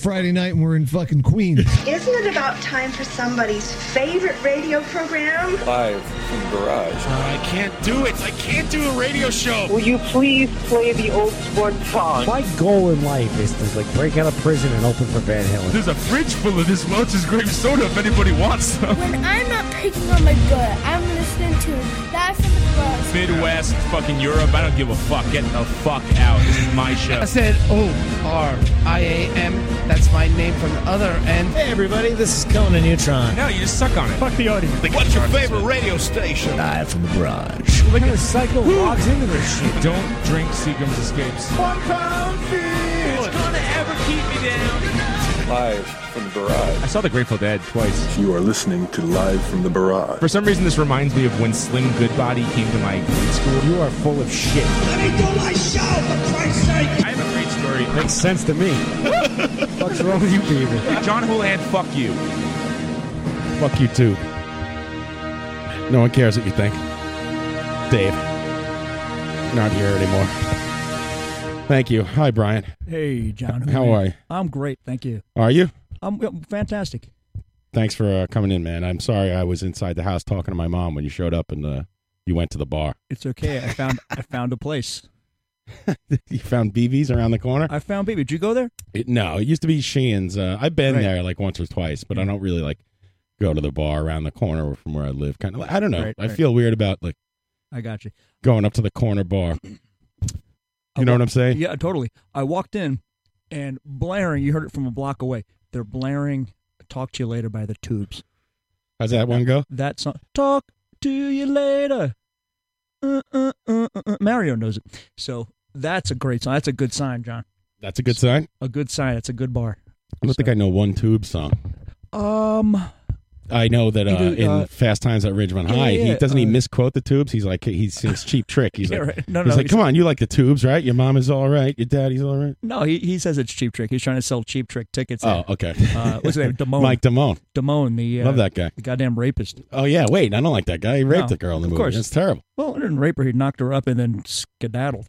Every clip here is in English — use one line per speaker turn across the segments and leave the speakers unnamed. Friday night and we're in fucking Queens.
Isn't it about time for somebody's favorite radio program?
Live from the garage.
Uh, I can't do it. I can't do a radio show.
Will you please play the old sport song?
My goal in life is to like break out of prison and open for Van Halen.
There's a fridge full of this Welch's grape soda if anybody wants some.
When I'm not picking on my gut, I'm listening to Live from the Garage.
Midwest, fucking Europe. I don't give a fuck. Get the fuck out. This is my show.
I said O R I A M. That's my name from the other end.
Hey everybody, this is Conan Neutron.
No, you just suck on it. Fuck the audience.
What's your favorite radio station?
Live from the garage. Look at the cycle logs into this shit.
Don't drink Seagram's Escapes.
One pound feet.
gonna ever keep me down.
Live from the garage.
I saw The Grateful Dead twice.
You are listening to Live from the Barrage.
For some reason, this reminds me of when Slim Goodbody came to my grade school.
You are full of shit.
Let me do my show, for Christ's sake.
I have a great story.
Makes sense to me. What's wrong with you, people?
John Hulan, fuck you.
Fuck you too. No one cares what you think. Dave. Not here anymore. Thank you. Hi, Brian.
Hey, John. who
How
you?
are you?
I'm great, thank you.
Are you?
I'm, I'm fantastic.
Thanks for uh, coming in, man. I'm sorry I was inside the house talking to my mom when you showed up and uh, you went to the bar.
It's okay. I found I found a place.
you found BB's around the corner?
I found baby. Did you go there?
It, no, it used to be Sheehan's. Uh, I've been
Right. Mm.
there like once or twice, but I don't really like go to the bar around the corner from where I live. Kind of, like, I don't know.
Right,
I
right.
feel weird about like
I got you.
going up to the corner bar.
I
You know
wa-
what I'm saying?
Yeah, totally. I walked in and blaring. You heard it from a block away. They're blaring "Talk to You Later" by the Tubes.
How's that one go?
That song. Talk to you later. Uh, uh, uh, uh, uh. Mario knows it. So that's a great song. That's a good sign, John.
That's a good sign.
A good sign. That's a good bar.
I don't think I know one Tube song.
Um,
I know that uh,
You do,
in
uh,
Fast Times at Ridgemont
yeah,
High, he
yeah,
doesn't he
uh,
misquote the Tubes. He's like he sings Cheap Trick. He's
Yeah,
like,
right. No,
he's
no,
like,
he's-
come on, you like the Tubes, right? Your mom is all right. Your daddy's all right.
no, he, he says it's Cheap Trick. He's trying to sell Cheap Trick tickets.
Oh,
at-
okay.
Uh, what's his name? Damone.
Mike Damone.
Damone, the uh,
Love that guy.
the goddamn rapist.
Oh yeah, wait, I don't like that guy. He raped
No,
a girl in the
of
movie.
course.
That's terrible.
Well, I didn't rape her. He knocked her up and then skedaddled.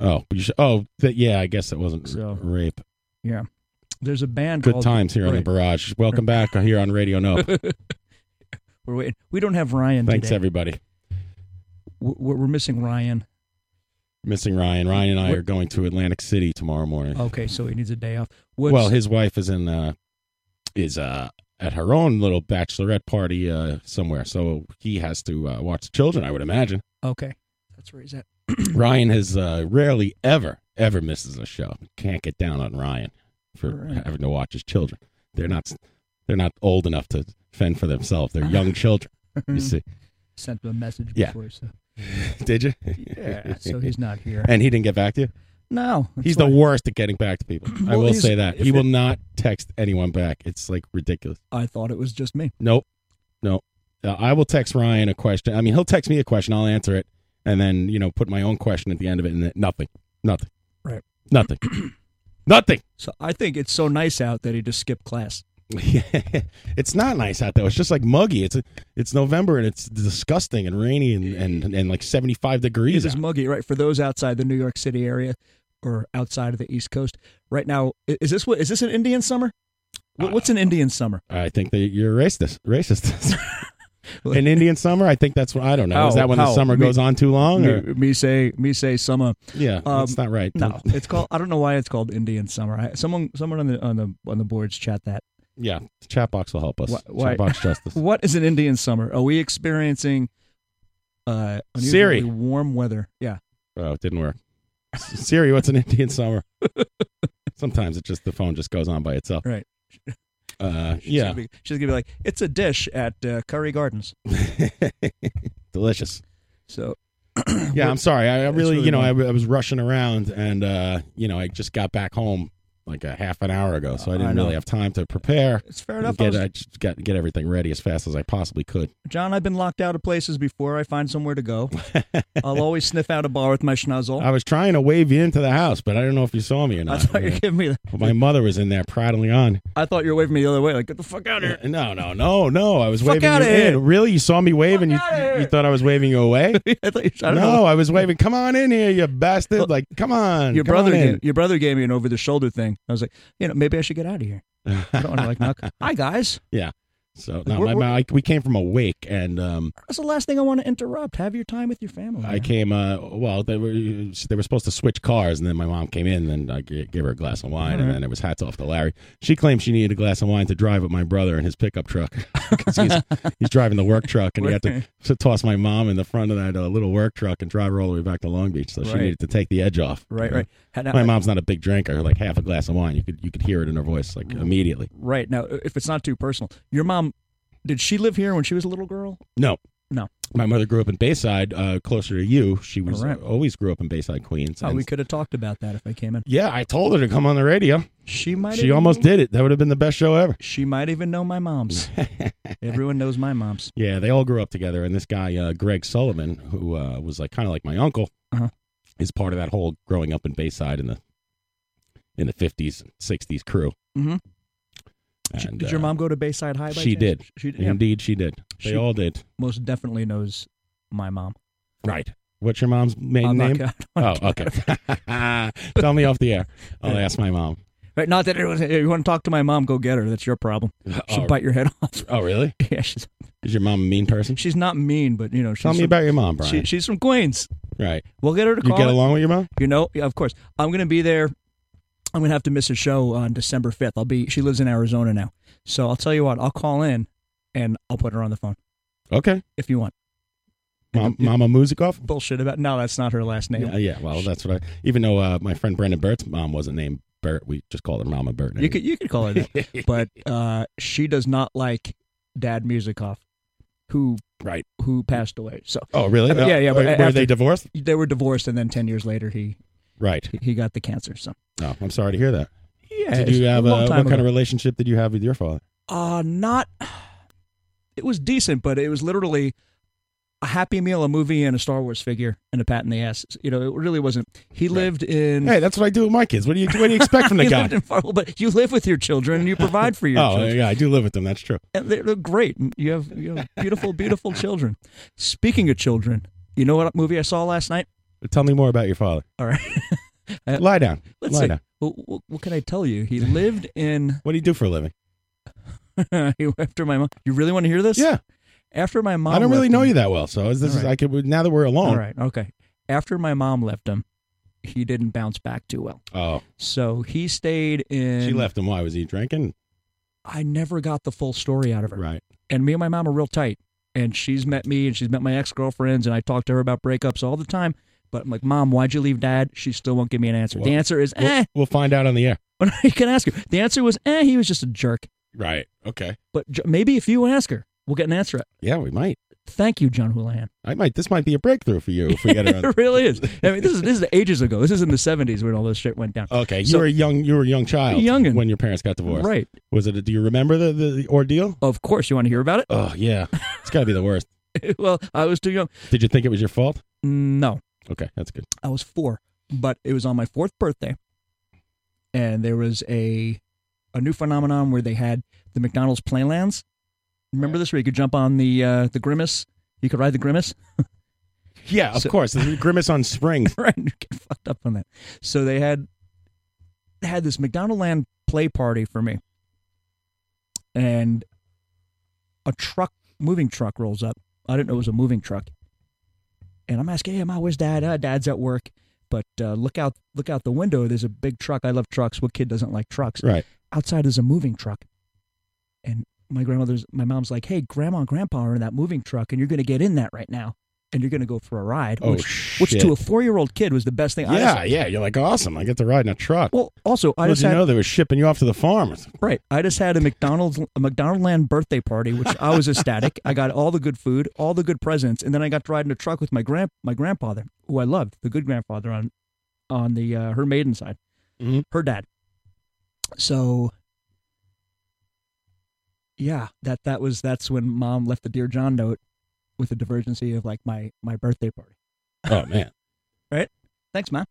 Oh, but you should, oh, that, yeah. I guess it wasn't
So-
rape.
Yeah. There's a band
Good
called
times here on the
Right.
barrage. Welcome back here on Radio No.
We're waiting. We don't have Ryan
Thanks
today.
everybody.
W- We're, we're missing Ryan.
Missing Ryan. Ryan and I
What- Oh,
are going to Atlantic City tomorrow morning.
Okay, so he needs a day off. What's,
well, his wife is in uh is uh at her own little bachelorette party uh somewhere, so he has to uh, watch the children. I would imagine.
okay, that's where he's at.
Ryan has uh, rarely ever ever misses a show. Can't get down on Ryan for
Right.
having to watch his children. They're not they're not old enough to fend for themselves. They're young children. You see,
Mm-hmm. Sent him a message
Yeah.
before, so
did you?
yeah. So he's not here.
and he didn't get back to you.
No, that's
he's
why
the worst at getting back to people. I
Well,
will
he's-
say that
if
he will
it-
not text anyone back. It's like ridiculous.
I thought it was just me.
Nope, nope. Uh, I will text Ryan a question. I mean, he'll text me a question. I'll answer it, and then you know, put my own question at the end of it, and then nothing, nothing,
Right.
nothing, nothing.
So I think it's so nice out that he just skipped class.
it's not nice out though. It's just like muggy. It's it's November and it's disgusting and rainy and and, and like seventy five
It
degrees.
is
out.
muggy, right? For those outside the New York City area or outside of the East Coast, right now i- is this what is this an Indian summer? Wh- What's
Uh,
an Indian summer?
I think that you're racist. Racist. In Indian summer, I think that's what I don't know. Is
How?
that when the
How?
summer
Me-
goes on too long?
Me,
or-
me say me say summer.
yeah,
um,
that's not right.
No, it's called. I don't know why it's called Indian summer. I, someone someone on the on the on the boards chat that.
Yeah, the chat box will help us.
Why- why-
Chat box justice.
What is an Indian summer? Are we experiencing uh
Siri.
unusually warm weather? Yeah.
oh, it didn't work. S- Siri, what's an Indian summer? Sometimes it just the phone just goes on by itself.
Right.
Uh,
She's
yeah,
Gonna be, she's gonna be like, it's a dish at uh, Curry Gardens.
delicious.
So
Yeah, I'm sorry. I, I
It's
really,
really
you know, I, w- I was rushing around and, uh, you know, I just got back home like a half an hour ago, so I
I
didn't really
know.
have time to prepare.
it's fair enough. I
Get,
was-
I just got get everything ready as fast as I possibly could.
John, I've been locked out of places before. I find somewhere to go. I'll always sniff out a bar with my schnuzzle.
I was trying to wave you into the house, but I don't know if you saw me or
I
not.
thought you were giving me. The,
But my mother was in there prattling on.
I thought you were waving me the other way. Like, get the fuck out of here.
No, no, no, no. I was
Fuck
waving you
outta
in.
here.
Really? You saw me waving? You,
Fuck outta here.
you thought I was waving you away?
I thought you. I don't
no,
know.
I was waving. Come on in here, you bastard! Like, come on.
Your
come
brother,
on in."
gave, your brother gave me an over the shoulder thing thing. I was like, you know, maybe I should get out of here. I don't want to like knock. Hi guys.
Yeah. So
Like,
no,
we're-
my, my, I, we came from a wake, and um,
That's the last thing I want to interrupt. Have your time with your family.
I came. Uh, well, they were they were supposed to switch cars, and then my mom came in, and I g- gave her a glass of wine, and
Alright.
then it was hats off to Larry. She claimed she needed a glass of wine to drive with my brother in his pickup truck 'Cause he's, he's driving the work truck, and he had to, to toss my mom in the front of that uh, little work truck and drive her all the way back to Long Beach. So she
Right.
needed to take the edge off.
Right, right. Had-
my mom's not a big drinker. Like half a glass of wine, you could you could hear it in her voice
Mm.
like immediately.
Right. Now, if it's not too personal, your mom, did she live here when she was a little girl?
No.
No.
My mother grew up in Bayside, uh, closer to you. She was
All right.
always grew up in Bayside, Queens.
Oh,
and-
we could have talked about that if I came in.
yeah, I told her to come on the radio.
She might
She
have-
almost did it. That would have been the best show ever.
She might even know my mom's. Everyone knows my mom's.
Yeah, they all grew up together, and this guy uh, Greg Sullivan, who uh, was like kind of like my uncle,
Uh-huh.
is part of that whole growing up in Bayside in the in the fifties, sixties crew.
Mhm.
And,
Did your
uh,
mom go to Bayside High? By
she
chance?
did.
She did.
Indeed, she did. They
She-
all did.
Most definitely knows my mom.
Right. What's your mom's main
I'm not
name?
gonna-
oh, okay. Tell me off the air. I'll ask my mom.
Right. Not that it was, you want to talk to my mom, go get her. That's your problem. She'll
Oh.
bite your head off.
Oh, really?
Yeah, she's
Is your mom a mean person?
she's not mean, but you know. She's
Tell me
from-
about your mom,
she-
Brian.
she's from Queens.
right.
We'll get her to
You
call.
get
it.
along with your mom?
You know, yeah, of course. I'm going to be there. I'm going to have to miss a show on December 5th. I'll be. She lives in Arizona now, so I'll tell you what. I'll call in, and I'll put her on the phone
Okay.
if you want.
Mom, Mama Musikoff?
Mm-hmm. Bullshit about no, that's not her last name.
Yeah, yeah, well, that's what I. Even though uh, my friend Brandon Burt's mom wasn't named Burt, we just called her Mama Burt.
You could you could call her that, but uh, she does not like Dad Musikoff, who
right
who passed away. So
Oh, really?
Uh, yeah, yeah. But
Were- were
after-
they divorced?
They were divorced, and then ten years later, he
Right.
he got the cancer. So
Oh, I'm sorry to hear that.
Yeah,
Did you
it's a
have
long
uh, what
time
kind
ago.
of relationship did you have with your father?
Uh not it was decent, but it was literally a happy meal, a movie, and a Star Wars figure and a pat in the ass. You know, it really wasn't he lived in
Hey, that's what I do with my kids. What do you what do you expect from the
He
guy?
lived in Fargo, but you live with your children and you provide for your
oh,
children.
yeah, I do live with them. That's true.
And they're, they're great. You have you have beautiful, beautiful children. Speaking of children, you know what movie I saw last night?
Tell me more about your father.
All right. Uh,
Lie down.
Let's
Lie
see.
down.
Well, what, what can I tell you? He lived in.
What do you do for a living?
after my mom. You really want to hear this?
Yeah.
After my mom.
I don't really
left
know
him-
you that well, so is this
All
is
right.
I could now that we're alone.
All right. Okay. After my mom left him, he didn't bounce back too well.
Oh,
So he stayed in.
she left him. Why was he drinking?
I never got the full story out of her.
Right.
And me and my mom are real tight. And she's met me and she's met my ex girlfriends. And I talk to her about breakups all the time. But I'm like, Mom, why'd you leave dad? She still won't give me an answer.
Well,
the answer is,
We'll,
eh.
we'll find out on the air.
you can ask her. The answer was, eh, he was just a jerk.
Right. Okay.
But j- maybe if you ask her, we'll get an answer.
Yeah, we might.
Thank you, John Houlihan.
I might. This might be a breakthrough for you if we get it on.
it really is. I mean, this is this is ages ago. This is in the 70s when all this shit went down.
Okay, you
So-
were a young. You were a young child.
Young'un.
when your parents got divorced.
Right.
Was it? A, do you remember the, the, the ordeal?
Of course, you want to hear about it.
Oh yeah, it's got to be the worst.
well, I was too young.
Did you think it was your fault?
No,
Okay, that's good.
I was four, but it was on my fourth birthday, and there was a a new phenomenon where they had the McDonald's Playlands. Remember this, where you could jump on the uh, the Grimace, you could ride the Grimace.
Yeah, of
So-
course. There's a grimace on springs.
right, you get fucked up on that. So they had they had this McDonald Land play party for me, and a truck, moving truck, rolls up. I didn't know it was a moving truck, and I'm asking, "Hey, ma, where's dad? Uh, dad's at work." But uh, look out! Look out the window. There's a big truck. I love trucks. What kid doesn't like trucks?
Right.
Outside is a moving truck, and my grandmother's, my mom's like, "Hey, grandma and grandpa are in that moving truck, and you're going to get in that right now, and you're going to go for a ride."
Oh,
which, which to a
shit.
four-year-old kid was the best thing. I
Yeah,
decided-
yeah. You're like awesome. I get to ride in a truck.
Well, also I
Well,
just
did you
had
know they were shipping you off to the farm?
right. I just had a McDonald's a McDonald Land birthday party, which I was ecstatic. I got all the good food, all the good presents, and then I got to ride in a truck with my grand my grandfather, who I loved, the good grandfather on on the uh, her maiden side,
Mhm.
her dad. So. Yeah, that that was that's when mom left the dear John note with a divergency of like my my birthday party.
Oh man,
Right? Thanks, mom.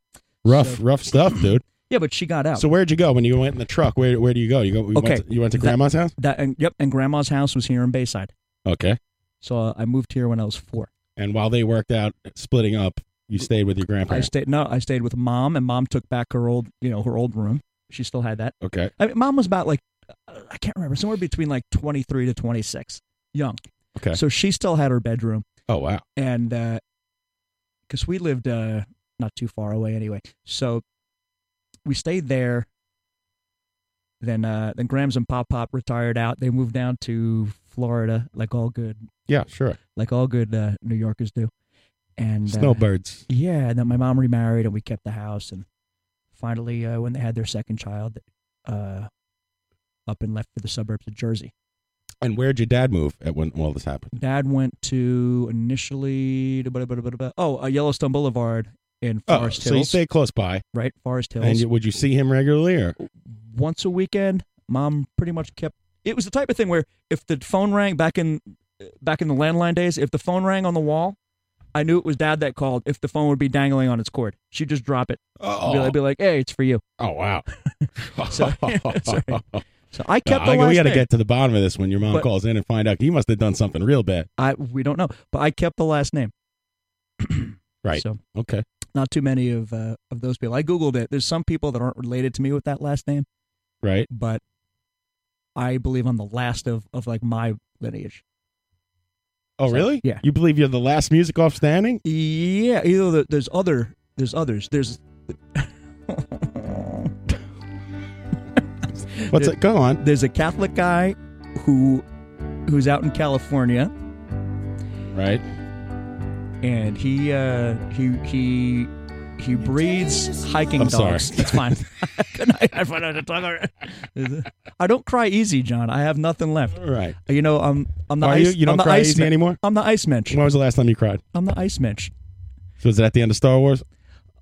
rough,
So-
rough stuff, dude.
Yeah, but she got out.
So where'd you go when you went in the truck? Where Where do you go? You go. You
Okay.
Went to, you went to
That-
grandma's house.
That and yep, and grandma's house was here in Bayside.
Okay.
So uh, I moved here when I was four.
And while they worked out splitting up, you stayed with
I
your grandparents.
stayed no, I stayed with mom, and mom took back her old you know her old room, She still had that.
Okay.
I mean, mom was about like uh, I can't remember somewhere between like 23 to 26, young.
Okay.
So she still had her bedroom,
Oh wow.
and because we lived uh, not too far away anyway, so we stayed there. Then uh, then Grams and Pop Pop retired out. They moved down to Florida, like all good,
Yeah, sure.
like all good uh, New Yorkers do. And uh,
Snowbirds.
yeah, and then my mom remarried, and we kept the house. And finally, uh, when they had their second child, uh, up and left for the suburbs of Jersey.
And where'd your dad move at when all this happened?
Dad went to initially to blah, blah, blah, blah, oh uh, Yellowstone Boulevard in
Oh,
Forest
so you
Hills,
stay close by,
right? Forest Hills.
and you, would you see him regularly? Or
Once a weekend, mom pretty much kept. It was the type of thing where if the phone rang back in back in the landline days, if the phone rang on the wall, I knew it was dad that called. If the phone would be dangling on its cord, she'd just drop it. Be,
oh,
I'd be like, "Hey, it's for you."
oh wow.
So- sorry. So I
No,
kept.
I-
the last
we got to
name.
get to the bottom of this when your mom
But-
calls in and find out. You must have done something real bad.
I we don't know, but I kept the last name.
Right.
So
Okay.
not too many of uh, of those people. I googled it. There's some people that aren't related to me with that last name,
Right.
but I believe I'm the last of of like my lineage.
Oh,
So,
really?
yeah. E,
You believe you're the last music off standing?
Yeah. Either the, there's other there's others. There's
What's
Yeah.
it? Go on.
there's a Catholic guy who who's out in California
Right.
and he uh he he he breeds hiking
I'm sorry.
dogs. It's fine. Good night. I found out to talk already. I don't cry easy, John. I have nothing left.
Right.
You know, I'm I'm the
Are
ice.
you? You
I'm
don't
the
cry
ice
easy
man-
anymore.
I'm the ice mensch.
When was the last time you cried?
I'm the ice mensch.
So was it at the end of Star Wars?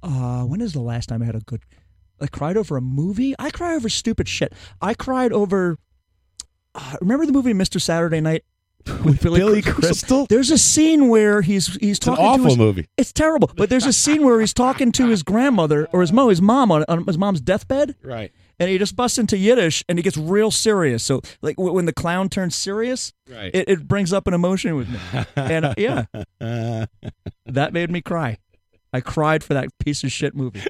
Uh, when is the last time I had a good? I cried over a movie. I cry over stupid shit. I cried over. Uh, remember the movie Mr. Saturday Night with Billy,
Billy
Crystal?
Crystal?
There's a scene where he's he's
It's an
talking to
awful
his,
movie.
It's terrible. But there's a scene where he's talking to his grandmother or his mom, his mom on, on his mom's deathbed,
Right.
and he just busts into Yiddish and he gets real serious. So like w- when the clown turns serious,
Right.
it, it brings up an emotion with me, and uh, yeah,
Uh,
that made me cry. I cried for that piece of shit movie.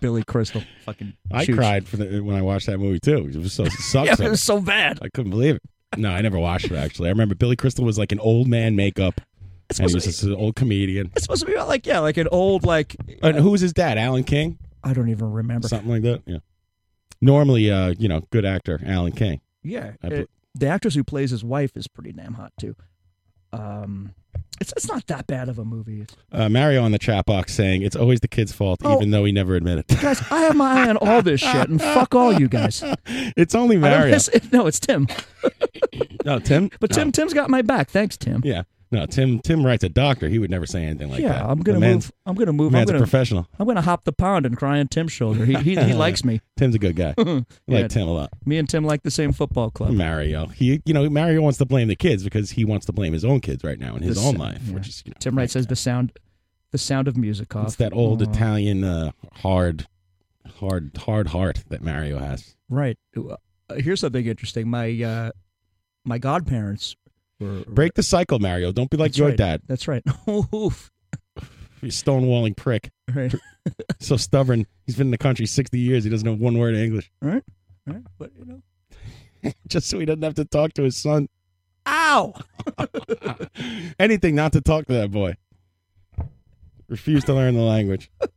Billy Crystal, fucking.
I
huge.
cried for the, when I watched that movie too. It was so it
Yeah,
sucks.
it was so bad.
I couldn't believe it. No, I never watched it actually. I remember Billy Crystal was like an old man makeup,
It's
and he
supposed,
was
to be,
just an old comedian.
it's supposed to be about like yeah, like an old like
And who was his dad? Alan King,
I don't even remember.
something like that. Yeah. Normally, uh, you know, good actor Alan King.
Yeah,
I
it-
bel-
the actress who plays his wife is pretty damn hot too. Um, it's it's not that bad of a movie, It's-
Uh, Mario on the chat box saying it's always the kid's fault,
Oh.
even though he never admitted.
guys. I have my eye on all this shit, and fuck all you guys. I
it's only
don't-
Mario. Oh.
no, it's Tim.
No, Tim.
But Tim,
No.
Tim's got my back. Thanks, Tim.
Yeah. No, Tim. Tim writes a doctor. He would never say anything like
yeah,
that.
I'm
The
gonna
man's-
move. I'm gonna move. I'm
Man's a
gonna.
professional.
I'm gonna hop the pond and cry on Tim's shoulder. He he, he likes me.
Tim's a good guy. I
Yeah.
Like Tim a lot.
Me and Tim like the same football club.
Mario. He, you know, Mario wants to blame the kids because he wants to blame his own kids right now in his
The
own
sa-
life,
yeah.
which is you know,
Tim Wright says the sound, the sound of music off.
it's that old
Uh,
Italian uh, hard, hard, hard heart that Mario has.
Right. Uh, here's something interesting. My uh, my godparents were
Break the cycle, Mario. Don't be like
That's
your
right.
dad.
That's right. Oof.
You stonewalling prick.
Right.
So stubborn. He's been in the country sixty years. He doesn't know one word of English.
Right. Right. But you know.
Just so he doesn't have to talk to his son.
Ow.
Anything not to talk to that boy. Refuse to learn the language.
I-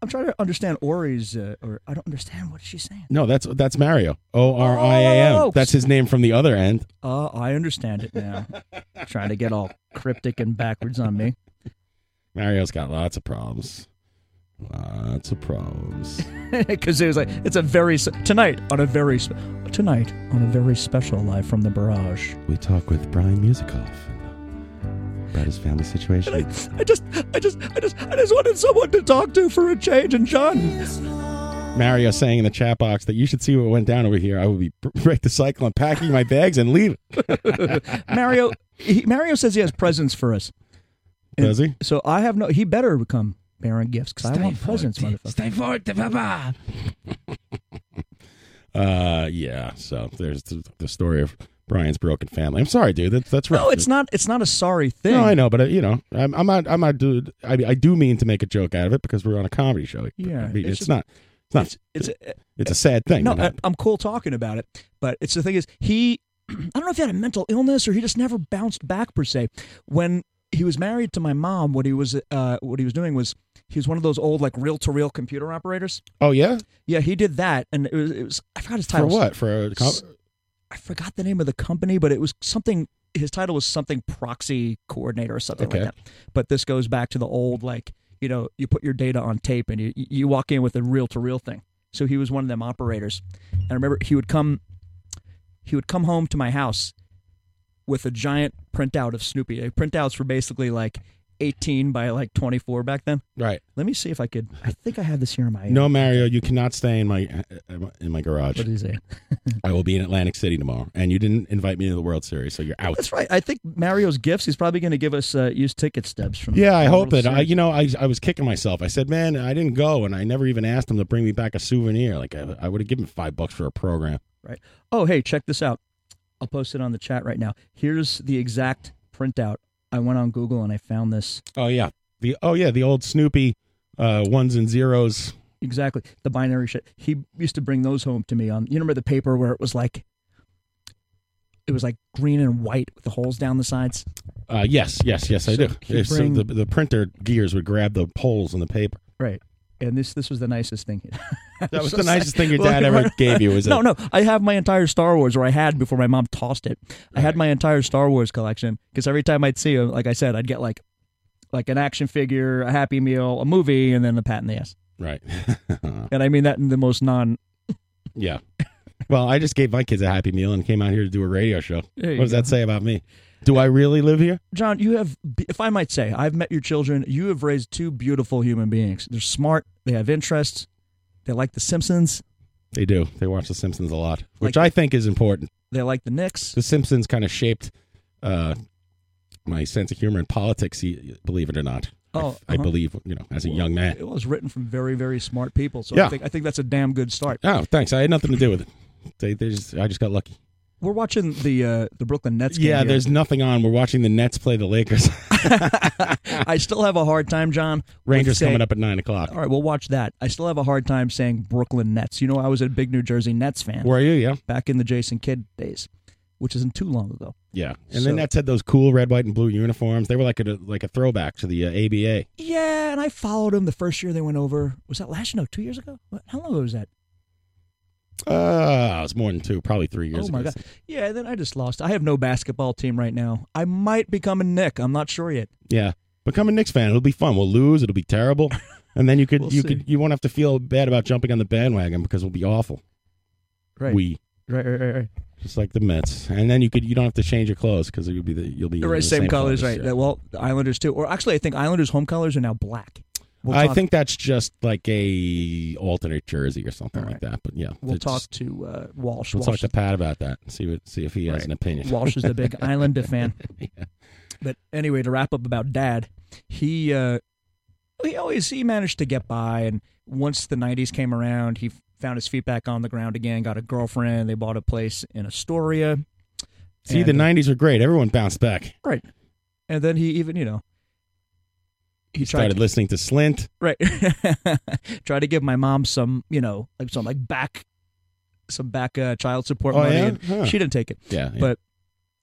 I'm trying to understand Ori's. Uh, or I don't understand what she's saying.
No, that's that's Mario. O R I A M.
Oh.
That's his name from the other end.
Uh, I understand it now. trying to get all cryptic and backwards on me.
Mario's got lots of problems. Lots of problems.
because it was like it's a very s- tonight on a very s- tonight on a very special live from the barrage.
we talk with Brian Musikoff about his family situation.
I just, I just, I just, I just wanted someone to talk to for a change, and John.
Mario saying in the chat box that you should see what went down over here. I would be break the cycle and packing my bags and leave.
Mario, he, Mario says he has presents for us,
Does he?
so I have no. He better become bearing gifts because I want presents, motherfucker.
Stay for it, Papa.
Uh, yeah. So there's the, the story of Brian's broken family. I'm sorry, dude. That's that's rough.
No, it's not. It's not a sorry thing.
No, I know, but uh, you know, I'm, I'm not. I'm not. Dude, I, I do mean to make a joke out of it because we're on a comedy show.
Yeah,
I mean,
it's
it's,
just-
not. It's It's not-
It's it's a,
it's a sad thing.
No, uh,
that
I, I'm cool talking about it, but it's the thing is he. I don't know if he had a mental illness or he just never bounced back per se. When he was married to my mom, what he was uh, what he was doing was he was one of those old like reel to reel computer operators.
Oh yeah,
yeah, he did that, and it was it was I forgot his
For
title
what? For a com-
I forgot the name of the company, but it was something. His title was something proxy coordinator or something
Okay.
like that. But this goes back to the old like you know you put your data on tape and you you walk in with a reel to reel thing. So he was one of them operators, and I remember he would come he would come home to my house with a giant printout of Snoopy. Uh, Printouts were basically like 18 by like 24 back then.
Right.
Let me see if I could. I think I have this here in my.
No, Mario, you cannot stay in my uh, in my garage. What
did he say?
I will be in Atlantic City tomorrow, and you didn't invite me to the World Series, so you're out.
That's right. I think Mario's gifts. He's probably going to give us uh, used ticket stubs from.
Yeah, I
from
hope
World
it. I,
Series.
you know, I, I was kicking myself. I said, man, I didn't go, and I never even asked him to bring me back a souvenir. Like I, I would have given five bucks for a program.
Right. Oh, hey, check this out. I'll post it on the chat right now. Here's the exact printout. I went on Google and I found this
Oh yeah, the oh yeah, the old Snoopy uh, ones and zeros.
exactly the binary shit. He used to bring those home to me on. You remember the paper where it was like, it was like green and white with the holes down the sides.
Uh, yes, yes, yes, I
So
do.
he
If- so
bring-
the, the printer gears would grab the poles in the paper.
Right. And this this was the nicest thing.
That was
So
the nicest thing your
Well,
dad ever gave you, was
no,
it?
no. I have my entire Star Wars, or I had before my mom tossed it. I had my entire Star Wars collection because every time I'd see them, like I said, I'd get like like an action figure, a Happy Meal, a movie, and then a pat in the ass.
Right. Uh-huh.
And I mean that in the most non.
yeah. Well, I just gave my kids a happy meal and came out here to do a radio show.
There
What
you
does that
go.
say about me? Do I really live here?
John, you have, if I might say, I've met your children. You have raised two beautiful human beings. They're smart. They have interests. They like The Simpsons.
They do. They watch The Simpsons a lot, which I think is important.
They like The Knicks.
The Simpsons kind of shaped uh, my sense of humor and politics, y- believe it or not. I-
Oh,
I,
uh-huh.
believe, you know, as a young man.
It was written from very, very smart people. So
Yeah.
I, think, I think that's a damn good start.
Oh, thanks. I had nothing to do with it. They, they just, I just got lucky.
We're watching the uh, the Brooklyn Nets. Game
Yeah,
here.
there's nothing on. We're watching the Nets play the Lakers.
I still have a hard time, John. with
Rangers
saying-
coming up at nine o'clock.
All right, we'll watch that. I still have a hard time saying Brooklyn Nets. You know, I was a big New Jersey Nets fan.
Were you? Yeah.
Back in the Jason Kidd days, which isn't too long ago.
Yeah,
So-
and then Nets had those cool red, white, and blue uniforms. They were like a like a throwback to the uh, ABA.
Yeah, and I followed them the first year they went over. Was that last year? No, two years ago. What? How long ago was that?
Uh, it was more than two, probably three years
oh my
ago.
god. Yeah, then I just lost. I have no basketball team right now. I might become a Nick. I'm not sure yet.
Yeah, become a Knicks fan. It'll be fun. We'll lose. It'll be terrible, and then you could
We'll
you
see.
could you won't have to feel bad about jumping on the bandwagon because we'll be awful.
Right.
We
Right, right, right, right.
just like the Mets, and then you could you don't have to change your clothes because you'll be the you'll be
You're
in
right,
the
same, colors,
colors,
right?
yeah.
Uh, Well, the Islanders too. Or actually, I think Islanders home colors are now black. We'll
I
talk-
think that's just like a alternate jersey or something like that. But yeah,
we'll
it's-
talk to uh, Walsh.
We'll
Walsh,
talk to Pat about that. and See what see if he has an opinion.
Walsh is the big Islander fan. But anyway, to wrap up about Dad, he uh, he always he managed to get by, and once the '90s came around, he found his feet back on the ground again. Got a girlfriend. They bought a place in Astoria.
See,
And,
the
uh,
'90s were great. Everyone bounced back.
Right. And then he even, you know, he tried
Started
to,
listening to Slint.
right tried to give my mom some, you know, like some like back some back uh, child support
Oh,
money.
yeah?
And
Huh.
She didn't take it.
Yeah, yeah.
But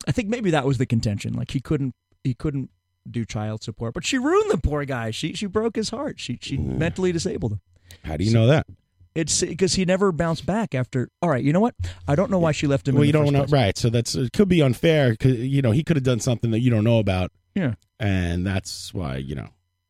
I think maybe that was the contention. Like he couldn't he couldn't do child support, but she ruined the poor guy. She she broke his heart. She she mentally disabled him.
Mm. How do you know that?
It's because he never bounced back after. All right, you know what? I don't know why she left him.
Well,
in
you
the
don't
first
know,
place.
right? So that's it. Could be unfair. 'cause, you know, he could have done something that you don't know about,
Yeah.
and that's why you know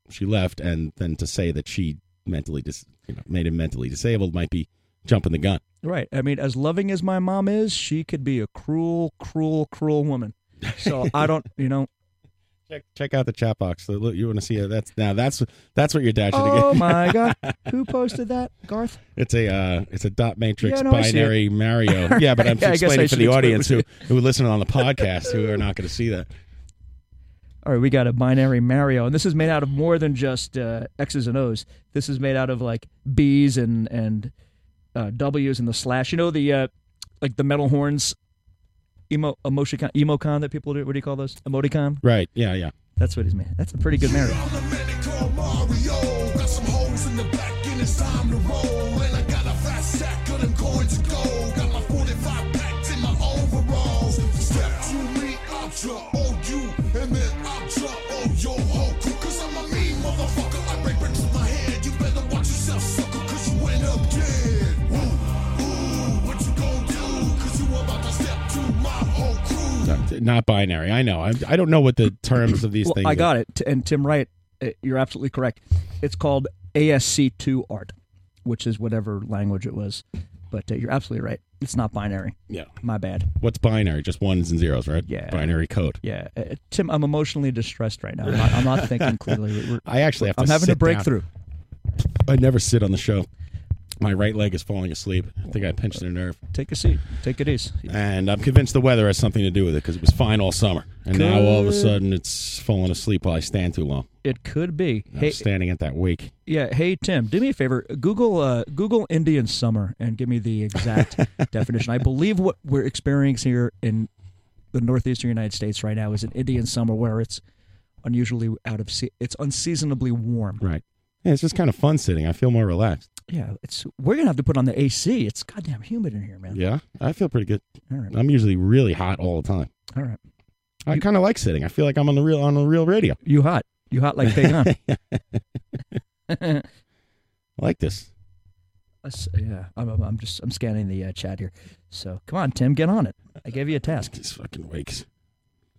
she left. And then to say that she mentally dis, you know, made him mentally disabled might be jumping the gun.
Right. I mean, as loving as my mom is, she could be a cruel, cruel, cruel woman. So I don't, you know.
Check check out the chat box. So look, You want to see it? That's now that's that's what your dad should have
Oh
given.
my God! Who posted that, Garth?
It's a uh, it's a dot matrix
Yeah, no, I see
binary
it.
Mario. Yeah, but I'm
Yeah, I guess I
explaining for
should
the
explain
audience who
what-
who listen on the podcast who are not going to see that.
All right, we got a binary Mario, and this is made out of more than just uh, X's and O's. This is made out of like B's and and uh, W's and the slash. You know the uh, like the metal horns, emo emoticon, emocon that people do. What do you call those? Emoticon.
Right? Yeah, yeah.
That's what he's made. That's a pretty good Mario.
Mario. Got some holes in the back and it's time to roll. And I got sack of them coins of gold. Got my 45 packs in my overalls. Step to me, I'll drop all you, and then I'll drop all your whole crew. Cause I'm a mean motherfucker. I break bricks with my head. You better watch yourself, sucker, cause you end up dead. Ooh, ooh, what you gonna do? Cause you about to step to my whole crew.
Not binary. I know. I, I don't know what the terms of these
Well,
things.
I got it. T- And Tim Wright, uh, you're absolutely correct. It's called ASC2 art, which is whatever language it was. But uh, you're absolutely right. It's not binary.
Yeah.
My bad.
What's binary? Just ones and zeros, right? Yeah. Binary code.
Yeah. Uh, Tim, I'm emotionally distressed right now. I'm not, I'm not thinking clearly. We're-
I actually have to.
I'm having
sit
a breakthrough.
down. I never sit on the show. My right leg is falling asleep. I think I pinched a nerve.
Take a seat. Take it easy.
And I'm convinced the weather has something to do with it because it was fine all summer, and now all of a
Could-
sudden it's falling asleep while I stand too long.
It could be.
I'm
Hey,
standing at that wake.
yeah. Hey, Tim, do me a favor. Google uh, Google Indian summer and give me the exact definition. I believe what we're experiencing here in the northeastern United States right now is an Indian summer where it's unusually out of sea. It's unseasonably warm.
Right. Yeah, it's just kind of fun sitting. I feel more relaxed.
Yeah. It's we're gonna have to put on the AC. It's goddamn humid in here, man.
Yeah, I feel pretty good.
All right.
I'm usually really hot all the time.
All right.
I kind of like sitting. I feel like I'm on the real on the real radio.
You hot. You hot like Pagan.
I like this.
Us- yeah, I'm, I'm- I'm just I'm scanning the uh, chat here. So come on, Tim, get on it. I gave you a task.
These fucking wakes.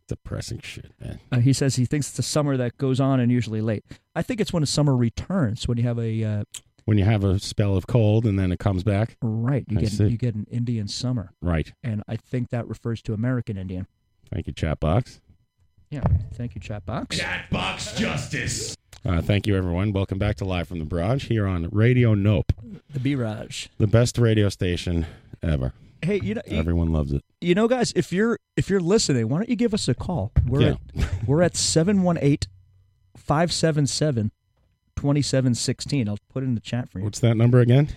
Depressing shit, man.
Uh, he says he thinks it's the summer that goes on and usually late. I think it's when the summer returns when you have a uh,
When you have a spell of cold and then it comes back.
right. You
I
get
see.
you get an Indian summer,
Right.
and I think that refers to American Indian.
Thank you, chat box.
Yeah. Thank you, chat box.
Box Justice.
Uh, thank you, everyone. Welcome back to Live from the Barrage here on Radio Nope,
The B Raj.
the best radio station ever.
Hey, you know you,
Everyone loves it.
you know guys, if you're if you're listening, why don't you give us a call? We're
Yeah.
at we're at 718-577-2716. I'll put it in the chat for you.
What's that number again?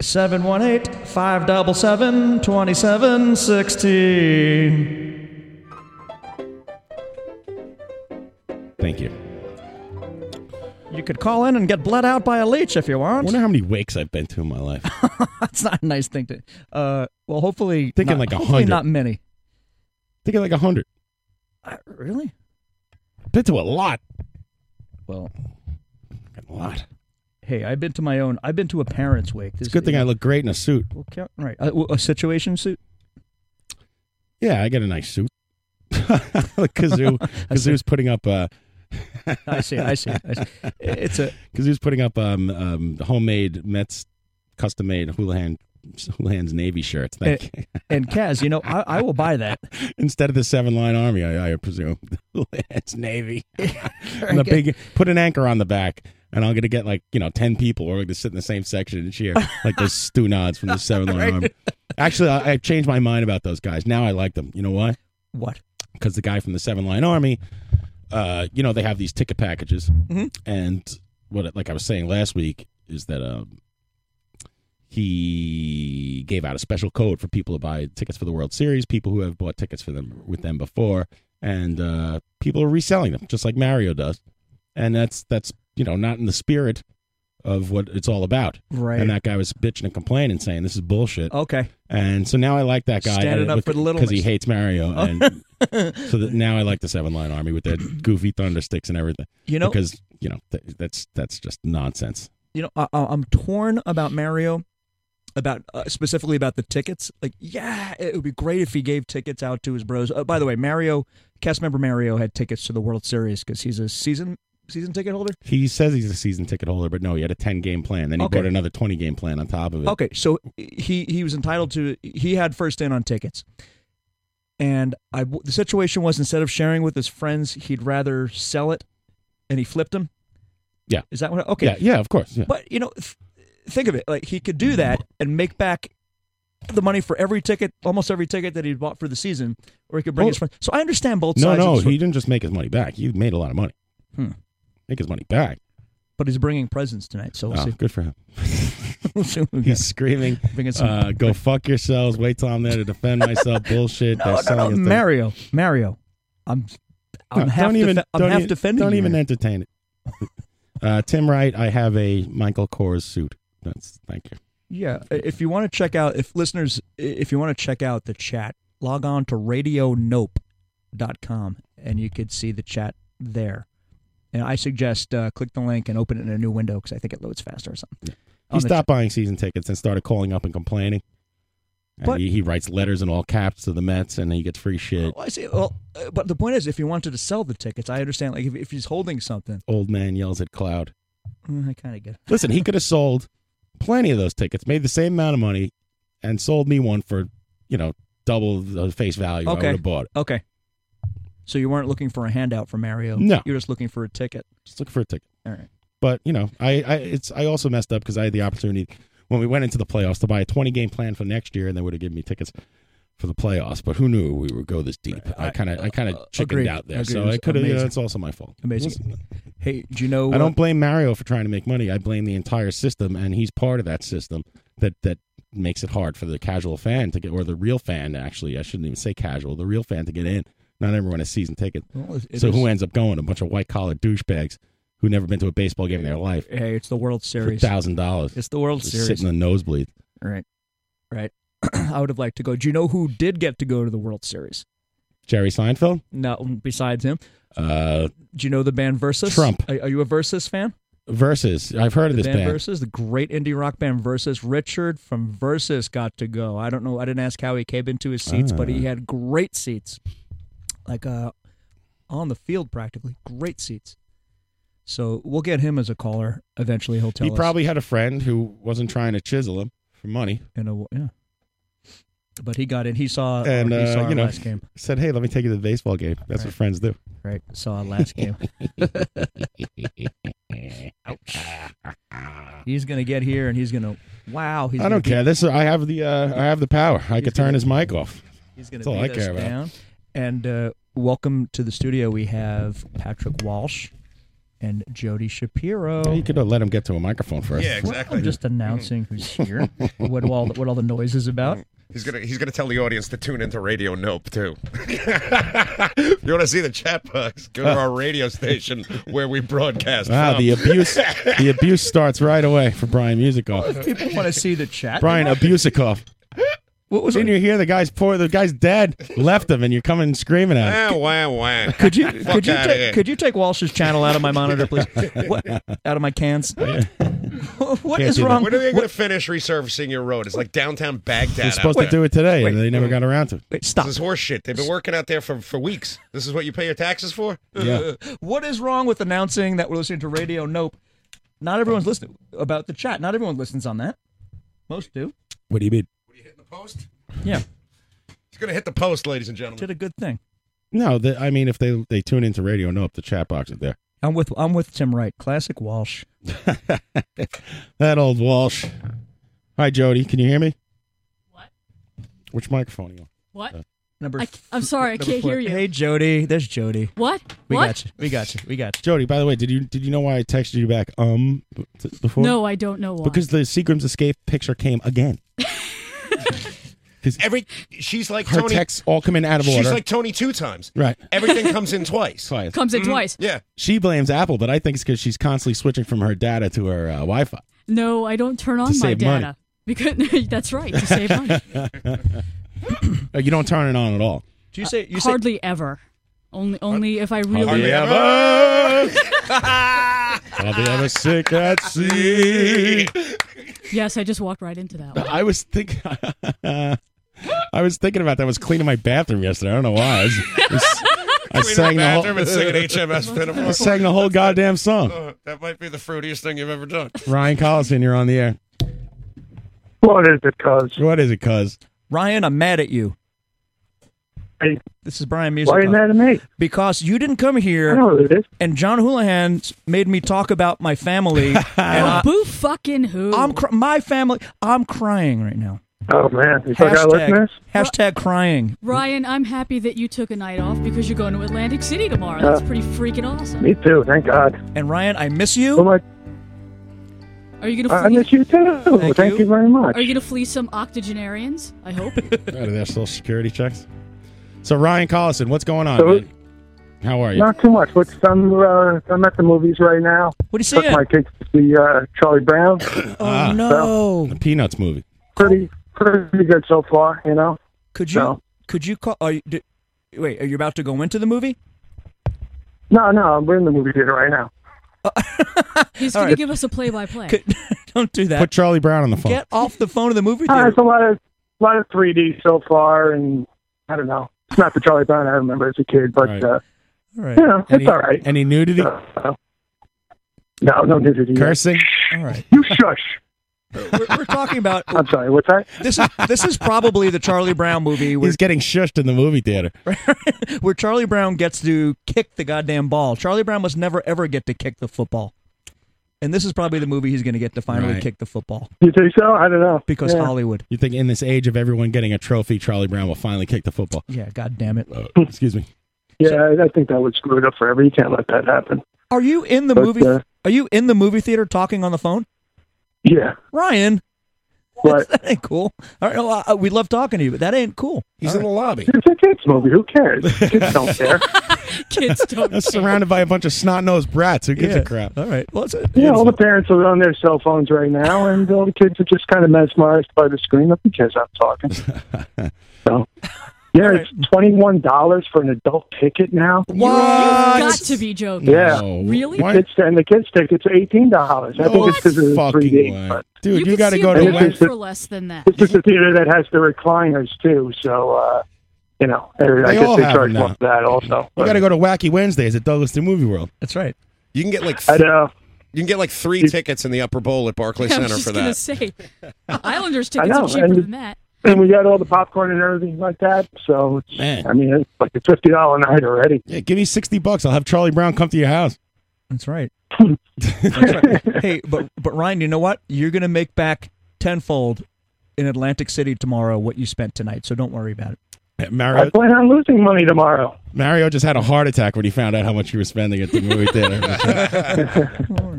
718 577 2716.
Thank you.
You could call in and get bled out by a leech if you
I
want.
wonder how many wakes I've been to in my life.
That's not a nice thing to. Uh, well, hopefully.
Thinking
not,
like a
hopefully
hundred.
Not many.
Thinking like a hundred.
Uh, really?
Been to a lot.
Well,
A lot.
hey, I've been to my own. I've been to a parent's wake. This
It's a good thing I look great in a suit.
Well, count, right. Uh, well, a situation suit?
Yeah, I got a nice suit. Like Kazoo, Kazoo's putting up. Uh,
I see. I see. I see. It's a.
Kazoo's putting up um, um, homemade Mets custom made Houlihan Houlihan's Navy shirts. Thank you.
And, and Kaz, you know, I, I will buy that.
Instead of the seven line army, I, I presume it's Navy. and the
Okay.
big put an anchor on the back, and I'm gonna get like you know ten people or to sit in the same section and cheer like those stu nods from the seven line
Right.
army. Actually, I, I changed my mind about those guys. Now I like them. You know why?
What?
Because the guy from the seven line army, uh, you know, they have these ticket packages, and what like I was saying last week is that um. He gave out a special code for people to buy tickets for the World Series, people who have bought tickets for them with them before, and uh, people are reselling them just like Mario does. And that's that's you know not in the spirit of what it's all about.
Right.
And that guy was bitching and complaining, saying this is bullshit.
Okay.
And so now I like that guy uh,
Standing up for the little
because he
ones.
hates Mario, and so that now I like the Seven Line Army with their goofy thunder sticks and everything.
You know-
because you know th- that's that's just nonsense.
you know, I, I- I'm torn about Mario, about uh, specifically about the tickets. Like, yeah, it would be great if he gave tickets out to his bros. Uh, by the way, Mario, cast member Mario had tickets to the World Series because he's a season season ticket holder.
He says he's a season ticket holder, but no, he had a ten game plan. Then he
Okay.
bought another twenty game plan on top of it.
Okay, so he he was entitled to he had first in on tickets, and I the situation was instead of sharing with his friends, he'd rather sell it, and he flipped them.
Yeah.
Is that what? Okay.
Yeah, yeah, of course. Yeah.
But you know, th- think of it like he could do that and make back the money for every ticket, almost every ticket that he bought for the season, or he could bring
Well-
his friends. So I understand both
no,
sides.
no,
of the
he
story,
didn't just make his money back. He made a lot of money.
Hmm.
Make his money back.
but he's bringing presents tonight, so we'll
Oh,
see.
good for him.
We'll see what we
He's
get.
screaming,
Bring in some-
uh, "Go fuck yourselves! Wait till I'm there to defend myself." Bullshit. They're
no, no,
selling
no,
us things.
Mario, Mario, I'm,
No,
I'm half,
don't even.
defe- I'm
don't
half
even,
defending.
Don't
you
even
here.
entertain it. Uh, Tim Wright, I have a Michael Kors suit. That's thank you.
Yeah, i- if you want to check out, if listeners, i- if you want to check out the chat, log on to radionope.com and you could see the chat there. And I suggest uh, click the link and open it in a new window because I think it loads faster or something.
He
On the
stopped buying season tickets and started calling up and complaining. And
But- Oh,
he, he writes letters in all caps to the Mets, and he gets free shit.
Well, I see. Well, uh, but the point is, if you wanted to sell the tickets, I understand. Like if, if he's holding something,
Old man yells at cloud.
mm, I kind of get. it.
Listen, he could have sold plenty of those tickets, made the same amount of money, and sold me one for you know double the face value. I would
okay,
have bought it.
Okay. So you weren't looking for a handout from Mario.
No.
you're just looking for a ticket.
Just looking for a ticket.
All right.
But you know, I, I it's I also messed up because I had the opportunity when we went into the playoffs to buy a twenty game plan for next year, and they would have given me tickets for the playoffs. But who knew we would go this deep? I kind of I kind of chickened
Uh, agreed,
out there,
agreed. It
so
was
I could have. You know,
amazing.
it's also my fault.
Amazing. Hey, do you know?
I
uh,
don't blame Mario for trying to make money. I blame the entire system, and he's part of that system that that makes it hard for the casual fan to get, or the real fan actually. I shouldn't even say casual. The real fan to get in. Not everyone has season ticket.
Well, it- it
so who
is-
ends up going? A bunch of white collar douchebags who never been to a baseball game in their life.
Hey, it's the World Series.
thousand dollars.
It's the World
Just
Series.
Sit in the nosebleed.
Right. Right. I would have liked to go. Do you know who did get to go to the World Series?
Jerry Seinfeld.
No, besides him.
Uh,
Do you know the band Versus?
Trump.
Are, are you a Versus fan?
Versus. I've heard of
The
this
band
band.
Versus, the great indie rock band Versus. Richard from Versus got to go. I don't know. I didn't ask how he came into his seats, but he
Ah.
had great seats, like uh, on the field practically. Great seats. So we'll get him as a caller eventually. He'll tell
He
us.
probably had a friend who wasn't trying to chisel him for money.
in a yeah. But he got in. He saw
and
he saw
uh,
our
you know,
last game.
said, "Hey, let me take you to the baseball game." That's what friends do.
Right, saw our last game. Ouch. He's gonna get here and he's gonna wow. He's
I
gonna
don't care.
beat-
This I have the uh, I have the power. I could turn his mic off.
He's gonna
That's all I
beat us
care about.
down. And uh, welcome to the studio. We have Patrick Walsh and Jody Shapiro.
You could uh, let him get to a microphone first.
Well, I'm just announcing who's here. what all the, what all the noise is about.
He's gonna he's gonna tell the audience to tune into Radio Nope too. if you want to see the chat box? Go to our radio station where we broadcast.
Wow,
from.
Ah, the abuse the abuse starts right away for Brian Musikoff.
Uh,
If people want to see the chat,
Brian Abusikoff.
What was
Didn't you hear the guy's poor? The guy's dead. Left him, and you're coming screaming at him.
Wah, Eh, wah, wah.
Could you
Ah. Fuck
could you
outta here.
take, could you take Walsh's channel out of my monitor, please? What, out of my cans. what
Can't
is
do that.
wrong?
When are they gonna finish resurfacing your road? It's like downtown Baghdad.
They're supposed
out
to
there.
do it today, and they never got around to it.
Wait, stop.
This is horse shit. They've been working out there for, for weeks. This is what you pay your taxes for?
Yeah.
What is wrong with announcing that we're listening to radio? Nope. Not everyone's listening about the chat. Not everyone listens on that. Most do.
What do you mean?
Yeah,
He's gonna hit the post, ladies and gentlemen.
did a good thing.
No, the, I mean if they they tune into radio, no, if the chat box is there.
I'm with I'm with Tim Wright. Classic Walsh.
That old Walsh. Hi, Jody. Can you hear me? What? Which microphone are you on?
What?
Number.
I, am sorry, I
number
can't
four.
hear you.
Hey, Jody. There's Jody.
What?
We
what?
got you. We got you. We got you.
Jody, by the way, did you did you know why I texted you back um t- before?
No, I don't know why.
Because the Seagram's escape picture came again.
Every she's like
Her
Tony.
texts all come in out of
she's
order.
like Tony two times.
Right.
Everything comes in twice.
Twice.
Comes in
Mhm.
twice.
Yeah.
She blames Apple, but I think it's because she's constantly switching from her data to her uh, Wi-Fi.
No, I don't turn on my
save
data.
money.
Because that's right, to save money.
Uh, you don't turn it on at all.
Do you say you say
Hardly ever. Only only if I really
Hardly
ever.
I'll be ever sick at sea.
Yes, I just walked right into that one.
I was thinking. I was thinking about that. I was cleaning my bathroom yesterday. I don't know why. I, was- I was- I
Clean
sang
the
the whole.
bathroom and sing an HMS
I
metaphor.
sang the whole goddamn song.
Oh, that might be the fruitiest thing you've ever done.
Ryan Collison, you're on the air.
What is it, cuz?
What is it, cuz?
Ryan, I'm mad at you.
Hey.
This is Brian Music.
Why are you mad at me?
Because you didn't come
I
here,
know who it is.
and John Houlihan made me talk about my family. and I, uh,
Boo fucking who?
I'm cr- my family. I'm crying right now.
Oh, man. You still got listeners?
hashtag crying.
Ryan, I'm happy that you took a night off because you're going to Atlantic City tomorrow. That's pretty freaking awesome.
Me too, thank God.
And Ryan, I miss
Oh,
you.
my,
Are you gonna
Uh, I
flee,
miss you too.
Thank
Thank,
you.
you. very much.
are you gonna flee some octogenarians? I hope.
Out of their social security checks. So Ryan Collison, what's going on?
So-
man? How are you?
Not too much. What's I'm uh, I'm at the movies right now.
What do
you
Took my kids to see uh, Charlie Brown.
Oh,
Ah,
no.
The Peanuts movie.
pretty pretty good so far. You know.
Could you?
So-
Could you call? Are you, d wait, are you about to go into the movie?
No, no, we're in the movie theater right now.
He's
All
going to
right.
give us a play-by-play.
Don't do that.
Put Charlie Brown on the phone.
Get off the phone of the movie
Uh,
theater.
it's a lot of lot of 3D so far, and I don't know. It's not the Charlie Brown I remember as a kid, but uh,
Right.
you know, it's
Any-
all right.
Any nudity?
No, no nudity.
Cursing?
All right.
You shush.
We're, we're talking about.
I'm sorry. What's that?
This is this is probably the Charlie Brown movie where
He's getting shushed in the movie theater.
where Charlie Brown gets to kick the goddamn ball. Charlie Brown must never ever get to kick the football. And this is probably the movie he's going to get to finally
Right.
kick the football.
You think so? I don't know.
Because Yeah. Hollywood.
You think in this age of everyone getting a trophy, Charlie Brown will finally kick the football?
Yeah, God damn it.
Uh, excuse me.
Yeah, I- I think that would screw it up forever. You can't let that happen.
Are you in the
But,
movie?
uh,
are you in the movie theater talking on the phone,
Yeah.
Ryan? that ain't cool. All right, well, I- we love talking to you, but that ain't cool.
He's in the lobby.
It's a kids movie. Who cares? Kids don't care.
Kids don't.
That's surrounded by a bunch of snot nosed brats. Who gives a
Yeah.
crap?
All right. Well, it's a,
Yeah, all the parents are on their cell phones right now, and all the kids are just kind of mesmerized by the screen. Nothing cares. I'm talking. so, yeah, it's twenty one dollars for an adult ticket now.
You've got to be joking.
Yeah,
Really?
Kids, and the kids tickets are eighteen dollars. I think it's because of the three D. but-
Dude, you,
could
got to
see
go
a
to
movie
West.
for less than that.
This is a theater that has the recliners too, so uh, you know, I
They
guess
all
they
have
charge
them now.
more for that also.
You got to go to Wacky Wednesdays at Douglas the Movie World.
That's right.
You can get like
I know.
You can get like three tickets in the upper bowl at Barclay
I was
Center
just
for
gonna
that.
say, Islanders
I
tickets
know,
are cheaper
and-
than that.
And we got all the popcorn and everything like that, so it's, I mean, it's like a fifty dollar night already.
Yeah, give me 60 bucks. I'll have Charlie Brown come to your house.
That's right. hey, but but Ryan, you know what? You're going to make back tenfold in Atlantic City tomorrow what you spent tonight. So don't worry about it.
Yeah,
I
Mario,
plan on losing money tomorrow.
Mario just had a heart attack when he found out how much you were spending at the movie theater.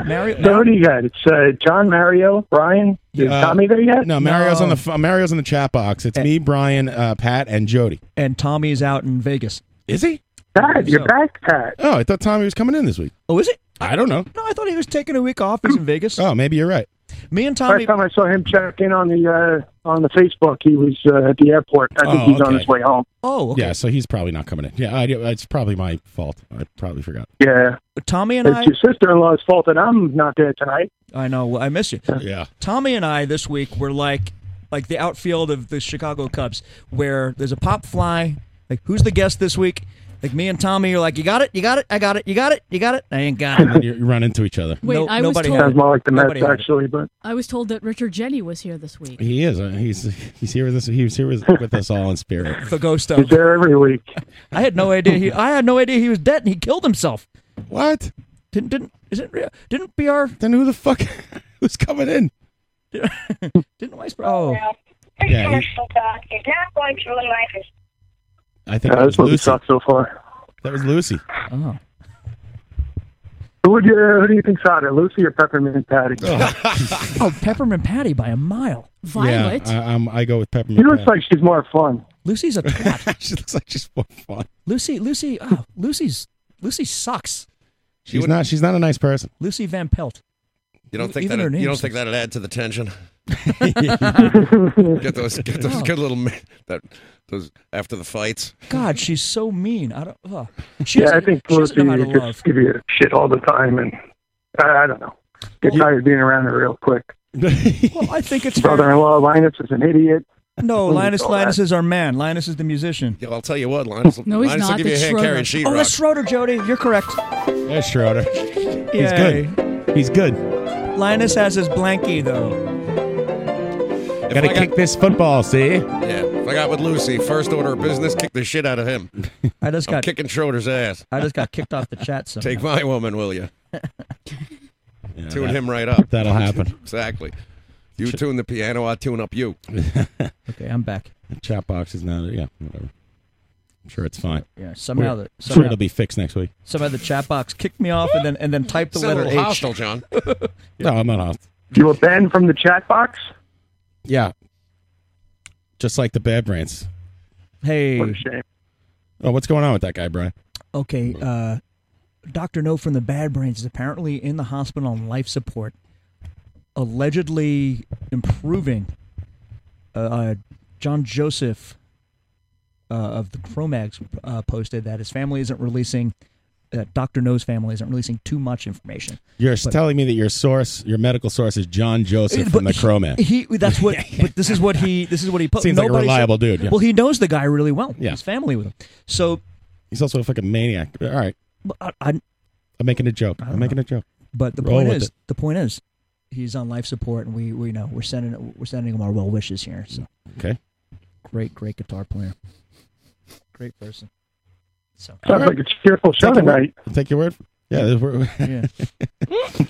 Mario,
So what do you got? It's uh, John Mario, Brian. Is
Uh,
Tommy there yet?
no, Mario's on the ph- Mario's on the chat box. It's me, Brian, uh, Pat, and Jody.
And Tommy's out in Vegas.
Is he?
Pat, you're back, Pat.
Oh, I thought Tommy was coming in this week.
Oh, is it?
I don't know.
No, I thought he was taking a week off. He's in Vegas.
Oh, maybe you're right.
Me and
Last
Tommy.
time I saw him check in on the uh, on the Facebook, he was uh, at the airport. I think
Oh,
he's on
okay.
his way home.
Oh, okay.
Yeah, so he's probably not coming in. Yeah, I, it's probably my fault. I probably forgot.
Yeah,
Tommy and
it's
I.
your sister-in-law's fault that I'm not there tonight.
I know. well, I miss you.
Yeah.
Tommy and I this week were like, like the outfield of the Chicago Cubs, where there's a pop fly. Like, who's the guest this week? Like me and Tommy are like, you got it, you got it, I got it, you got it, you got it. I ain't got it.
And you you run into each other.
Wait,
No-
I was
nobody
told
had
Sounds more like the
Nobody
Mets
had it.
actually, but
I was told that Richard Jenny was here this week.
He is. uh, He's he's here with us. He was here with, with us all in spirit.
the ghost
he's
of.
there every week.
I had no idea. He, I had no idea he was dead, and he killed himself.
What?
Didn't didn't isn't real? Didn't BR?
Then who the fuck who's coming in?
Didn't Weiss? Oh,
Yeah, he-
not going through life is
I think
Yeah,
that was
this movie
Lucy.
sucks so far.
That was Lucy.
oh.
Who would you, who do you think's hotter, Lucy or Peppermint Patty?
oh, peppermint patty by a mile.
Violet.
Yeah, I, um, I go with
She
peppermint.
looks like she's more fun.
Lucy's a twat.
like she looks like she's more fun.
Lucy, Lucy, oh, Lucy's Lucy sucks.
She's not. She's not a nice person.
Lucy Van Pelt.
You don't think
Even her
that you don't
name's-
think that'd add to the tension? get those get those good little ma- that those after the fights.
God, she's so mean. I don't. Uh, she
Yeah, I
doesn't-
think
she
Lucy
doesn't know how to
just
love.
give you shit all the time, and I, I don't know. Get tired of being around her real quick.
Well, I think it's fair.
Brother-in-law Linus is an idiot.
No,
Who's
Linus.
all that?
Linus is our man. Linus is the musician.
Yo, I'll tell you what, Linus.
No, he's
Linus will
not.
give you a
That's
hand
Schroeder.
carrying sheetrock.
Oh, that's Schroeder, Jody. You're correct.
Yeah, Schroeder. He's
Yay.
good. He's good.
Linus has his blankie though.
If
Got to
I
kick this football. See.
Yeah, if I got with Lucy, first order of business, kick the shit out of him.
I just
I'm
got
kicking Schroeder's ass.
I just got kicked off the chat. So
Take my woman, will you?
Yeah,
Tune
that-
him right up.
That'll happen.
Exactly. You tune the piano, I tune up you.
okay, I'm back.
Chat box is now. Yeah, whatever. I'm sure it's fine.
Yeah, somehow
We're-
the
I'm sure
somehow,
it'll be fixed next week.
somehow the chat box kicked me off and then and then typed the
Sound a
letter
little
H.
hostile, John.
No, I'm not hostile.
You were banned from the chat box?
Yeah. Just like the bad brains.
What a
Hey,
shame.
Oh, what's going on with that guy, Brian?
Okay, uh, Doctor No from the Bad Brains is apparently in the hospital on life support, allegedly improving. Uh, uh, John Joseph uh, of the Chromags uh, posted that his family isn't releasing. Uh, Doctor No's family isn't releasing too much information.
You're
But-
telling me that your source, your medical source, is John Joseph
Eh, But
from the
he-
Cro-Man.
He, that's what. but this is what he. This is what he put.
Seems like a reliable dude, yeah.
Well, he knows the guy really well.
Yeah.
His family with him. So
he's also a fucking maniac. All right,
I, am
making a joke. I'm making a joke.
But the
Roll
point
with
is,
it.
the point is, he's on life support, and we we know we're sending we're sending him our well wishes here. So
okay,
great great guitar player, great person. So
Sounds like a cheerful show
Take your
tonight.
word- Take your word. Yeah, we're,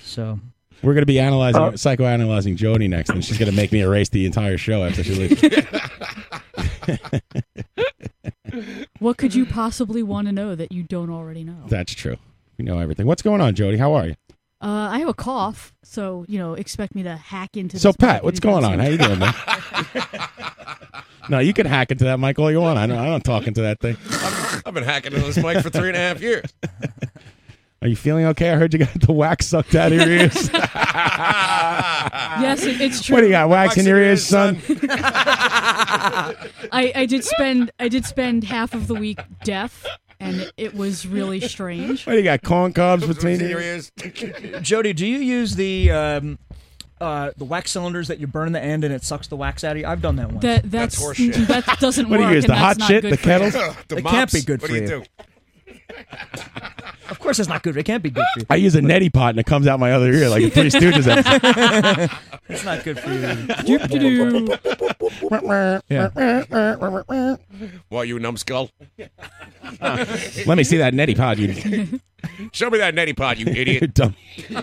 so
we're going to be analyzing,
Uh,
psychoanalyzing Jody next, and she's going to make me erase the entire show after she leaves.
What could you possibly want to know that you don't already know?
That's true. We know everything. What's going on, Jody? How are you?
Uh, I have a cough, so you know, expect me to hack into.
so,
this
Pat, what's
anytime
going on?
soon.
How you doing, man? no, you can hack into that mic all you want. I don't, I don't talk into that thing.
I've been hacking into this mic for three and a half years.
Are you feeling okay? I heard you got the wax sucked out of your ears.
yes, it, it's true.
What do you got? Wax, in your ears, son?
I, I did spend I did spend half of the week deaf, and it was really strange.
What do you got? Corn cobs between your ears?
Jody, do you use the um, uh, the wax cylinders that you burn in the end and it sucks the wax out of you? I've done that once.
That that's, that doesn't
What do
work.
you use,
and
the
that's
hot
not
shit,
good
the
for you.
kettle? It can't be good What do for you you. Of course, it's not good. It can't be good for you.
I use a neti pot and it comes out my other ear like a Three Stooges episode.
it's not good for
you. Yeah.
What, you numbskull?
Let me see that neti pot, you
Show me that neti pot, you idiot.
dumb.
Give me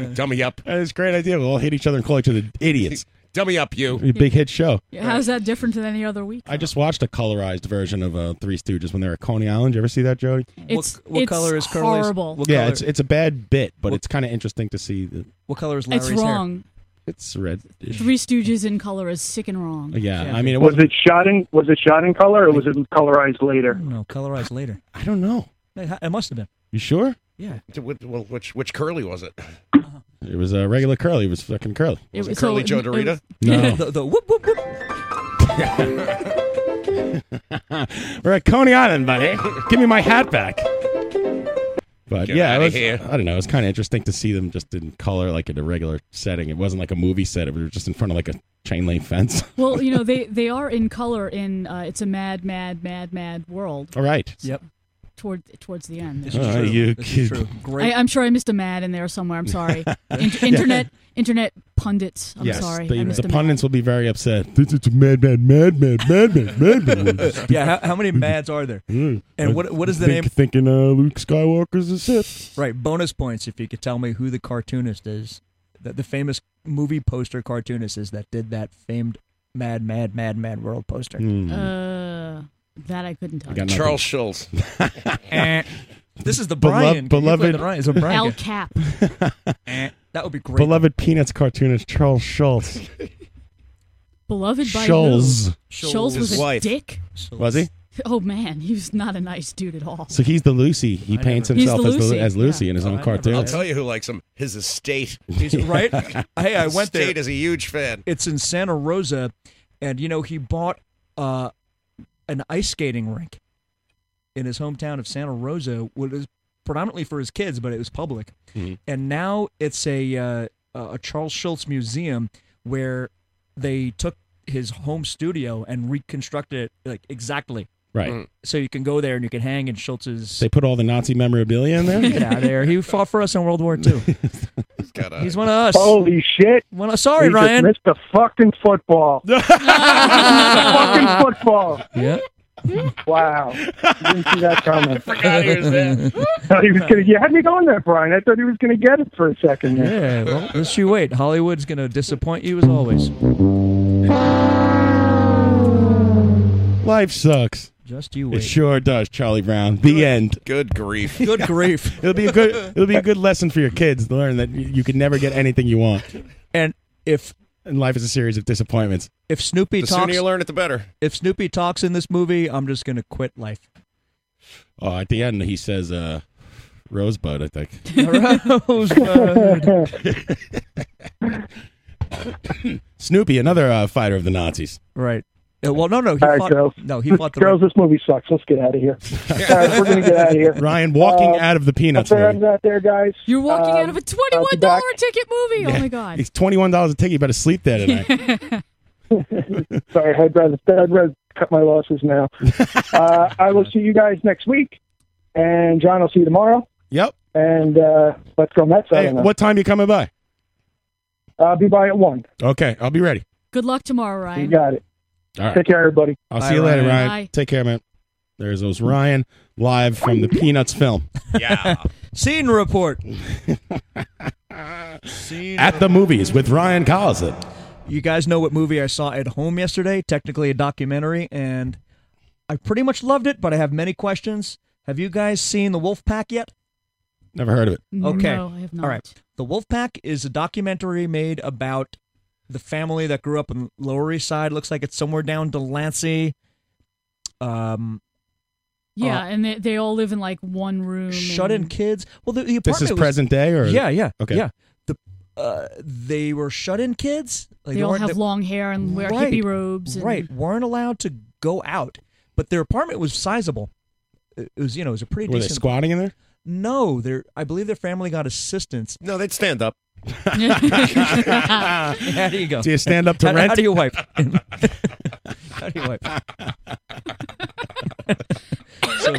the dummy up.
That's a great idea. We'll all hit each other and call each other idiots.
Dummy up, you.
It'd be a Big hit show.
How's that different than any other week?
I just watched a colorized version of uh, Three Stooges when they were at Coney Island. You ever see that, Jody?
It's
what
it's
color is Curly's-
horrible.
what
yeah,
color-
it's it's a bad bit, but it's kind of interesting to see. The,
What color is Larry's
It's wrong.
it's red.
Three Stooges in color is sick and wrong.
Yeah, I mean, it
was
wasn't.
it shot in was it shot in color or was it colorized later?
No, colorized later.
I don't know.
It must have been.
You sure?
Yeah.
Which, well, which which curly was it?
It was a regular curly. It was fucking curly.
Was it was- Curly so- Joe Dorita? it was-
No.
The, the whoop whoop whoop.
We're at Coney Island, buddy. Give me my hat back. But
Get
yeah, it
outta
was-
here.
I don't know. It was kind of interesting to see them just in color, like in a regular setting. It wasn't like a movie set. It was just in front of like a chain link fence.
Well, you know they they are in color in uh, it's a mad mad mad mad world
All right.
Yep.
toward towards the end.
All right, you kid.
I, I'm sure I missed a mad in there somewhere. I'm sorry. In-
Yeah.
internet internet pundits. I'm
yes,
sorry. I
the,
missed
the
a mad.
pundits will be very upset. This is a mad, mad, mad, mad, mad, mad, mad, mad.
yeah, how, how many mads are there?
Mm.
And what what is the
Think-
name?
Thinking uh, Luke Skywalker's a Sith.
Right, bonus points if you could tell me who the cartoonist is, the, the famous movie poster cartoonist is that did that famed Mad Mad Mad Mad World poster.
Hmm.
Uh, that I couldn't tell. you.
Charles Schultz.
Eh. this is the
Belo-
Brian. Can you play
beloved-
the Brian? It's a Brian.
El
game.
Cap.
Eh, that would be great.
Beloved Peanuts cartoonist Charles Schultz.
Beloved by
Scholes.
who? Scholes was
His
a
wife.
dick.
Was he?
Oh man, he was not a nice dude at all.
So he's the Lucy. He paints
He's the
himself as,
Lucy,
the, as Lucy in his
Oh,
own cartoon.
I'll tell you who likes him. His estate.
He's- right? Hey, I went there.
Estate is a huge fan.
It's in Santa Rosa, and you know he bought uh, an ice skating rink in his hometown of Santa Rosa, which is predominantly for his kids, but it was public.
Mhm.
And now it's a uh, a Charles Schultz museum where they took his home studio and reconstructed it like exactly.
Right. Mm.
So you can go there and you can hang in Schultz's.
They put all the Nazi memorabilia in there.
Get out of there. He fought for us in World War II. He's one of us.
Holy shit.
One of, sorry,
we just
Ryan.
missed the fucking football. fucking
Uh,
football.
Yeah.
Wow. You didn't see that coming.
forgot he was there.
he was gonna you had me going there, Brian. I thought he was gonna get it for a second
Yeah,
there.
well, just you wait. Hollywood's going to disappoint you as always.
Life sucks.
Just you
It
wait.
sure does, Charlie Brown. The end.
Good grief.
Good grief.
It'll be a good. It'll be a good lesson for your kids to learn that y- you can never get anything you want.
And if
and life is a series of disappointments.
If Snoopy
The
talks,
sooner you learn it, the better.
if Snoopy talks in this movie, I'm just going to quit life.
Oh, at the end, he says, uh, Rosebud, I think. Snoopy, another uh, fighter of the Nazis.
Right. Uh, Well, no, no. He
All right,
fought,
girls.
No, he fought the.
Girls, this movie sucks. Let's get out of here. All right, we're gonna get out of here. Uh,
Ryan, walking out of the Peanuts
I'll say
movie.
I'm out there, guys.
You're walking out of a
I'll
twenty-one
be back.
dollar ticket movie. Oh my god!
It's twenty-one dollars a ticket. You better sleep there tonight.
Uh, Sorry, I'd rather, I'd rather cut my losses now. uh, I will see you guys next week, and John, I'll see you tomorrow.
Yep.
And uh, let's go Mets. I
Hey,
don't know.
what time you coming by?
I'll be by at one.
Okay, I'll be ready.
Good luck tomorrow,
You
Ryan.
got it.
All right.
Take care, everybody.
I'll see you later, Ryan.
Bye.
Take care, man. There's those Ryan live from the Peanuts film
Yeah. Scene report.
at the movies with Ryan Collison.
You guys know what movie I saw at home yesterday? Technically a documentary, and I pretty much loved it, but I have many questions. Have you guys seen The Wolf Pack yet?
Never heard of it.
Okay.
Mm, No, I have not.
All right. The Wolf Pack is a documentary made about the family that grew up in Lower East Side. Looks like it's somewhere down Delancey. Um,
Yeah,
Uh,
and they, they all live in like one room.
shut in
and-
kids. Well, the, the apartment
This is
was-
present day, or
yeah, yeah,
Okay.
yeah. The uh, they were shut in kids. Like,
They all
weren't-
have long hair and wear
Right,
hippie robes. And,
Right, weren't allowed to go out, but their apartment was sizable. It was you know it was a pretty
Were they
decent.
squatting in there?
no, their I believe their family got assistance.
No, they'd stand up.
How do you go?
Do you stand up to
How-
rent?
How do you wipe? how do you wipe? so,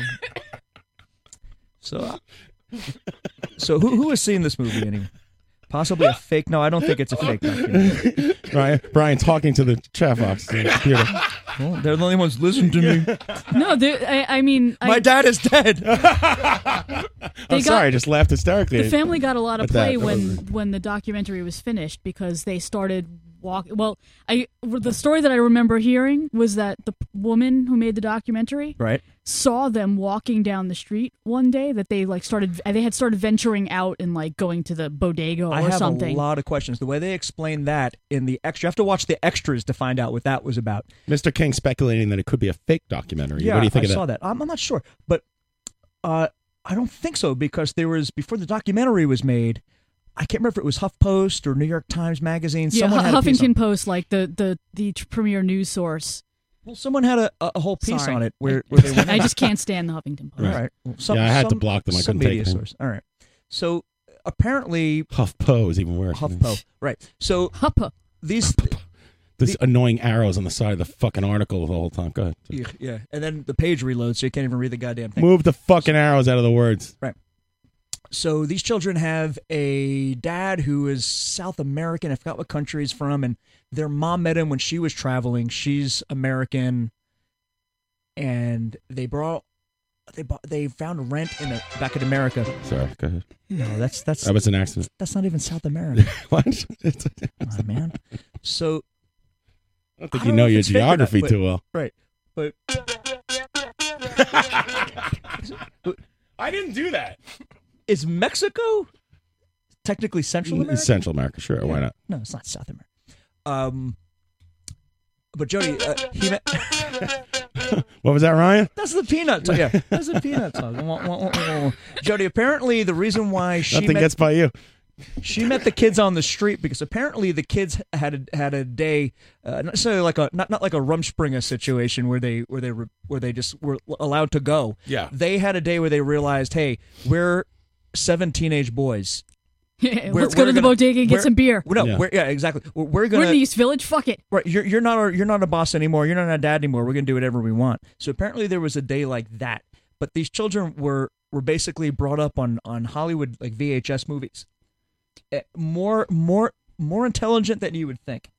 so, so who who has seen this movie anyway? Possibly a fake? No, I don't think it's a fake. documentary.
Ryan, Brian talking to the chat box. in the computer.
Well, they're the only ones listening to me.
No, they- I, I mean, I-
My dad is dead.
They
I'm
got-
sorry, I just laughed hysterically.
The family got a lot of
at that.
play when when the documentary was finished because they started walk. Well, I the story that I remember hearing was that the p- woman who made the documentary
Right.
saw them walking down the street one day that they like started they had started venturing out and like going to the bodega or
I have
something.
a lot of questions. The way they explain that in the extra, you have to watch the extras to find out what that was about.
Mr. King speculating that it could be a fake documentary.
Yeah,
what do you think
I
of that?
saw that. I'm, I'm not sure, but uh, I don't think so because there was before the documentary was made. I can't remember if it was HuffPost or New York Times Magazine.
yeah,
someone had
Hu-
a piece on-
Huffington Post, like the the the t- premier news source.
Well, someone had a, a whole piece
Sorry.
on it where, where they went
I just can't stand the Huffington Post.
All right. Well, some,
Yeah, I had to
some-
block them. I
some
couldn't take
media
them.
source. All right. So apparently,
HuffPo is even worse.
HuffPo. Right. So
HuffPo.
These.
This annoying arrows on the side of the fucking article the whole time. Go ahead.
Yeah, yeah. And then the page reloads, so you can't even read the goddamn thing.
Move the fucking arrows out of the words.
Right. So these children have a dad who is South American. I forgot what country he's from, and their mom met him when she was traveling. She's American, and they brought they bought, they found rent in a, back in America.
Sorry, go ahead.
No, that's that's
That was an accident.
That's not even South America,
what? It's-
my man. So
I don't think
I
you
don't
know
if
your
it's fake or not,
geography
but-
too well.
Right, but
I didn't do that.
is Mexico technically Central America?
Mm, Central America, sure. Why not?
No, it's not South America. Um, but Jody, uh, he met.
What was that, Ryan?
That's the peanut. Song. Yeah, that's the peanut song. Wah, wah, wah, wah, wah. Jody, apparently the reason why she
Nothing
met,
gets by you.
she met the kids on the street because apparently the kids had a, had a day, uh, not necessarily like a not not like a Rumspringa situation where they where they re, where they just were allowed to go.
Yeah.
they had a day where they realized, hey, we're seven teenage boys.
Yeah,
We're-
Let's go
we're
to the
gonna-
bodega and get
we're-
some beer.
No, yeah, we're, yeah exactly. We're, we're
We're
gonna
in the East Village. Fuck it.
Right, you're you're not a, you're not a boss anymore. You're not a dad anymore. We're gonna do whatever we want. So apparently there was a day like that. But these children were were basically brought up on on Hollywood like VHS movies, Eh, more more more intelligent than you would think.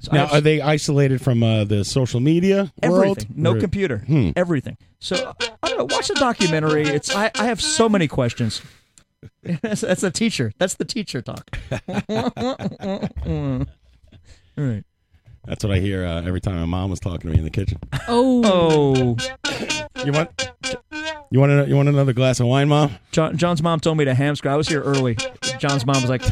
So I
Now,
was-
are they isolated from uh, the social media world?
everything? No
Or-
computer.
Hmm.
Everything. So I don't know. Watch the documentary. It's I I have so many questions. that's, that's the teacher. That's the teacher talk. All right.
That's what I hear uh, every time my mom was talking to me in the kitchen.
Oh.
Oh.
You want you want an, you want another glass of wine, mom?
John, John's mom told me to ham scray. I was here early. John's mom was like,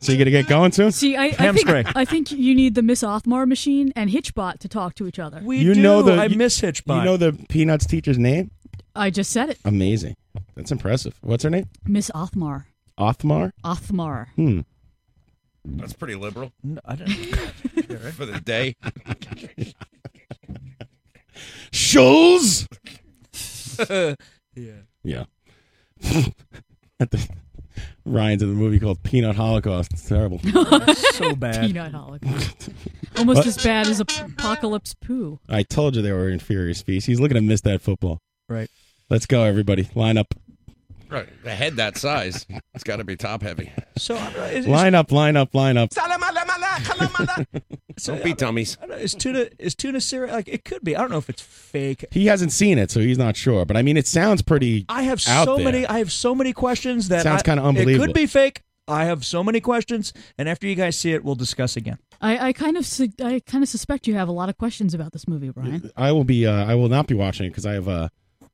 "So you gonna get going soon?"
See, I, I
Ham
think
scray.
I think you need the Miss Othmar machine and Hitchbot to talk to each other.
We
you know the
I
you-
miss Hitchbot.
You know the Peanuts teacher's name?
I just said it.
Amazing. That's impressive. What's her name?
Miss Othmar.
Othmar?
Othmar.
Hmm.
That's pretty liberal.
I don't.
For the day.
Shoals?
yeah.
Yeah. At the- Ryan's in the movie called Peanut Holocaust. It's terrible.
so
bad.
Peanut Holocaust. Almost
What?
as bad as Apocalypse Poo.
I told you they were in Furious Feast. He's looking to miss that football.
Right.
Let's go, everybody. Line up.
Right. A head that size, it's got to be top heavy.
So, uh,
Line up, line up, line up.
don't be dummies.
I don't know, is tuna is tuna cereal like it could be? I don't know if it's fake.
He hasn't seen it, so he's not sure. But I mean, it sounds pretty.
I have
out
so
there.
many. I have so many questions that
Sounds
I-
kinda unbelievable.
It could be fake. I have so many questions, and after you guys see it, we'll discuss again.
I, I kind of su- I kind of suspect you have a lot of questions about this movie, Brian.
I will be. Uh, I will not be watching it because I have. Uh,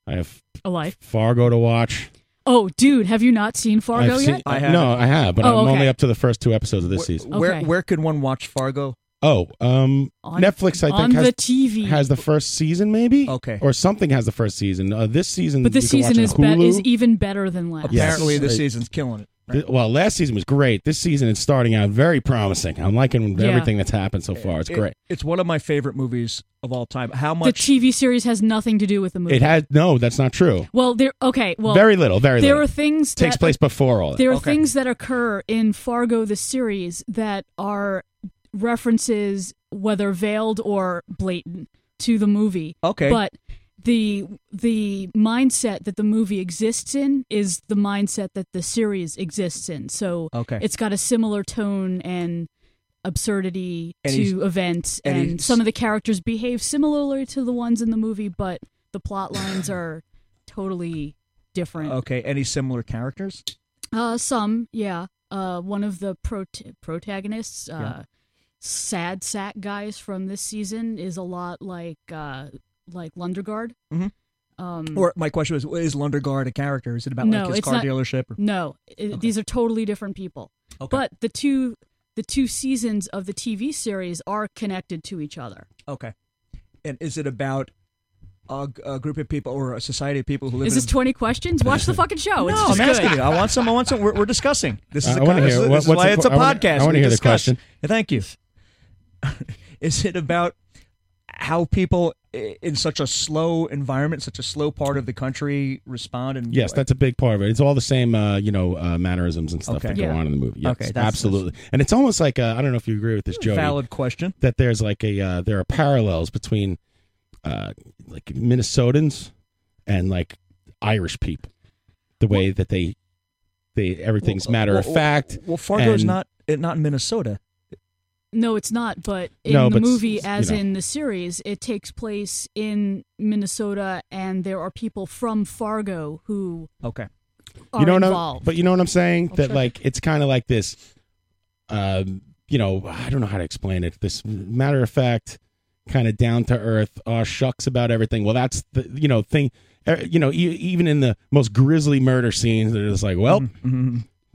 I have
A life.
Fargo to watch.
Oh, dude, have you not seen Fargo
I've
yet?
No, I have, but
Oh,
I'm
okay.
only up to the first two episodes of this season.
Where where could one watch Fargo?
Oh, um,
On-
Netflix. I think
on
has,
the TV.
has the first season, maybe.
Okay.
Or something has the first season. Uh, this season,
But this
you can watch
season
on
is be-
Hulu.
is e- even better than last.
Yes.
Apparently, this
I-
season's killing it.
Th- Well, last season was great. This season is starting out very promising. I'm liking
Yeah.
everything that's happened so far. It's
It-
great.
It's one of my favorite movies of all time. How
The
much?
TV series has nothing to do with the movie.
It had no. That's not true.
Well, there. Okay. Well,
very little. Very
there
little.
are things
takes
that-
place before all. that.
There are things that occur in Fargo the series that are references, whether veiled or blatant, to the movie.
Okay.
But the the mindset that the movie exists in is the mindset that the series exists in. So
Okay.
it's got a similar tone and absurdity
And
to
he's-
events
and
and,
he's-
some of the characters behave similarly to the ones in the movie, but the plot lines are totally different.
okay, any similar characters?
Uh, some, yeah. Uh, one of the prot- protagonists, uh,
Yeah.
sad sack guys from this season, is a lot like uh, like Lundergaard.
Mhm.
Um,
Or my question was, is Lundergaard a character? Is it about
no,
like his
it's
car
not-
dealership? Or,
No, i these are totally different people.
Okay.
But the two the two seasons of the TV series are connected to each other.
Okay. And is it about a, g- a group of people or a society of people who live?
Is
in
this twenty questions? Watch the fucking show.
No,
it's just
I'm
good.
asking you. I want some. I want some. We're, we're discussing. This is
I
a
wanna
con-
hear-
this
what-
is
what's
why
the
it's a
que- I wanna-
podcast.
I wanna
We
hear the
discuss.
question.
Thank you. is it about how people i- in such a slow environment, such a slow part of the country, respond? And
Yes, that's a big part of it. It's all the same, uh, you know, uh, mannerisms and stuff
Okay.
that
Yeah.
go on in the movie. Yes,
Okay, that's- that's-
absolutely. And it's almost like uh, I don't know if you agree with this, Jody.
valid question.
That there's like a uh, there are parallels between uh, like Minnesotans and like Irish people, the way that they they everything's matter of
Well,
fact.
Well, Fargo's
and-
not it, not in Minnesota.
No, it's not. But in
No,
the
but s-
movie,
s-
as
you know.
in the series, it takes place in Minnesota, and there are people from Fargo who
Okay.
are
you know
involved. Oh,
What I'm, but you know what I'm saying?
I'll
that
check.
like it's kind of like this. Um, you know, I don't know how to explain it. This matter of fact, kind of down to earth, aw shucks about everything. Well, that's the you know thing. er, You know, e- even in the most grisly murder scenes, they're just like, well,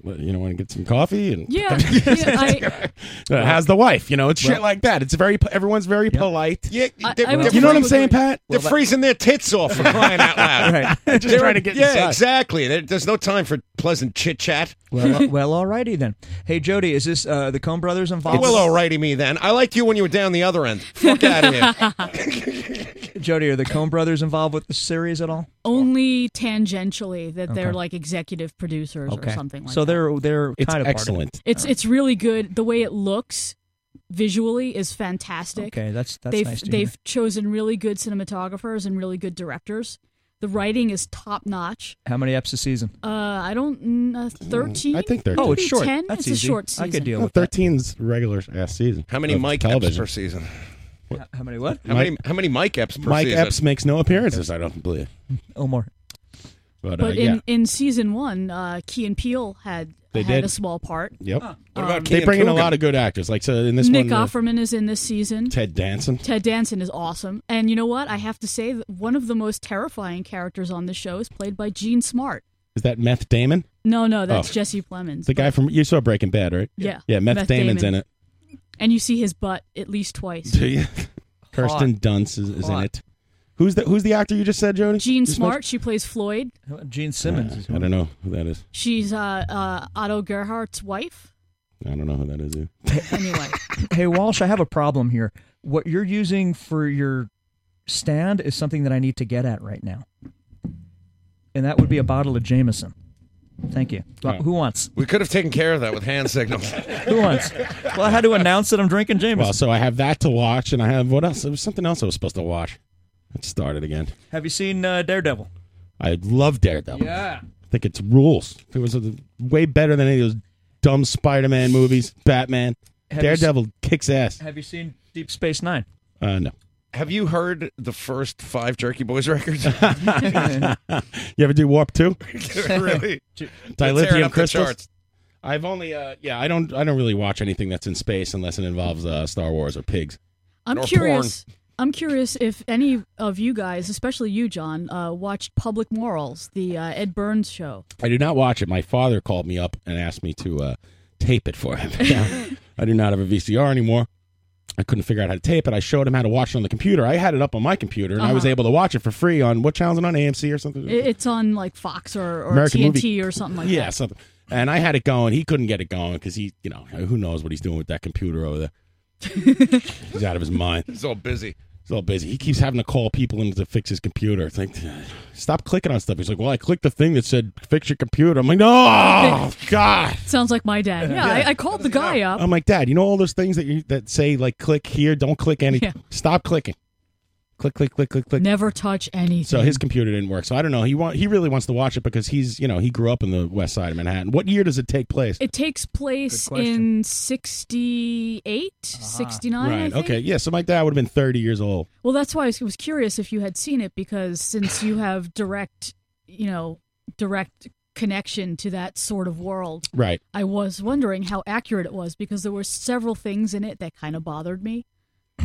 well, you know, want to get some coffee and
Yeah, yeah, I-
Uh, how's the wife? You know, it's shit
Well-
like that. It's very everyone's very polite.
Yeah,
I-
they're-
I would
they're-
you know what I'm saying, Pat?
They're freezing their tits off for crying out loud.
Right. They're just
They're-
trying to get
Yeah,
inside.
exactly. There- There's no time for pleasant chit chat.
Well, well, alrighty then. Hey, Jody, is this uh, the Coen Brothers involved?
well, alrighty me then. I liked you when you were down the other end. Fuck out of here.
Jody, are the Coen Brothers involved with the series at all?
Only tangentially that they're
Okay.
like executive producers or something like
so
that.
they're they're
It's
kind of
excellent.
It's it's really good. The way it looks visually is fantastic.
Okay, that's- that's
they've
nice to hear.
they've chosen really good cinematographers and really good directors. The writing is top notch.
How many eps a season?
Uh, I don't uh, thirteen.
Mm, I think they're
Oh, it's
Maybe
short.
10?
That's
it's a
easy.
short
I
season.
could deal
No,
with that.
13's regular ass season.
How many
of
Mike Epps
television.
per season?
How many what?
How many? How many Mike Epps per
Mike
season?
Epps makes no appearances, I don't believe.
Omar.
But, uh,
But
yeah.
in, in season one, uh, Key and Peele had
They
had
did.
a small part.
Yep.
What about Um,
they
Keegan
bring in a
Coogan?
lot of good actors. Like so in this
Nick
one, uh,
Offerman is in this season.
Ted Danson.
Ted Danson is awesome, and you know what? I have to say that one of the most terrifying characters on the show is played by Gene Smart.
Is that Meth Damon?
No, no, that's
Oh.
Jesse Plemons.
The guy from you saw Breaking Bad, right?
Yeah.
Yeah, Meth,
Meth
Damon's
Damon.
in it.
and you see his butt at least twice.
Do you? Kirsten Dunst is, is in
Hot.
it. Who's the Who's the actor you just said, Jody?
Jean
You just
Smart, she plays Floyd.
Gene Gene Simmons. is
mentioned- I don't know who that is.
She's uh, uh, Otto Gerhardt's wife.
I don't know who that is. either.
Anyway,
hey Walsh, I have a problem here. What you're using for your stand is something that I need to get at right now, and that would be a bottle of Jameson. Thank you.
Oh.
Well, Who wants?
We could have taken care of that with hand signals.
Who wants? Well, I had to announce that I'm drinking Jameson.
Well, so I have that to watch, and I have what else? There was something else I was supposed to watch. Let's start it again.
Have you seen uh, Daredevil?
I love Daredevil.
Yeah.
I think it's rules. It was a, way better than any of those dumb Spider-Man movies. Batman,
Have you s-
Daredevil kicks ass.
Have you seen Deep Space Nine?
Uh, no.
Have you heard the first five Jerky Boys records?
You ever do Warp Two?
really? They're tearing
Dilithium
up the
crystals.
charts.
I've only, uh, yeah, I don't, I don't really watch anything that's in space unless it involves uh, Star Wars or pigs.
I'm curious. I'm curious if any of you guys, especially you, John, uh, watched Public Morals, the uh, Ed Burns show.
I do not watch it. My father called me up and asked me to uh, tape it for him. I do not have a VCR anymore. I couldn't figure out how to tape it. I showed him how to watch it on the computer. I had it up on my computer, and I was
Uh-huh.
able to watch it for free on what channel is it on AMC or something?
I- It's on like Fox or, or
American
TNT
movie.
or something like
yeah,
that.
something. And I had it going. He couldn't get it going because he, you know, who knows what he's doing with that computer over there. he's out of his mind.
He's all busy.
He's all busy. He keeps having to call people in to fix his computer. It's like, stop clicking on stuff. He's like, well, I clicked the thing that said fix your computer. I'm like, no, God.
Sounds like my dad. Yeah, I, I called the guy up.
I'm like, Dad, you know all those things that you that say like click here, don't click any,
Yeah.
stop clicking, click, click, click, click, click.
Never touch anything.
So his computer didn't work. So I don't know. He want he really wants to watch it because he's you know he grew up in the west side of Manhattan. What year does it take place?
It takes place in 68, 69, I
Uh-huh. right.
think.
Okay. Yeah. So my dad would have been 30 years old.
Well, that's why I was- was curious if you had seen it because since you have direct, you know, direct connection to that sort of world,
Right.
I was wondering how accurate it was because there were several things in it that kind of bothered me.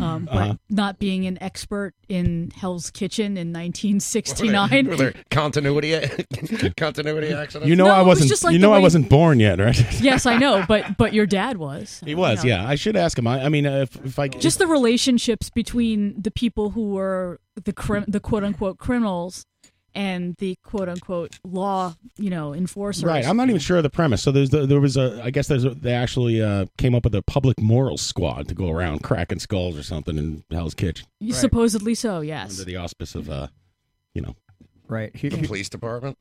Um, but
Uh-huh.
not being an expert in Hell's Kitchen in
Were
1969,
there- were there continuity continuity accidents?
You know
No, it
I
was
wasn't.
just like
you
the
know I
way-
wasn't born yet, right?
yes, I know, but but your dad was.
he was. Yeah. I should ask him. I, I mean, uh, if, if I
just the relationships between the people who were the crim- the quote unquote criminals and the quote unquote law you know enforcers.
Right. I'm not even sure of the premise. So there's the, there was a I guess there's a, they actually uh, came up with a public morals squad to go around cracking skulls or something in Hell's Kitchen
supposedly so. Yes.
under the auspice of uh you know
Right.
the police department.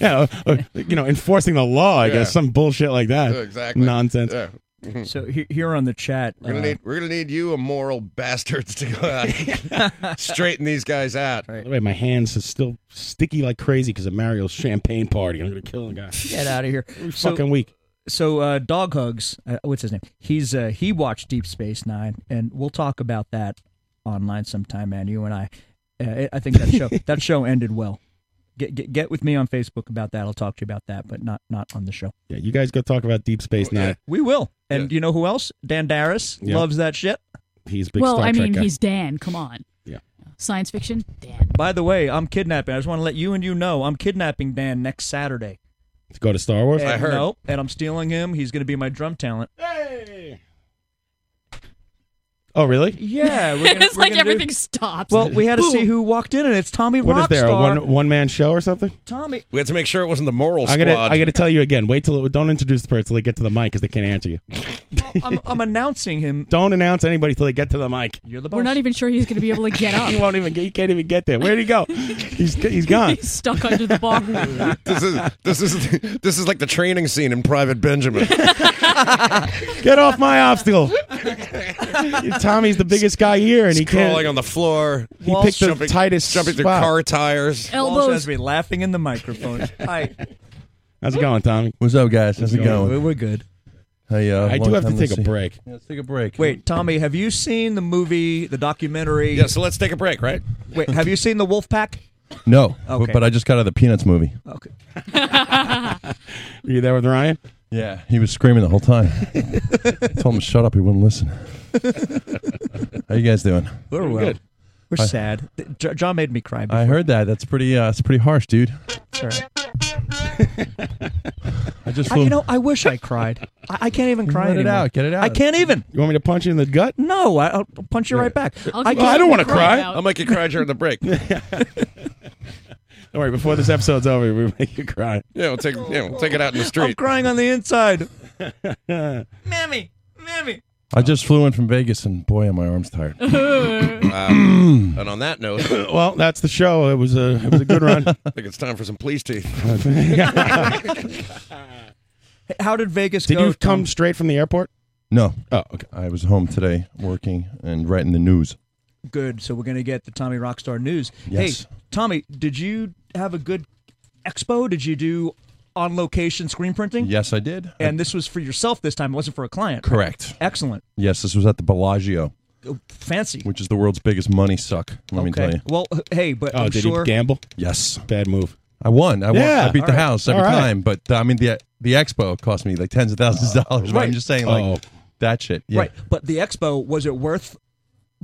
yeah, uh, you know enforcing the law I
Yeah.
guess some bullshit like that
Yeah, exactly.
nonsense.
Yeah.
So he- here on the chat,
We're gonna
uh,
need we're gonna need you immoral bastards to go out and straighten these guys out.
By the way, my hands are still sticky like crazy because of Mario's champagne party. I'm gonna kill the guy.
Get out of here.
Every fucking week.
So uh, Dog Hugs, uh, what's his name? He's uh, he watched Deep Space Nine, and we'll talk about that online sometime, man. You and I. Uh, I think that show that show ended well. Get, get get with me on Facebook about that. I'll talk to you about that, but not not on the show.
Yeah, you guys go talk about Deep Space
Oh,
Nine.
We will. And you know who else? Dan Darris
Yeah.
loves that shit.
He's a big
Well,
Star
I
Trek
mean,
guy.
he's Dan. Come on.
Yeah.
Science fiction. Dan.
By the way, I'm kidnapping. I just want to let you and you know I'm kidnapping Dan next Saturday.
to go to Star Wars.
And, No, and I'm stealing him. He's going to be my drum talent. Hey.
Oh, really?
Yeah, we're gonna,
it's
we're
like
gonna
everything
do...
stops.
Well, we had to see
Boom.
who walked in, and it's Tommy
What is
Rockstar.
there? A one one man show or something?
Tommy,
We had to make sure it wasn't the moral
I
squad.
gotta, I gotta tell you again. Wait till it, don't introduce the person till they get to the mic because they can't answer you.
I'm, I'm announcing him.
Don't announce anybody till they get to the mic.
You're the
We're not even sure he's going to be able to get up.
He won't even get. He can't even get there. Where'd he go? He's he's gone.
he's stuck under the bar.
this is this is this is like the training scene in Private Benjamin.
Get off my obstacle. Tommy's the biggest guy here, and he
Crawling
can't.
on the floor.
He picked the tightest
jumping through
spot.
car tires.
Walsh has me laughing in the microphone. I,
How's it going, Tommy?
What's up, guys? How's it going?
We're- We're good.
Hey, uh,
I do
long
have to
time no
take a
see.
break.
let's take a break.
Wait, Tommy, have you seen the movie, the documentary?
Yeah, so let's take a break, right?
Wait, have you seen the Wolf Pack?
No,
Okay.
but I just got out of the Peanuts movie.
Okay.
Were you there with Ryan?
Yeah. He was screaming the whole time. I told him to shut up. He wouldn't listen. How you guys doing?
We're well.
good.
We're
I-
sad. J- John made me cry.
I heard that. That's pretty. Uh, that's pretty harsh, dude.
Sorry.
I I just
I,
flew-
you know, I wish I cried. I, I can't even cry
Let it
anymore.
out, get it out.
I can't even.
You want me to punch you in the gut?
No, I, I'll I'll punch you right back.
Oh,
Well, I,
can't
don't
even
want to cry. I'll make you cry during the break. yeah,
Don't worry. Before this episode's over, we make you cry.
we'll take yeah, we'll take it out in the
I'm
street.
crying on the inside.
I
Mammy, mammy.
just flew in from Vegas, and boy, are my arms tired.
Wow. and on that note,
well, that's the show. It was a it was a good run.
I think it's time for some police teeth.
How did Vegas
Did
go?
you come
Tom?
straight from the airport?
No. Oh, okay. I was home today working and writing the news.
Good. So we're going to get the Tommy Rockstar news.
Yes.
Hey, Tommy, did you have a good expo? Did you do on location screen printing?
Yes, I did.
And this was for yourself this time. It wasn't for a client.
Correct.
Excellent.
Yes, this was at the Bellagio,
Oh, Fancy.
which is the world's biggest money suck. Let me tell you.
Well, h- hey, but
Oh,
I'm
did
sure
he gamble?
Yes.
Bad move.
I won.
Yeah.
I won. I beat
All
the
right.
house every
All right.
time. But uh, I mean, the the expo cost me like tens of thousands of dollars. But
right.
I'm just saying, like
Oh.
that shit. Yeah.
Right. But the expo was it worth?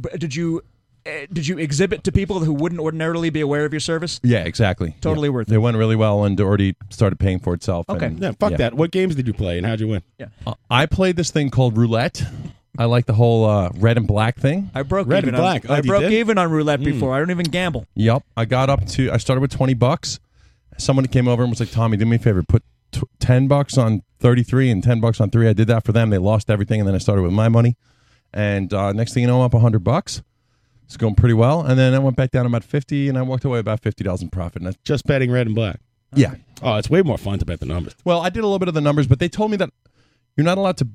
b- Did you eh, did you exhibit to people who wouldn't ordinarily be aware of your service?
Yeah. Exactly.
Totally
Yeah.
worth
It went really well, and already started paying for itself.
Okay.
and-
Yeah, fuck
yeah.
that. What games did you play and how'd you win?
Yeah.
Uh, I played this thing called roulette. I like the whole uh, red and black thing.
I broke
Red
even
and black.
On, I
Oh, you
broke
did?
even on roulette before. I don't even gamble.
Yep. I got up to, I started with 20 bucks. Someone came over and was like, Tommy, do me a favor, put t- 10 bucks on 33 and 10 bucks on three. I did that for them. They lost everything. And then I started with my money. And uh, next thing you know, I'm up 100 bucks. It's going pretty well. And then I went back down about 50 and I walked away about $50 in profit. And that's,
Just betting red and black.
yeah.
Oh, it's way more fun to bet the numbers.
Well, I did a little bit of the numbers, but they told me that you're not allowed to,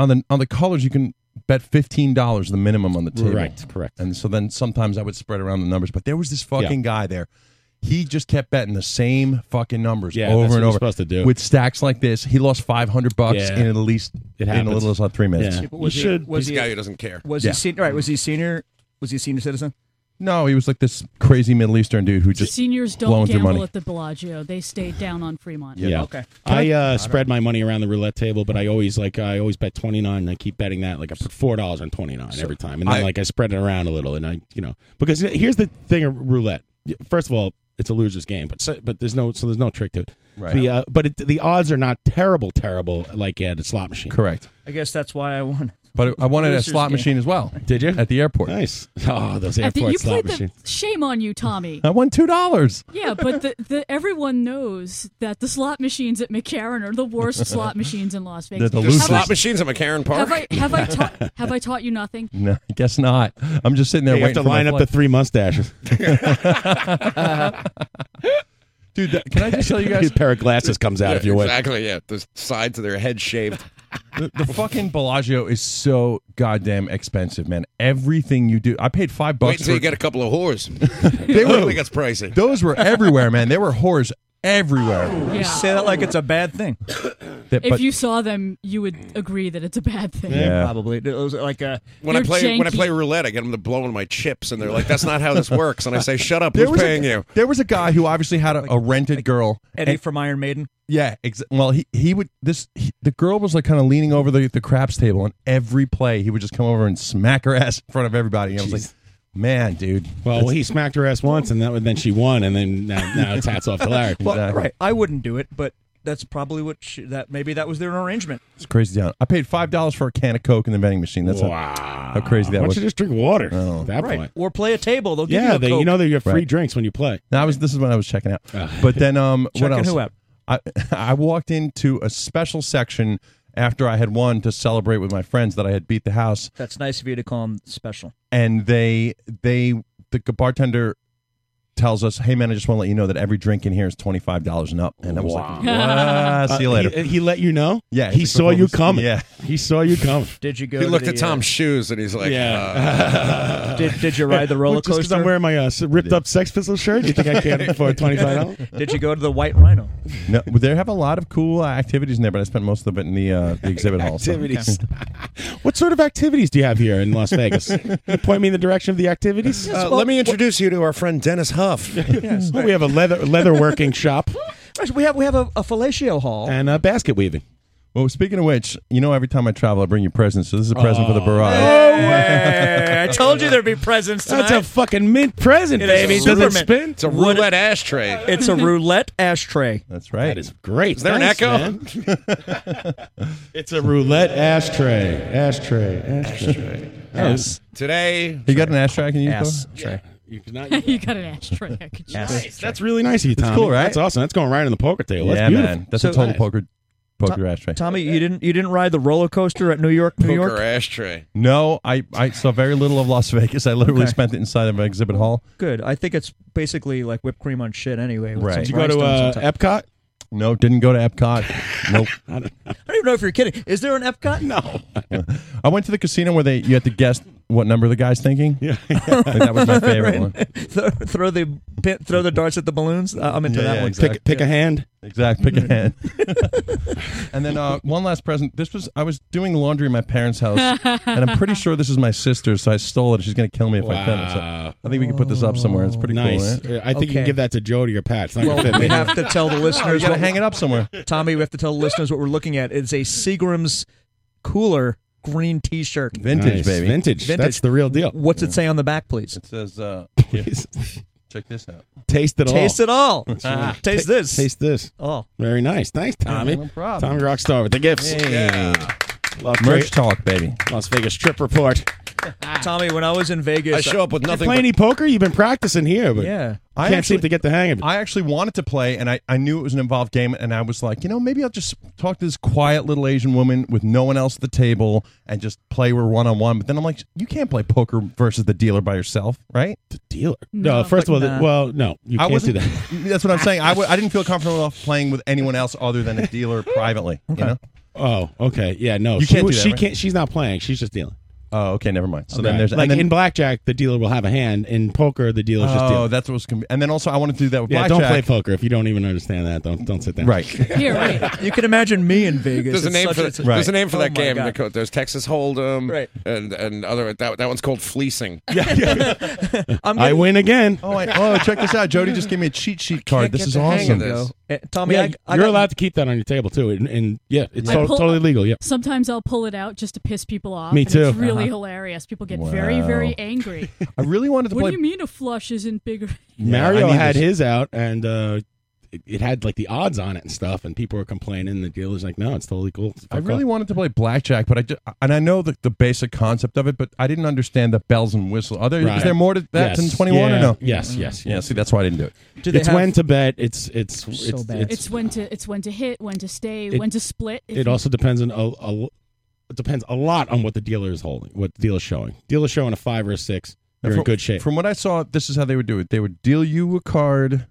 on the, on the colors, you can bet $15 the minimum on the table.
Correct, correct.
And so then sometimes I would spread around the numbers, but there was this fucking guy there. He just kept betting the same fucking numbers
Yeah, that's
over and
what you're
over.
supposed to do.
With stacks like this, he lost five hundred bucks
Yeah.
in at least
It
in
happens.
a little as like three minutes.
Yeah.
Was
You
he,
should.
Was
He's
he,
a guy who doesn't care.
was
Yeah.
he senior? Right. Was he senior? Was he a senior citizen?
No, he was like this crazy Middle Eastern dude who just
Seniors don't
blowing through
gamble
money.
at the Bellagio. They stay down on Fremont.
Yeah. I uh, spread my money around the roulette table, but I always like I always bet twenty nine. and I keep betting that like I put four dollars on twenty nine every time, and then
I-
like I spread it around a little, and I you know because here's the thing of roulette. First of all, it's a loser's game, but so, but there's no so there's no trick to it.
Right.
The, uh, but it, the odds are not terrible, terrible like at a slot machine.
correct.
I guess that's why I won.
But I wanted a
Loser's
slot
game.
machine as well.
Did you
At the airport.
Nice. Oh, those
At the-
airport
you
slot
played the
machines.
shame on you, Tommy.
I won two dollars.
Yeah, but the, the everyone knows that the slot machines at McCarran are the worst slot machines in Las Vegas.
They're the
Have I-
losers.
Slot machines at McCarran Park.
Have I have I taught have I taught you nothing?
No, I guess not. I'm just sitting there
you have
waiting
to
for my
line up the
flight.
three mustaches.
dude. That, can I just tell you
His
guys
pair of glasses comes out if you win.
Exactly. Yeah, the sides of their head shaved.
the, the fucking Bellagio is so goddamn expensive, man. Everything you do, I paid five bucks.
Wait until
for-
you get a couple of whores. they really gets pricey.
Those were everywhere, man. There were whores everywhere.
Yeah.
Say that like it's a bad thing.
That-
if
but-
you saw them, you would agree that it's a bad thing.
Yeah.
Probably. It was like a.
When I
They're
play when I
janky.
play roulette, I get them to blow in my chips, and they're like, "That's not how this works." And I say, "Shut up! Who's
was
paying
a,
you?"
There was a guy who obviously had a, a rented girl.
Eddie
and-
from Iron Maiden.
yeah, ex- well, he he would this he- the girl was like kind of leaning over the the craps table, and every play he would just come over and smack her ass in front of everybody. And I was
Jeez.
like, man, dude.
Well,
that's-
he smacked her ass once, and that, then she won, and then now, now it's hats off to Larry.
Well,
Exactly.
right. I wouldn't do it, but that's probably what she, that maybe that was their arrangement.
it's crazy down. I paid five dollars for a can of Coke in the vending machine. That's how-
wow.
how crazy that
Why
was.
don't you just drink water
Oh.
at that
Right.
point?
Or play a table. They'll give
Yeah,
you a
they, you
Coke.
know that you have free
Right.
drinks when you play.
That was this is when I was checking out.
Ah.
But then um what
Checking
else?
who out?
I I walked into a special section after I had won to celebrate with my friends that I had beat the house
That's nice of you to call them special.
and they they the bartender tells us, "Hey man, I just want to let you know that every drink in here is $25 and up." And I was like, "Wow, see you
Uh,
later."
He, he let you know.
Yeah,
he
it's
saw you
before we-
coming.
yeah.
he saw you coming.
Did you go?
He
to
looked
the,
at Tom's
uh,
shoes, and he's like,
yeah.
uh,
did, did you ride the roller
Look, just 'cause
coaster?
I'm wearing my uh, s- ripped up Sex Pistol shirt, you think I can't afford twenty five dollars?
Did you go to the White Rhino?
no, but they have a lot of cool uh, activities in there, but I spent most of it in the, uh, the exhibit hall. so-
Activities. what sort of activities do you have here in Las Vegas? Can you point me in the direction of the activities.
uh, "Let me introduce you to our friend Dennis Huff."
Oh, we have a leather leather working shop
Right, so We have we have a, a fellatio hall.
and uh, basket weaving.
Well, speaking of which, you know, every time I travel, I bring you presents. So this is a present for the barrage.
I told you there'd be presents tonight.
That's a fucking mint present,
It is
baby.
a
Does it
supermint.
spin?
It's a Would- roulette
ashtray.
It's a roulette ashtray.
That's right. That
is great.
Is there an echo?
it's a roulette ashtray. Ashtray. Ashtray.
Yes. Today,
You got an ashtray? Can you use?
Ass
Paul?
tray.
You got an ashtray. I could
Nice.
just-
That's really nice of you,
It's
Tommy.
cool, right?
That's awesome. That's going right on the poker table. That's
Yeah,
beautiful.
man. That's a total poker poker ashtray.
Tommy, you didn't you didn't ride the roller coaster at New York, New York?
ashtray.
No, I, I saw very little of Las Vegas. I literally
Okay.
spent it inside of an exhibit hall.
Good. I think it's basically like whipped cream on shit anyway. with
Right.
some
Did you go to,
rhinestones on
uh,
top.
Epcot?
No, didn't go to Epcot. nope.
I don't even know if you're kidding. Is there an Epcot?
No.
I went to the casino where they you had to guess what number the guy's thinking. Yeah, that was my favorite
Right.
one.
Throw, throw the pin- throw the darts at the balloons. Uh, I'm into
Yeah,
that
yeah,
one.
exactly. Pick- pick a
hand.
Exact. Pick a hand. and then uh, one last present. This was I was doing laundry in my parents' house, and I'm pretty sure this is my sister's. So I stole it. She's gonna kill me if I finish it.
Wow.
I think we can put this up somewhere. It's pretty
nice.
cool. Right?
I think you can give that to Jody or Pat. It's not gonna
Well,
fit
we
me.
have to tell the listeners.
you
what-
gotta hang it up somewhere.
Tommy, we have to tell the listeners what we're looking at. It's a Seagram's cooler green T-shirt.
Vintage, Nice. baby.
Vintage. That's the real deal.
What's it say on the back, please?
It says, uh, check this out.
Taste it all.
Taste it all.
Ah.
Taste
Ta-
this.
Taste this.
Oh. Ah,
Very nice. Thanks, Tommy.
no problem.
Tommy Rockstar with the gifts.
Yeah.
Las
Merch
Ve-
talk, baby.
Las Vegas trip report.
Tommy, when I was in Vegas,
I show up with
You play any poker? You've been practicing here, but
I
can't
actually-
seem to get the hang of it.
I actually wanted to play, and I, I knew it was an involved game, and I was like, you know, maybe I'll just talk to this quiet little Asian woman with no one else at the table and just play her one on one. But then I'm like, you can't play poker versus the dealer by yourself, right? The
dealer? No, No. first of all, the- well, no, you
I
can't
wasn't-
do
That's what I'm saying. I w- I didn't feel comfortable enough playing with anyone else other than a dealer privately. You know?
Oh, okay. Yeah, no.
You
she
can't do
was-
that,
she
right?
can't. She's not playing. She's just dealing.
Oh, okay. Never mind. So
Okay.
then there's
like
and then,
in blackjack, the dealer will have a hand. In poker, the dealer's just
oh,
dealing.
that's what was. Con- and then also I wanted to do that with
Yeah, don't
blackjack.
play poker if you don't even understand that. Don't don't sit down.
Right.
Here, right.
You can imagine me in Vegas.
There's a
It's
name
such
for
it's
that. There's a name for
Oh
that
my
game.
God.
Nico. There's Texas Hold'em,
Right.
And and other that that one's called fleecing.
I'm
I win again.
Oh, I, oh, check this out. Jody just gave me a cheat sheet card. This
get
is
the hang
awesome.
of this. Uh, Tommy, I- I
you're
got-
allowed to keep that on your table too, and, and yeah, it's
I
to-
pull-
totally legal. Yeah.
Sometimes I'll pull it out just to piss people off.
Me
and
too.
It's really
Uh-huh.
hilarious. People get very,
Wow.
very angry.
I really wanted
what do you mean a flush isn't bigger?
Mario
I need
had
this.
his out, and uh, it, it had like the odds on it and stuff, and people were complaining. And the dealer's like, "No, it's totally cool."
I really wanted to play blackjack, but I ju- and I know the, the basic concept of it, but I didn't understand the bells and whistles. Are there is
Right.
there more to that
Yes.
than twenty one
Yeah.
or no?
Yes, yes,
yeah.
yes.
See, that's why I didn't do it.
Do they
it's
have-
when to bet. It's it's
So
it's,
bad.
it's-
It's, when to it's when to hit, when to stay,
It-
when to split. If
it
you-
also depends on a, a it depends a lot on what the dealer is holding, what the dealer's showing. Dealer's showing a five or a six, you're in
From-
good shape.
From what I saw, this is how they would do it. They would deal you a card.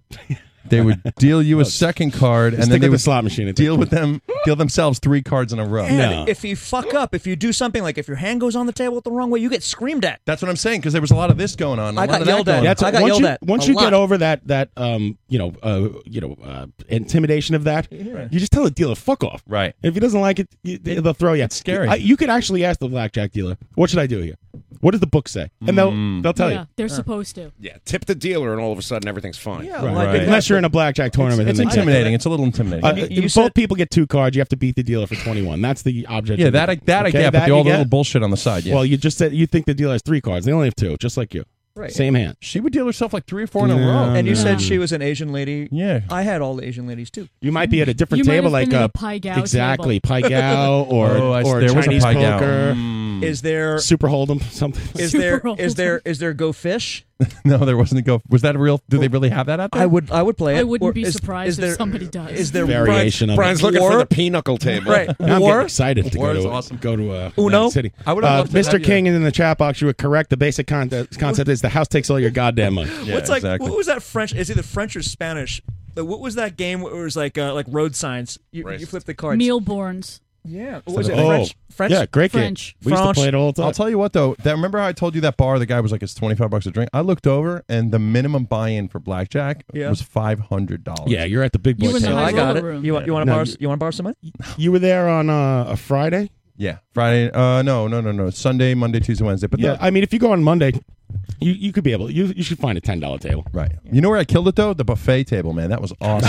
They would deal you a second card,
Stick
and then
with
they
the
would
slot machine. I think.
Deal with them, deal themselves three cards in a row.
And if you fuck up, if you do something like if your hand goes on the table the wrong way, you get screamed at.
that's what I'm saying because there was a lot of this going on. a
I
lot
got
of that
yelled at.
going
That's
on.
I got
once
yelled
you,
at
Once
a
you
lot.
get over that that um you know uh you know uh intimidation of that, you just tell the dealer fuck off.
Right.
If he doesn't like it, you, they'll throw you. It's
scary.
I, you could actually ask the blackjack dealer, "What should I do here? What does the book say?" And they'll
Mm.
they'll tell
yeah,
you.
they're supposed to.
Yeah, tip the dealer, and all of a sudden everything's fine.
Yeah,
Right. Unless you're in a blackjack tournament,
It's
then they-
intimidating. It's a little intimidating.
Uh, both people get two cards. You have to beat the dealer for twenty one. That's the object.
Yeah,
of the
that I-
game.
that I get, but the-
you
all the little bullshit on the side, yeah.
Well, you just said you think the dealer has three cards. They only have two, just like you.
Right.
Same hand.
She would deal herself like three or four in a
No,
row.
And you
no.
said she was an Asian lady.
Yeah.
I had all the Asian ladies too.
You might be at a different
You might
table,
have
like
been at
a,
a Pai Gow
exactly
table.
Pai Gow or
Oh, I-
or
there was a
Chinese
Pai Gow.
poker.
Mm.
Is there-
Super Hold'em something?
Is there is there is there go fish?
no, there wasn't a go. Was that a real? Do they really have that out there?
I would I would play it.
I wouldn't
Or
be
is-
surprised
is there-
if somebody does.
Is there
variation of
Brian's
it.
looking for the pinochle table.
Right.
Now I'm
War?
getting excited to
War
go
is
to
awesome.
go to uh,
Uno?
Atlantic City.
I would've
uh,
loved to have
Mr.
you
King is in the chat box. You were correct. The basic con- concept is the house takes all your goddamn money.
What's like what was that French? It's either French or Spanish. But what was that game where it was like uh, like road signs? You, you flip the cards.
Mealborns.
Yeah.
What was
it?
Oh.
French- French-
Yeah, great
French.
game. We used to
French.
play it all the time.
I'll tell you what though. That remember how I told you that bar? The guy was like, "It's twenty five bucks a drink." I looked over, and the minimum buy in for blackjack
Yeah.
was five hundred dollars.
Yeah, you're at the big boy.
You were in the
table.
high I got roller it. room. You want- you wanna
No,
borrow s- you want to borrow some money?
You were there on uh, a Friday.
Yeah, Friday. Uh, no, no, no, no. Sunday, Monday, Tuesday, Wednesday. But
yeah,
the,
I mean, if you go on Monday, You you could be able. You you should find a ten dollar table.
Right. You know where I killed it though? The buffet table, man. That was awesome.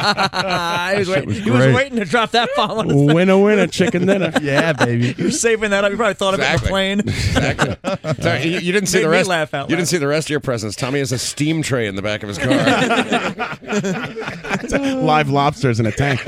I was,
That
wait,
shit was
Ah, he was
great.
waiting to drop that bomb on his
winner, winner, chicken dinner.
yeah, baby.
You were saving that up. You probably thought
Exactly.
of it on the plane.
Exactly. Sorry, you, you didn't see
Made
the
me
rest.
laugh out
you
loud.
didn't see the rest of your presents. Tommy has a steam tray in the back of his car.
Live lobsters in a tank,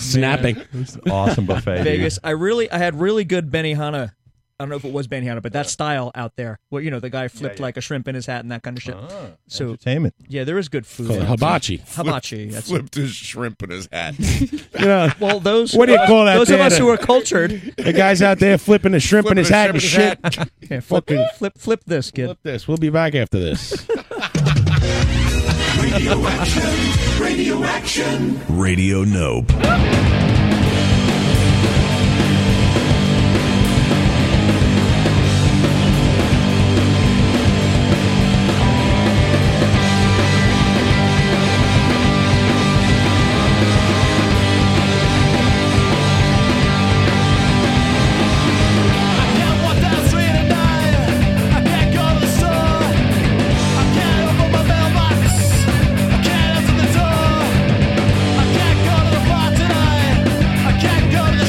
snapping.
awesome buffet.
Vegas. I really, I had really good Benihana. I don't know if it was Benihana, but that style out there, where you know the guy flipped like a shrimp in his hat and that kind of shit.
Ah.
so
entertainment.
Yeah, there is good food.
Call it hibachi.
Hibachi.
Flipped,
That's
flipped his shrimp in his hat.
well, those
What do you call that
Those of
there,
us
the-
who are cultured.
The guy's out there flipping the shrimp in his hat
Flipping
and
the shrimp
shit.
in his hat. Yeah, flip-
Fucking
flip, flip this kid. Flip
this. We'll be back after this.
Radio action. Radio action.
Radio Nope.
I can't go to the bar tonight.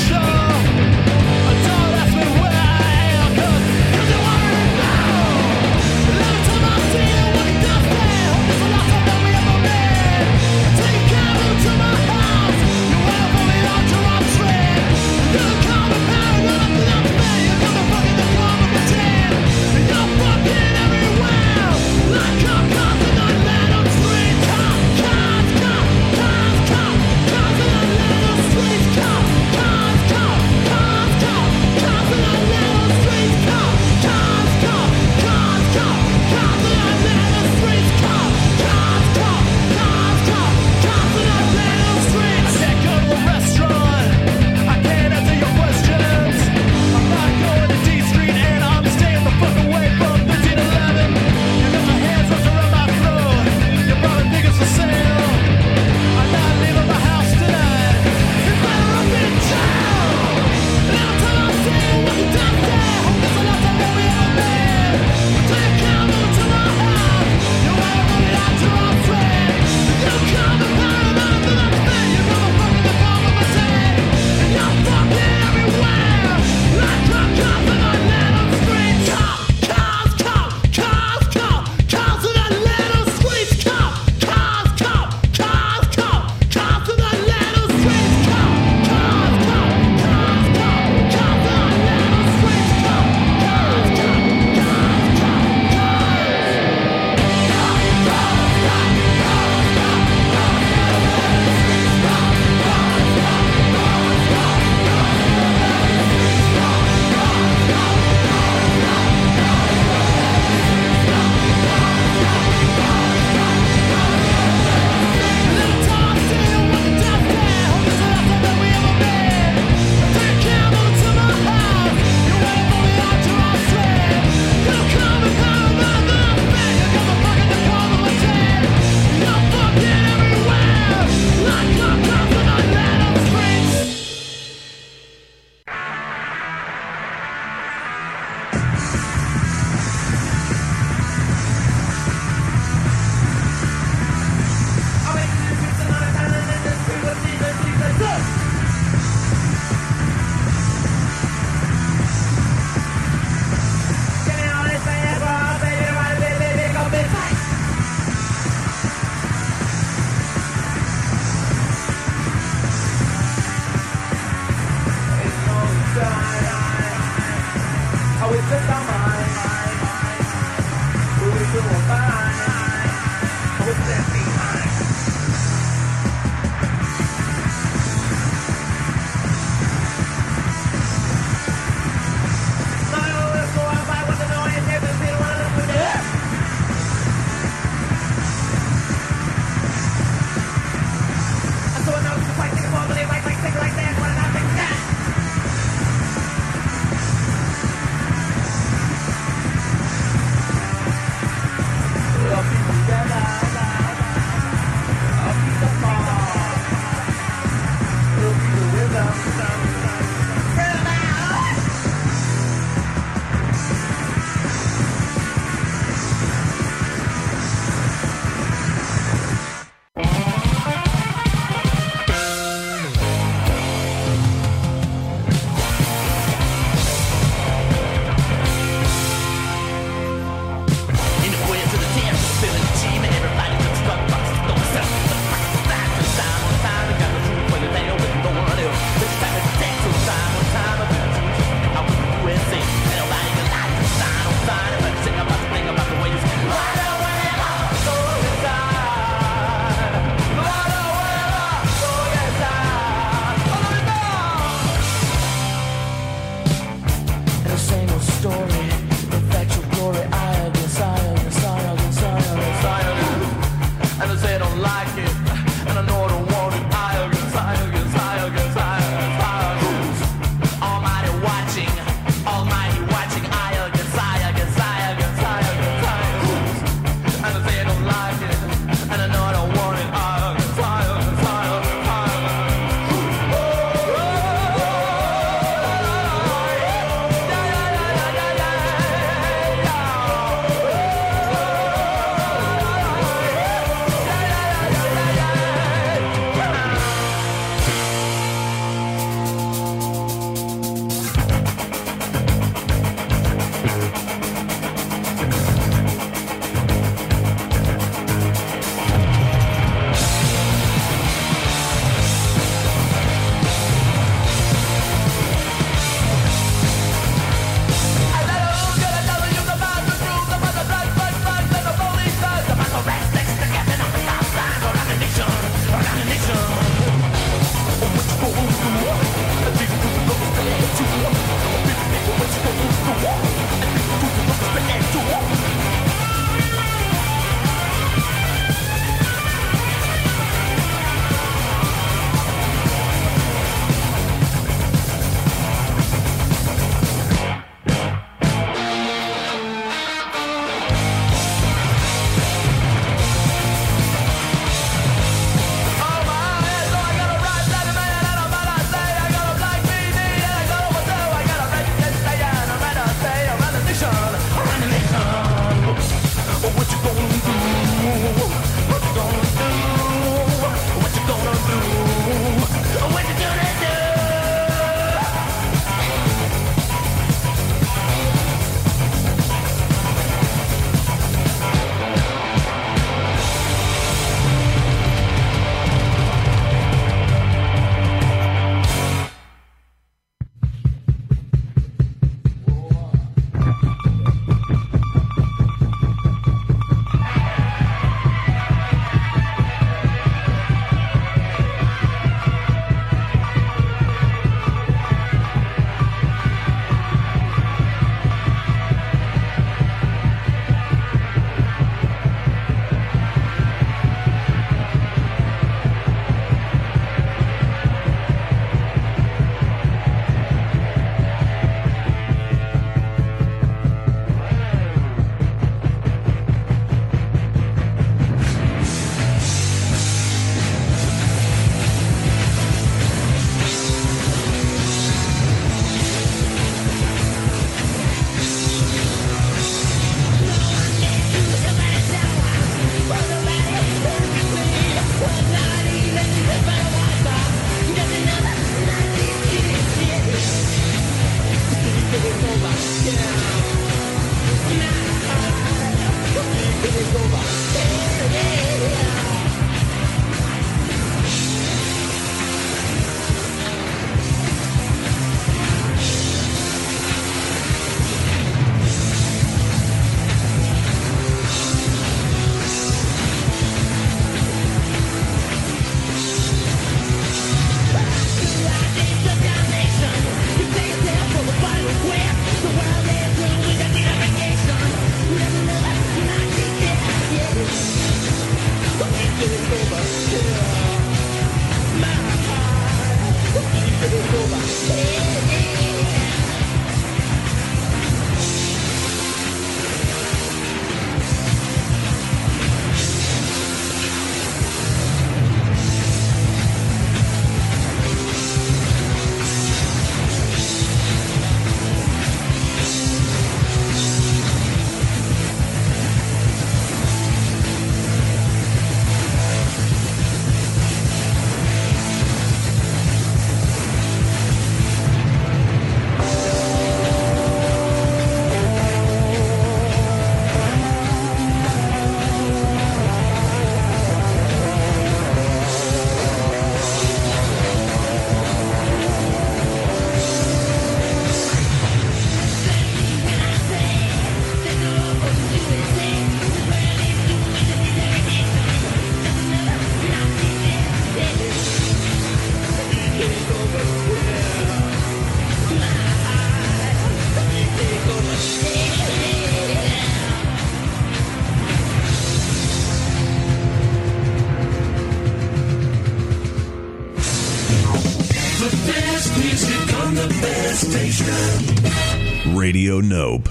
the best station.
Radio Nope.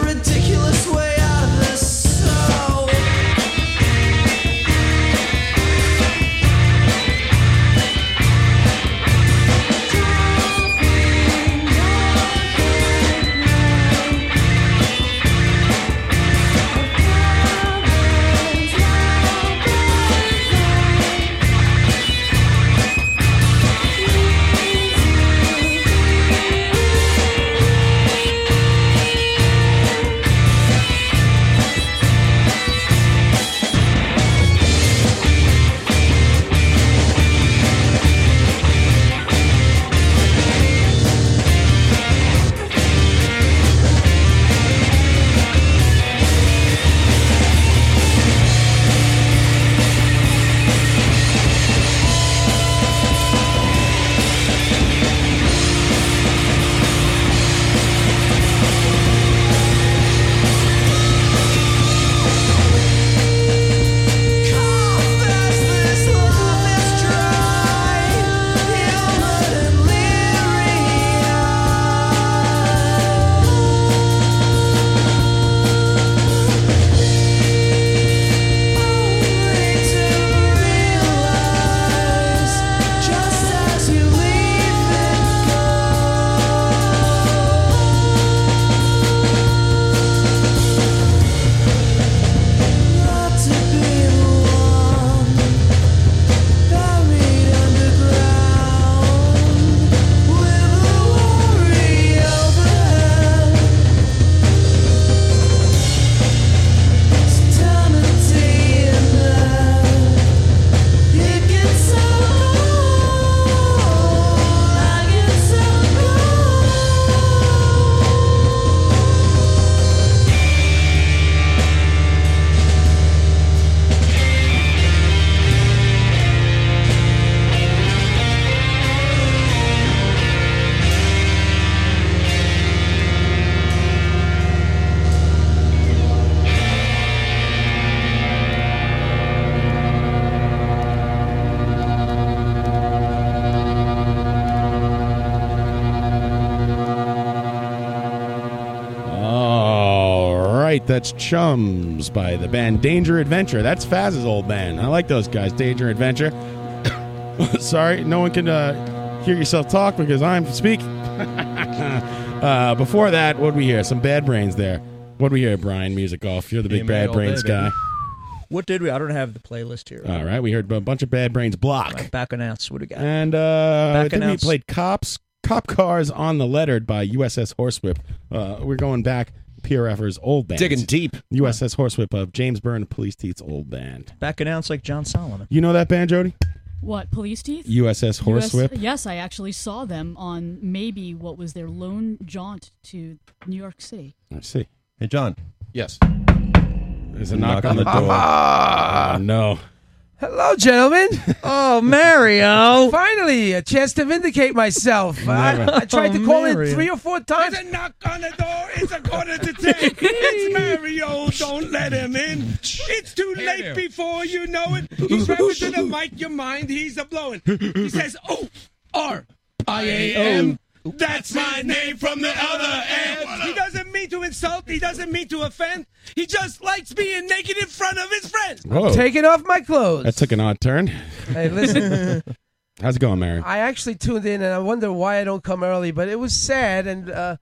Ridiculous way out of this so Just as you leave it go Not to be the one buried underground with the worry overhead. Eternity in it gets so cold. I get so
All right, that's Chums by the band Danger Adventure. That's Faz's old band. I like those guys, Danger Adventure. Sorry, no one can uh, hear yourself talk because I'm speaking. uh, before that, what'd we hear? Some bad brains there. What'd we hear, Brian? Music off. You're the
Damn
big
right
bad
all
brains
day, baby.
guy.
What did we? I don't have the playlist here.
All right, we heard a bunch of bad brains block.
Back announce. What do we got?
And uh, I
Back
think we
announced.
played cops, cop cars on the lettered by USS Horsewhip. Uh, we're going back PRFers old band,
Digging
deep. USS Horsewhip of James Byrne Police Teeth's old band.
Back announce like John Solomon.
You know that band, Jody?
What police teeth?
USS Horsewhip?
Yes, I actually saw them on maybe what was their lone jaunt to New York City.
I see.
Hey, John.
Yes. There's a knock, on the door. Oh, no.
Hello, gentlemen. Oh, Mario. Finally, a chance to vindicate myself. I,
Never.
I tried to call
Mario.
in three or four times.
There's a knock on the door. It's a quarter to ten. It's Mario. Don't let him in. It's too late before you know it. He's rapping to the mic. Your mind, he's a blowing. He says, "O R I A M." That's my name from the other end. He doesn't mean to insult. He doesn't mean to offend. He just likes being naked in front of his friends.
Whoa.
Taking off my clothes.
That took an odd turn.
Hey, listen.
How's it going, Mary?
I actually tuned in, and I wonder why I don't come early. But it was sad, and uh,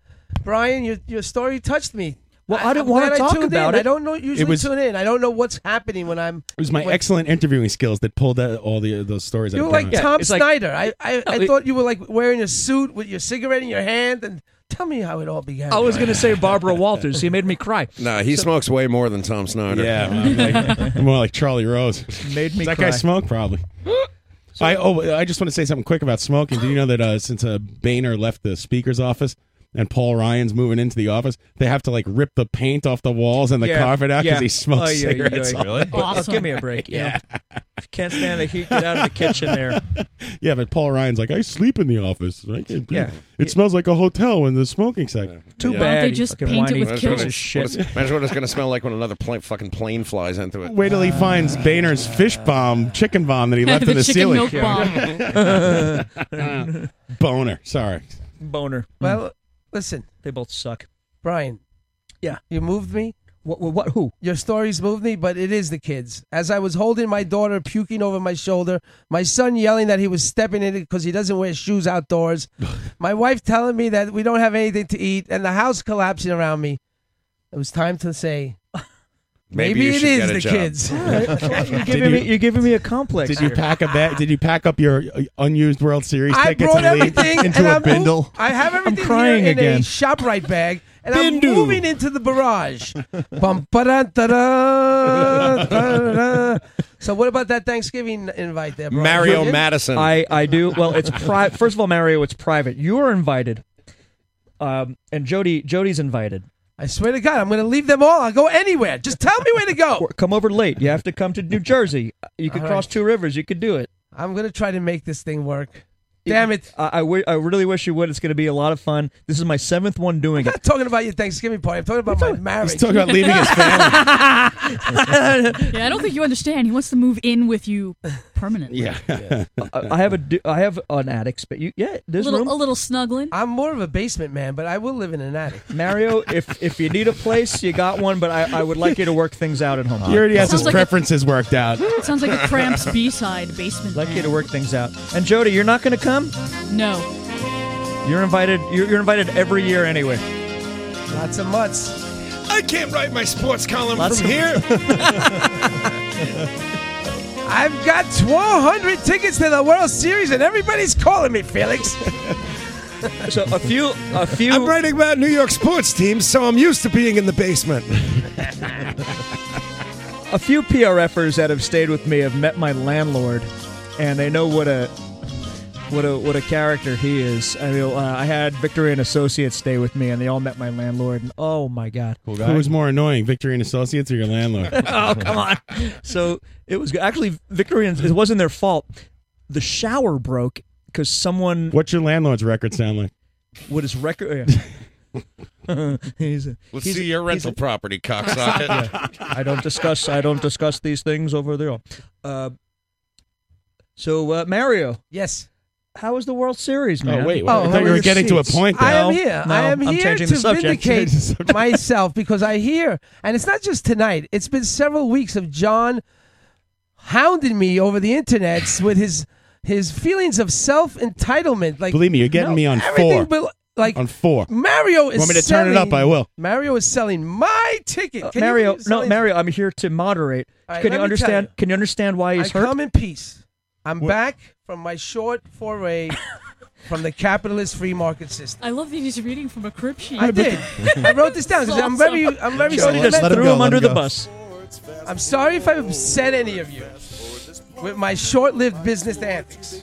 Brian, your your story touched me.
Well, I
I'm
didn't wanna
glad I
talk
tuned in.
about it.
I don't know, usually
was-
tune in. I don't know what's happening when I'm.
It was my excellent interviewing skills that pulled out all the those stories.
You
I've
were like
done.
Tom Snyder. I, I, I thought you were like wearing a suit with your cigarette in your hand, and tell me how it all began.
I was going to say Barbara Walters. He made me cry.
Nah, he smokes way more than Tom Snyder.
Yeah, man, like- more like Charlie Rose.
Made me
Does that
cry.
guy smoke probably. I oh I just want to say something quick about smoking. Do you know that uh, since uh, Boehner left the speaker's office and Paul Ryan's moving into the office, they have to like rip the paint off the walls and the carpet out because he smokes cigarettes. all
Really?
night.
Awesome. Give me a break. Yeah. Can't stand the heat. Get out of the kitchen there.
Yeah, but Paul Ryan's like I sleep in the office. I can't breathe.
Yeah.
it smells like a hotel in the smoking section.
Too
Yeah.
bad.
They
you
just
fucking
paint it
whiny
with
Imagine
kills.
what it's- what it's- Imagine what it's going to smell like when another plane, fucking plane flies into it.
Wait till
Uh,
he finds Boehner's fish bomb, chicken bomb that he left
The
in the ceiling.
chicken
Uh.
milk bomb.
Boner. Sorry.
Mm.
Boner.
Well, listen.
They both suck.
Brian.
Yeah.
You moved me.
What, what, what? Who?
Your stories moved me, but it is the kids. As I was holding my daughter puking over my shoulder, my son yelling that he was stepping in it because he doesn't wear shoes outdoors, my wife telling me that we don't have anything to eat, and the house collapsing around me. It was time to say,
Maybe
maybe,
you
it
should
is
get a
the
job.
kids.
You're
Did
giving,
you-
me, you're giving me a complex.
Did you
here.
pack a bag? Did you pack up your uh, unused World Series
I
tickets
brought
and leave
everything
into
and
a
I moved-
bindle?
I have everything
crying
here in
again.
a ShopRite bag, and I'm moving into the barrage. Bum, ba-da, da-da, da-da. So what about that Thanksgiving invite there, Brian?
I, I do. Well, it's private. First of all, Mario, it's private. You are invited, um, and Jody Jody's invited.
I swear to God, I'm going to leave them all. I'll go anywhere. Just tell me where to go.
Come over late. You have to come to New Jersey. You could
All
cross
right.
two rivers. You could do it.
I'm going to try to make this thing work. Damn it!
I I wi- I really wish you would. It's going to be a lot of fun. This is my seventh one doing it.
I'm talking about your Thanksgiving party. I'm talking about my marriage.
talking about leaving his
yeah, I don't think you understand. He wants to move in with you permanently.
Yeah.
I, I have a du- I have an attic, but you yeah,
A
there's
little,
room.
a little snuggling.
I'm more of a basement man, but I will live in an attic.
Mario, if if you need a place, you got one. But I, I would like you to work things out at home.
He already has his
Sounds like a-
preferences worked out.
It sounds like a Cramps B-side basement.
Like you
man.
to work things out. And Jody, you're not going to come.
No.
You're invited. You're, you're invited every year anyway.
Lots of mutts.
I can't write my sports column
Lots
from
of-
here.
I've got 1,200 tickets to the World Series, and everybody's calling me Felix.
So a few, a few.
I'm writing about New York sports teams, so I'm used to being in the basement.
A few PRFers that have stayed with me have met my landlord, and they know what a what a what a character he is. I mean, uh, I had Victory and Associates stay with me, and they all met my landlord, and oh my god,
Who was more annoying, Victory and Associates or your landlord?
oh come on! So it was good. actually Victory and it wasn't their fault. The shower broke because someone
What's your landlord's record sound like?
what is record. yeah. he's a,
Let's
he's a-
see your
he's
rental
a-
property, cocksocket.
Yeah. I don't discuss. I don't discuss these things over there. Uh, so uh, Mario,
yes.
How was the World Series, man?
Oh, wait, wait, I Oh, thought how you were were the getting to a seats? point there.
I am
No,
here.
no,
I am
I'm
here
changing
to
the subject.
vindicate myself because I hear, and it's not just tonight. It's been several weeks of John hounding me over the internet with his his feelings of self entitlement. Like,
Believe me, you're getting
no,
me on
everything
four.
bel- like
on four.
Mario is.
Want me to turn it up?
selling-
I will.
Mario is selling my ticket. Can you
Uh, Mario,
believe
no,
selling-
Mario, I'm here to moderate.
All right,
can
let
you
me
understand?
tell you.
Can you understand why
I
he's hurt?
come in peace. I'm back from my short foray from the capitalist free market system.
I love that he's reading from a crib sheet.
I did. I wrote this down because I'm very, I'm very.
Jody just
sentimental.
threw him under the bus.
I'm sorry if I upset any of you. with my short-lived business antics.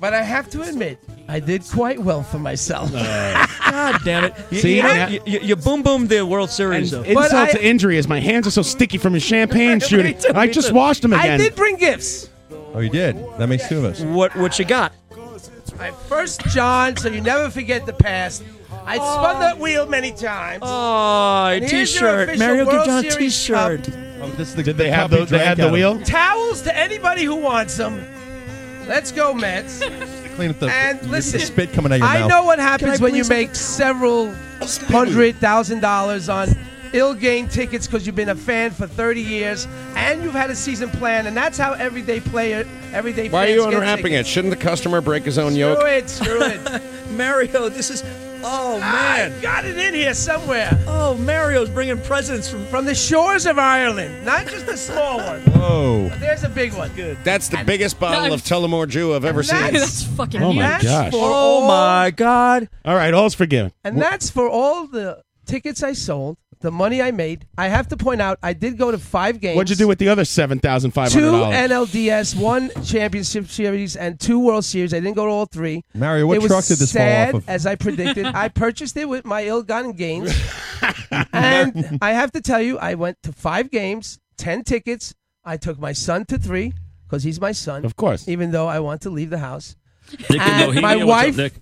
But I have to admit, I did quite well for myself.
God damn it! You,
See?
you, know,
Yeah.
you, you- you boom boom the World Series though.
Insult to injury is my hands are so sticky from his champagne shooting.
too,
I
me
just
too.
washed them
I
again.
did
bring gifts.
Oh, you did. That makes two of us.
What what you got?
I first John, so you never forget the past. I spun that wheel many times.
Oh,
And here's your
t-shirt.
official
Mario
World
Gajan
Series
t-shirt.
Oh,
Did they have the, they had the wheel?
Towels to anybody who wants them. Let's go, Mets.
Clean up the
And
the
listen,
spit coming out of your
I
mouth.
know what
Can I
happens when you
please-
make several hundred thousand dollars on ill-gained tickets because you've been a fan for 30 years and you've had a season plan, and that's how everyday player, everyday.
Why are
fans
you
get
unwrapping
tickets.
it? Shouldn't the customer break his own
Screw
yoke?
it, screw it. Ah,
Mario, this is. Oh man,
I got it in here somewhere.
Oh, Mario's bringing presents from
from the shores of Ireland, not just a small one.
Whoa.
But there's a big one. Good.
That's the biggest bottle
I'm-
of Tullamore Jew I've ever seen.
That's fucking
Oh my gosh!
Oh my
god!
All right, all's forgiven.
And that's for all the tickets I sold, the money I made. I have to point out, I did go to five games.
What'd you do with the other seven thousand five hundred
Two
dollars?
NLDS, one championship series, and two World Series. I didn't go to all three.
Mario, what
it was
truck did this fall
sad,
off of?
As I predicted, I purchased it with my ill-gotten gains, and I have to tell you, I went to five games, ten tickets. I took my son to three because he's my son,
of course.
Even though I want to leave the house,
Dick and
and
Bohemia,
my
what's up,
wife
Dick?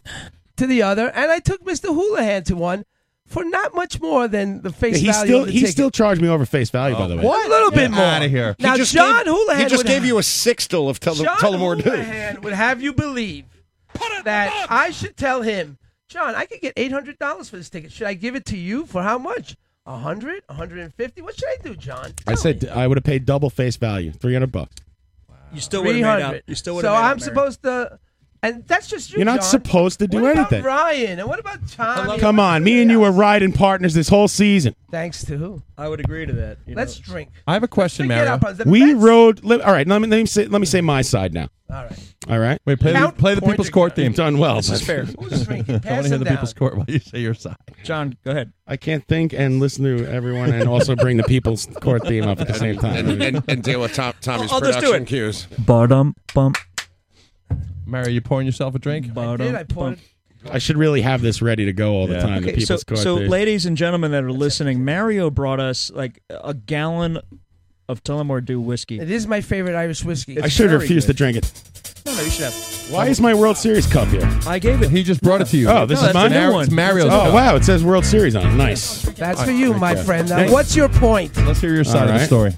to the other, and I took Mr. Houlihan to one for not much more than the face
he
value
still
of the
he
ticket. Oh,
still charged me over face value, by the way.
What? A little bit more.
Out of here.
Now,
he just
John
gave,
Houlihan
He just
would
gave
have-
you a sixtel of Tull-
John
Tullamore Dew.
Houlihan would have you believe that I should tell him, John, I could get eight hundred dollars for this ticket. Should I give it to you for how much? A hundred, a hundred and fifty. What should I do, John?
I said I would have paid double face value, three hundred bucks.
You still would have made out. You still would
So
have made
I'm
out, Mario.
supposed to, and that's just you.
You're not
John.
supposed to do
what
anything.
About Ryan, and what about Tommy?
Come on, me and you were riding partners this whole season.
Thanks to who?
I would agree to that.
Let's drink.
I have a question,
Let's pick it up on the
We rode. Li- all right, let me let me say let me say my side now.
All right.
All right. Wait,
play the- Count play the point People's Court
theme. Done well.
This is
but-
fair. Who's drinking? I wanna Pass hear them the People's down. Court while you say your side.
John, go ahead.
I can't think and listen to everyone, and also bring the People's Court theme up at the same time.
And, and, and deal with Tom, Tommy's
I'll just do
production
it.
cues.
Bardum bump.
Mario, you pouring yourself a drink?
I poured-
I should really have this ready to go all the
Yeah.
time. the
Okay, so,
People's Court
so
theme.
ladies and gentlemen that are listening, Mario brought us like a gallon of Tullamore Dew whiskey.
It is my favorite Irish whiskey.
I should refuse to drink it.
No, no, you should have.
Why is my World Series cup here?
I gave it.
He just brought it to you.
Oh, this
No,
is
that's a
mine.
new Mar- one. it's Mario's
Oh
cup.
wow, it says World Series on it. Nice.
That's
All
for
right,
you,
right
my
there.
friend. Now,
Thanks.
what's your point?
Let's hear your
All
side of the
right.
story.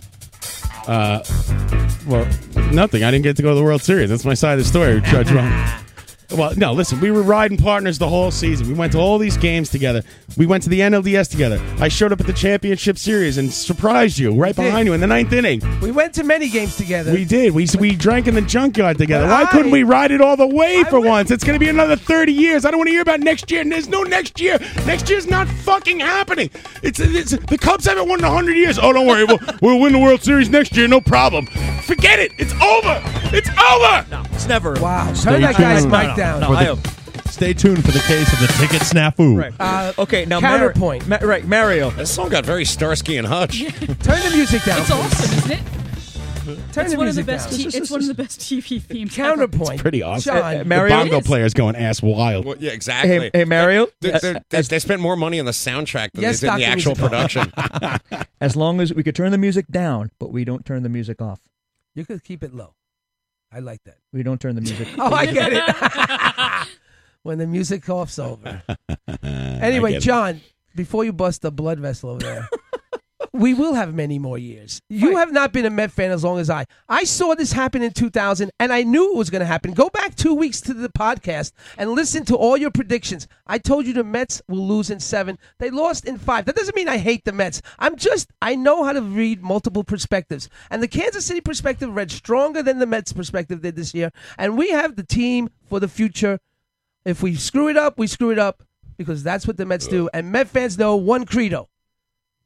Uh, well, nothing. I didn't get to go to the World Series. That's my side of the story, Judge Ron. Well, no, listen, we were riding partners the whole season. We went to all these games together. We went to the NLDS together. I showed up at the championship series and surprised you right
did.
behind you in the ninth inning.
We went to many games together.
We did. We, we drank in the junkyard together.
But
Why
I-
couldn't we ride it all the way for once? It's going to be another 30 years. I don't want to hear about next year. And there's no next year. Next year's not fucking happening. It's, it's The Cubs haven't won in 100 years. Oh, don't worry. We'll, we'll win the World Series next year. No problem. Forget it. It's over. It's over.
It's never.
Wow. Turn that guy's
tuned.
mic down.
For the- stay tuned for the case of the ticket snafu.
Uh,
okay, now Mar-
counterpoint.
Ma- right, Mario.
This song got very Starsky and Hutch.
Turn the music down.
It's awesome, isn't it?
Turn
it's
the
one of the
music
best.
down.
T- it's one of the best TV themes.
Counterpoint.
Pretty awesome.
John,
the
Mario-
bongo player's going ass wild.
Well, yeah, exactly.
hey, Mario?
They, they- they- they spent more money on the soundtrack than
Yes,
they did in the
Dr.
actual
Musical.
production.
As long as we could turn the music down, but we don't turn the music off.
You could keep it low. I like that.
We don't turn the music.
Oh, I get it. when the music coughs over. Anyway, John, before you bust the blood vessel over there, we will have many more years. You have not been a Met fan as long as I. I saw this happen in 2000, and I knew it was going to happen. Go back two weeks to the podcast and listen to all your predictions. I told you the Mets will lose in seven. They lost in five. That doesn't mean I hate the Mets. I'm just, I know how to read multiple perspectives. And the Kansas City perspective read stronger than the Mets perspective did this year. And we have the team for the future. If we screw it up, we screw it up because that's what the Mets do. And Met fans know one credo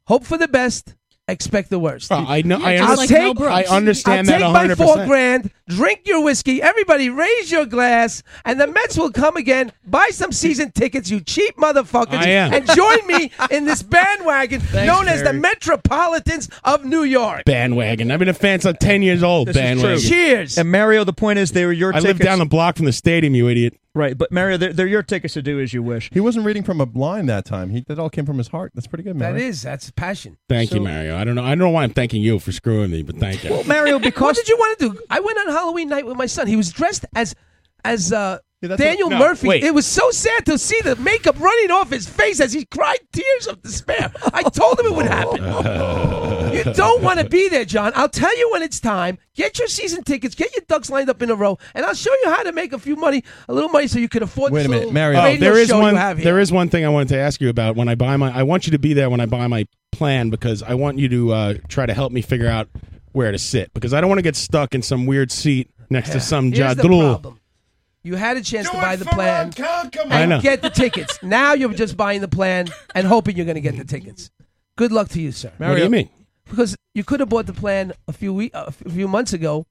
hope for the best, expect the worst.
I know. I,
I'll
under-
take-
I understand
I'll
that
take
100.
my four grand. Drink your whiskey. Everybody, raise your glass, and the Mets will come again. Buy some season tickets, you cheap motherfuckers,
I am.
and join me in this bandwagon known as the Metropolitans of New York.
bandwagon. I've been a fan since I'm 10 years old.
This is
bandwagon.
true. Cheers.
And Mario, the point is, they were your
I live
tickets.
down the block from the stadium, you idiot.
right, but Mario, they're, they're your tickets to do as you wish.
He wasn't reading from a line that time. He that all came from his heart. That's pretty good, man.
That is that's passion.
Thank you, Mario. I don't know. I don't know why I'm thanking you for screwing me, but thank you.
Mario, because what did you want to do? I went on Halloween night with my son. He was dressed as as uh,
what-
Daniel
No,
Murphy.
wait.
It was so sad to see the makeup running off his face as he cried tears of despair. I told him it would happen. You don't want to be there, John. I'll tell you when it's time. Get your season tickets. Get your ducks lined up in a row, and I'll show you how to make a few money, a little money, so you can afford.
Wait
this
a minute,
little
Mario.
radio
there is
show
one.
You have here.
There is one thing I wanted to ask you about when I buy my. I want you to be there when I buy my plan because I want you to uh, try to help me figure out where to sit because I don't want to get stuck in some weird seat next to some
Here's
John
the problem. You had a chance to buy the plan
I know.
and get the tickets. Now you're just buying the plan and hoping you're going to get the tickets. Good luck to you, sir.
What do you mean?
Because you could have bought the plan a few week, a few months ago,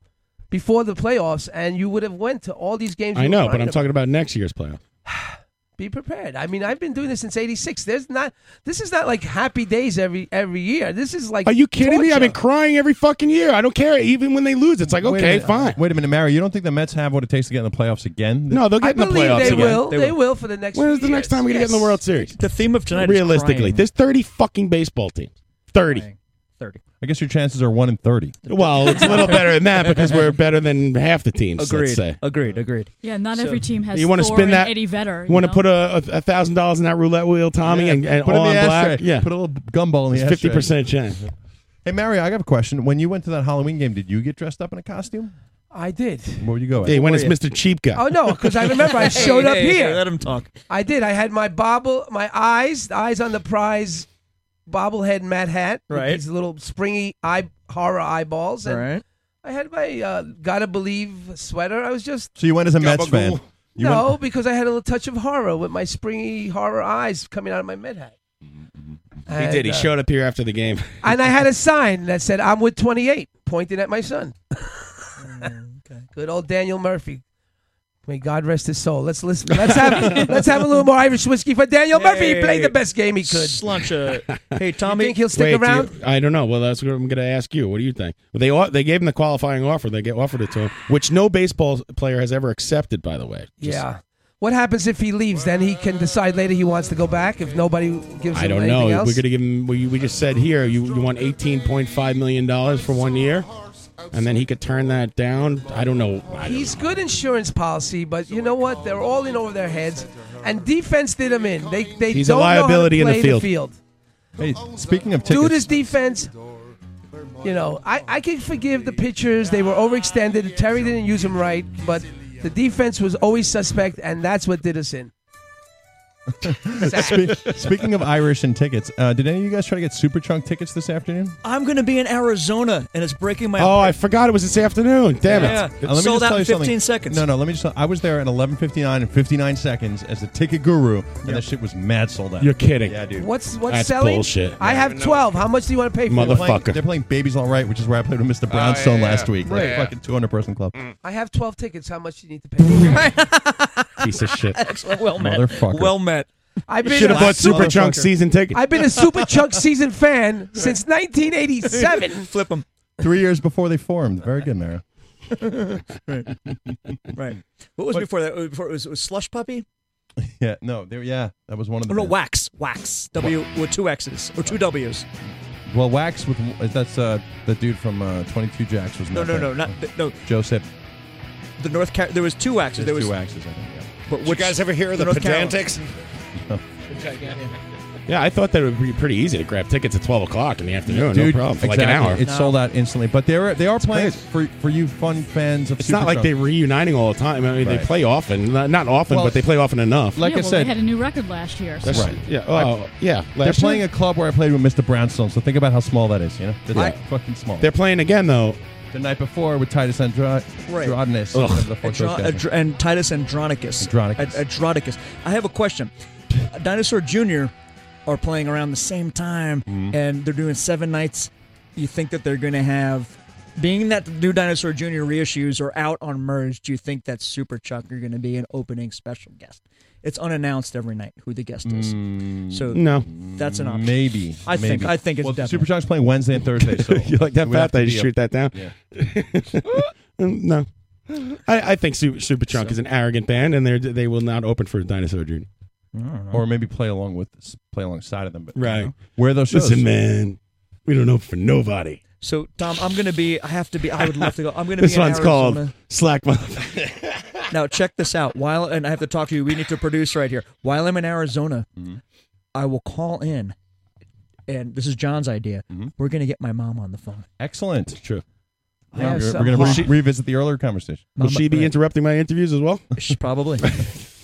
before the playoffs, and you would have went to all these games. you
I
were
know,
trying
but I'm
to-
talking about next year's playoff.
Be prepared. I mean, I've been doing this since '86. There's not. This is not like happy days every every year. This is like.
Are you kidding me?
torture.
I've been crying every fucking year. I don't care. Even when they lose, it's like
Wait a
okay,
minute.
fine.
Wait a minute, Mario. You don't think the Mets have what it takes to get in the playoffs again?
No, they'll get in the playoffs.
They
again.
will. They, will. for the next.
When is the next time we're gonna get in the World Series?
The theme of tonight is
realistically,
crying.
there's 30 fucking baseball teams. 30.
I guess your chances are one in thirty.
Well, it's a little better than that because we're better than half the teams. Let's say.
Agreed. Agreed.
Yeah, not
So-
every team has
you
want to
spin that?
Eddie Vedder.
You want to put a a thousand dollars in that roulette wheel, Tommy, and, and
put it
all
in
on
the
black?
ashtray.
Yeah,
Put a little gumball in the
fifty percent chance.
Hey Mario, I got a question. When you went to that Halloween game, did you get dressed up in a costume?
I did.
Where would you go?
Hey, when
Where
it's
you?
Mr. Cheap Guy.
Oh no, because I remember I
Hey,
showed up
hey,
here.
hey, let him talk.
I did. I had my bobble, my eyes, the eyes on the prize bobblehead Matt hat. with
Right.
These little springy eye horror eyeballs. And
Right.
I had my uh, gotta believe sweater. I was just
So you went as a Mets fan. You
no,
went-
because I had a little touch of horror with my springy horror eyes coming out of my med hat.
he did.
And,
He
uh,
showed up here after the game.
And I had a sign that said, I'm with 28, pointing at my son. Good old Daniel Murphy. May God rest his soul. Let's listen. Let's have let's have a little more Irish whiskey for Daniel Murphy. He played the best game he could.
Slunch. uh, hey Tommy,
you think he'll stick
Wait, do you-
around?
I don't know. Well, that's what I'm going to ask you. What do you think? Well, they au- they gave him the qualifying offer. They get offered it to him, which no baseball player has ever accepted, by the way. Just-
yeah. What happens if he leaves? Then he can decide later he wants to go back. If nobody gives him
I don't
anything
know.
else.
We're going to give him. We, we just said here you, you want eighteen point five million dollars for one year, and then he could turn that down. I don't know. I don't-
He's good insurance policy, but you know what? They're all in over their heads, and defense did him in. They they
He's a
don't
liability in
know
the
how to play
field.
Hey, speaking of
Dude
tickets,
is defense. You know, I, I can forgive the pitchers. They were overextended. Terry didn't use him right, but the defense was always suspect, and that's what did us in.
Spe- speaking of Irish and tickets, uh, did any of you guys try to get super chunk tickets this afternoon?
I'm going to be in Arizona, and it's breaking my.
Oh, I forgot it was this afternoon. Damn
Yeah.
it!
Uh, let me
Sold
just
out
tell
in
you something.
15 seconds.
No, no. Let me just. I was there at 11:59 and 59 seconds as the ticket guru, and
Yep.
that shit was mad sold out.
You're kidding.
Yeah, dude.
What's what's
That's
selling?
bullshit.
I have twelve. How much do you want to pay for
They're playing-
it?
They're playing, Babies All Right, which is where I played with Mr. Brownstone
yeah,
last week. Like
Right.
fucking 200 person club.
I have twelve tickets. How much do you need to pay?
Piece of shit.
Excellent. Well met.
Motherfucker.
Well met.
I've been
Should
a-
have bought super chunk season tickets.
I've been a Super Chunk season fan since 1987.
Flip them.
Three years before they formed. Very good, Mara.
right. right. What was before that? Before it was, it was slush puppy.
Yeah. No. There. Yeah. That was one of
Oh,
the.
no,
bands.
wax, wax. W with two X's or two W's.
Well, Wax with that's uh the dude from uh, 22 Jacks was.
No,
not
no,
there.
no, not no.
Joseph.
The North Car- there was two X's.
There's
There was
two X's. I think.
But
Did
which-
you guys ever hear of the,
North Carolina-
pedantics?
Yeah, I thought that it would be pretty easy to grab tickets at 12 o'clock in the afternoon. no problem. For like an
exactly.
hour.
It sold out instantly. But they are they are playing for for you fun fans of.
It's not like
Supertramp.
they're reuniting all the time. I mean,
Right.
they play often. Not, not often,
Well,
but they play often enough.
like
yeah, well, they had a new record last year. So.
That's right. Yeah. Oh, yeah.
They're
Last
playing
year?
a club where I played with Mr. Brownstone, so think about how small that is. You know, that's
Right.
fucking small.
They're playing again though.
The night before with Titus Andra-
Right.
Andronis,
Ugh.
whatever the fuck
Adro-
those guys
Adro- and Titus Andronicus.
Andronicus.
Ad- Andronicus. I have a question.
Mm-hmm.
Dinosaur Jr. are playing around the same time, and they're doing seven nights
you think that they're going to have. Being that the New Dinosaur Jr. reissues are out on Merge, do you think that Super Chuck are going to be an opening special guest? It's unannounced every night who the guest is. so
no.
that's an option.
Mm. Maybe.
I think
maybe.
I think it's
well,
definitely.
Super Chuck's playing Wednesday and Thursday. So
you like that
we have
fat?
to
I
be
just
a-
shoot that down.
Yeah.
Um, no, I, I think Super, Superchunk is an arrogant band, and they they will not open for Dinosaur Jr.
Or maybe play along with play alongside of them. But
Right.
You know, where are those shows?
Listen, man, we don't open for nobody.
So Tom, I'm going to be. I have to be. I would love to go. I'm going to be.
This
in
one's
Arizona.
called Slack. Motherfucker.
now check this out. While and I have to talk to you. We need to produce right here. While I'm in Arizona,
Mm-hmm.
I will call in, and this is John's idea.
Mm-hmm.
We're gonna get my mom on the phone.
Excellent. True.
I have
we're
some-
going to
Will she-
revisit the earlier conversation.
Will she be interrupting my interviews as well?
Probably.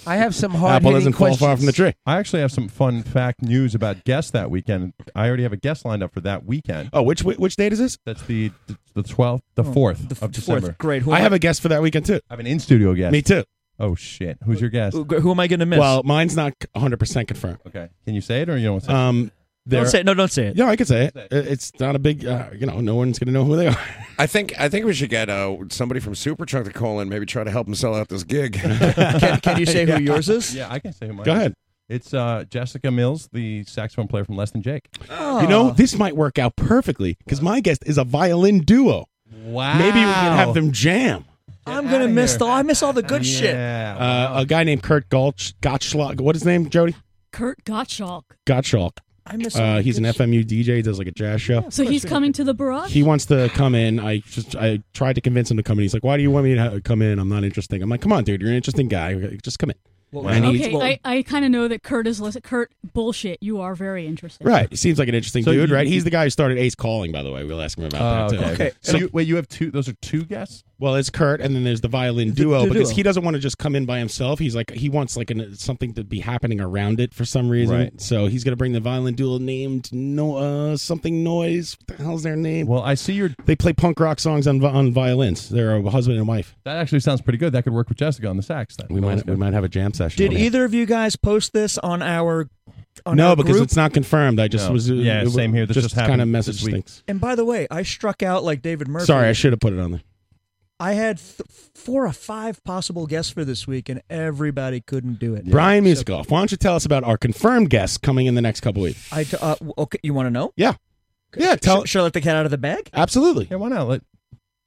I have some hard hitting questions.
tree.
I actually have some fun fact news about guests that weekend. I already have a guest lined up for that weekend.
Oh, which which date is this?
That's the the twelfth, the
Oh,
fourth
the
of
4th.
December.
Great. Who
I
am
have
I-
a guest for that weekend too.
I have an in studio guest.
Me too.
Oh shit! Who's your guest?
Who, who am I gonna miss?
Well, mine's not 100 percent confirmed.
Okay. Can you say it or you don't want to say it?
Um,
Don't
there-
say it.
No, don't say it.
No, I can say it. It- It's not a big. Uh, you know, no one's going to know who they are.
I think I think we should get uh, somebody from Superchunk to call in, maybe try to help him sell out this gig.
can, can you say who yours is?
Yeah, I can say who mine.
Go
is.
ahead.
It's uh, Jessica Mills, the saxophone player from Less Than Jake.
Oh.
You know, this might work out perfectly because my guest is a violin duo.
Wow.
Maybe we can have them jam.
I'm gonna miss the. I miss all the good shit.
Uh, a guy named Kurt Gotch, Gottschalk. What is his name, Jody?
Kurt Gottschalk.
Gottschalk.
I miss all
Uh,
the
he's an
good
FMU DJ. Does like a jazz show.
So he's coming to the barrage.
He wants to come in. I just I tried to convince him to come in. He's like, "Why do you want me to ha- come in? I'm not interesting." I'm like, "Come on, dude. You're an interesting guy. Just come in." And he-
okay, I, I kind of know that Kurt is less. Kurt, bullshit. You are very interesting.
right. He seems like an interesting
So
dude,
you-
right? He's the guy who started Ace Calling, by the way. We'll ask him about
Oh,
that too.
okay. Okay. So you, wait, you have two? Those are two guests.
Well, it's Kurt, and then there's the violin duo
the
because
duo.
he doesn't want to just come in by himself. He's like he wants like an, something to be happening around it for some reason.
Right.
So he's gonna bring the violin duo named no uh, something noise. What the hell's their name?
Well, I see your.
They play punk rock songs on vi- on violins. They're a husband and wife.
That actually sounds pretty good. That could work with Jessica on the sax. Then
We might we might have a jam session.
Did either of you guys post this on our? On
no,
our
because
group?
it's not confirmed. I just
No.
was uh,
Yeah,
it-
same here. This just
kind of
happened
message
this week.
things.
And by the way, I struck out like David Murphy.
Sorry, I should have put it on there.
I had th- four or five possible guests for this week, and everybody couldn't do it.
Brian Musikoff, why don't you tell us about our confirmed guests coming in the next couple weeks?
I t- uh, w- okay, you want to know?
Yeah, yeah. Tell
Should I let the cat out of the bag?
absolutely.
Yeah, why not? Let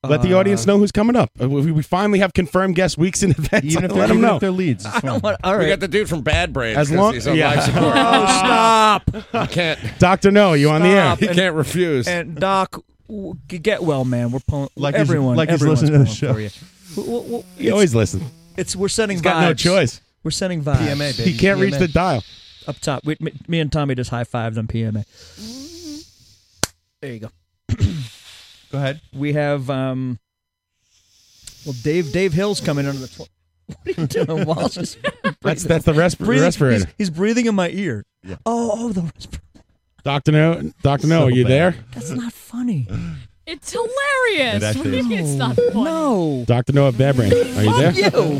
Let the
Uh,
audience know who's coming up. Uh, We, we finally have confirmed guest weeks in advance.
even if
let
they're-
them
even
know.
if they're leads. it's fine.
all
We
right.
got the dude from Bad Brains.
As
'cause
long-
he's on
yeah.
live support.
Oh, stop!
I can't.
Doctor No, you on the air?
Stop.
He can't refuse.
And Doc, w- g- get well, man. We're pulling
Like he's-
everyone.
like he's
everyone's
listening to the
pulling For you. W- w- w-
You always listen.
It's we're sending
He's got no
vibes.
choice.
We're sending vibes.
PMA, baby.
He can't reach
PMA.
the dial.
Up top, we, me, me and Tommy just high fived on PMA. There you go.
Go ahead.
We have um. Well, Dave Dave Hill's coming under the. Tw- what are you doing, Walsh? Just
That's that's the resp-
breathing-
respirator.
He's, he's breathing in my ear. Oh, oh, the respirator.
Doctor No, Doctor No,
So
are you
bad.
there?
That's not funny.
It's hilarious.
It actually
What do you
is.
mean it's not funny.
No.
Doctor No of Bad Brain, are you there?
Fuck you.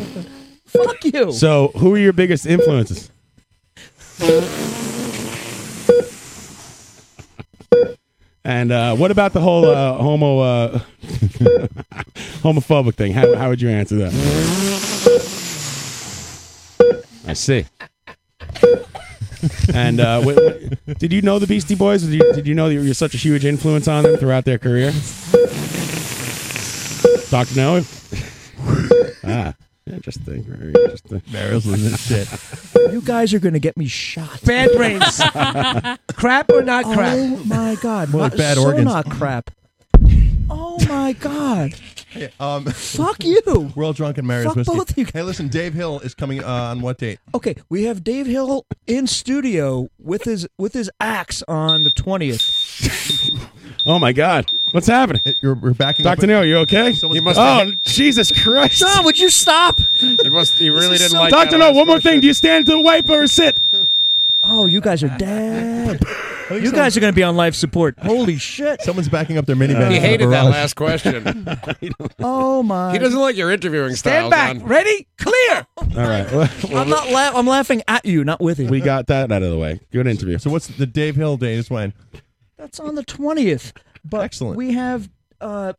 Fuck you.
So, who are your biggest influences? And uh, what about the whole uh, homo uh, homophobic thing? How, how would you answer that? I see. and uh, wh- wh- did you know the Beastie Boys? Did you, did you know that you're such a huge influence on them throughout their career? Doctor No. ah, interesting. Very interesting.
Meryl's losing his shit.
You guys are gonna get me shot.
Bad brains. crap or not crap?
Oh my god.
More like
Not-
bad
so
organs.
Not crap. Oh my god.
Um,
Fuck you.
we're all drunk and Mary's
Fuck
whiskey.
both of you.
Hey, listen, Dave Hill is coming uh, on what date?
Okay, we have Dave Hill in studio with his with his axe on the twentieth.
Oh my God, what's happening?
You're, we're backing up.
Doctor No, are you okay?
He must.
Oh, Jesus Christ.
John, would you stop?
He must. He really
is
didn't
so-
like.
Oh, Doctor No, one more thing. Do you stand to the wipe or sit?
Oh, you guys are dead. You guys are gonna be on life support. Holy shit.
Someone's backing up their
Uh,
minivan.
He
in the
hated that
garage.
last question.
Oh my.
He doesn't like your interviewing
Stand
style.
back.
John.
Ready? Clear.
All right. Well,
I'm not la- I'm laughing at you, not with you.
we got that out of the way. Good interview.
So what's the Dave Hill date? Is when?
That's on the twentieth. But
Excellent.
We have uh,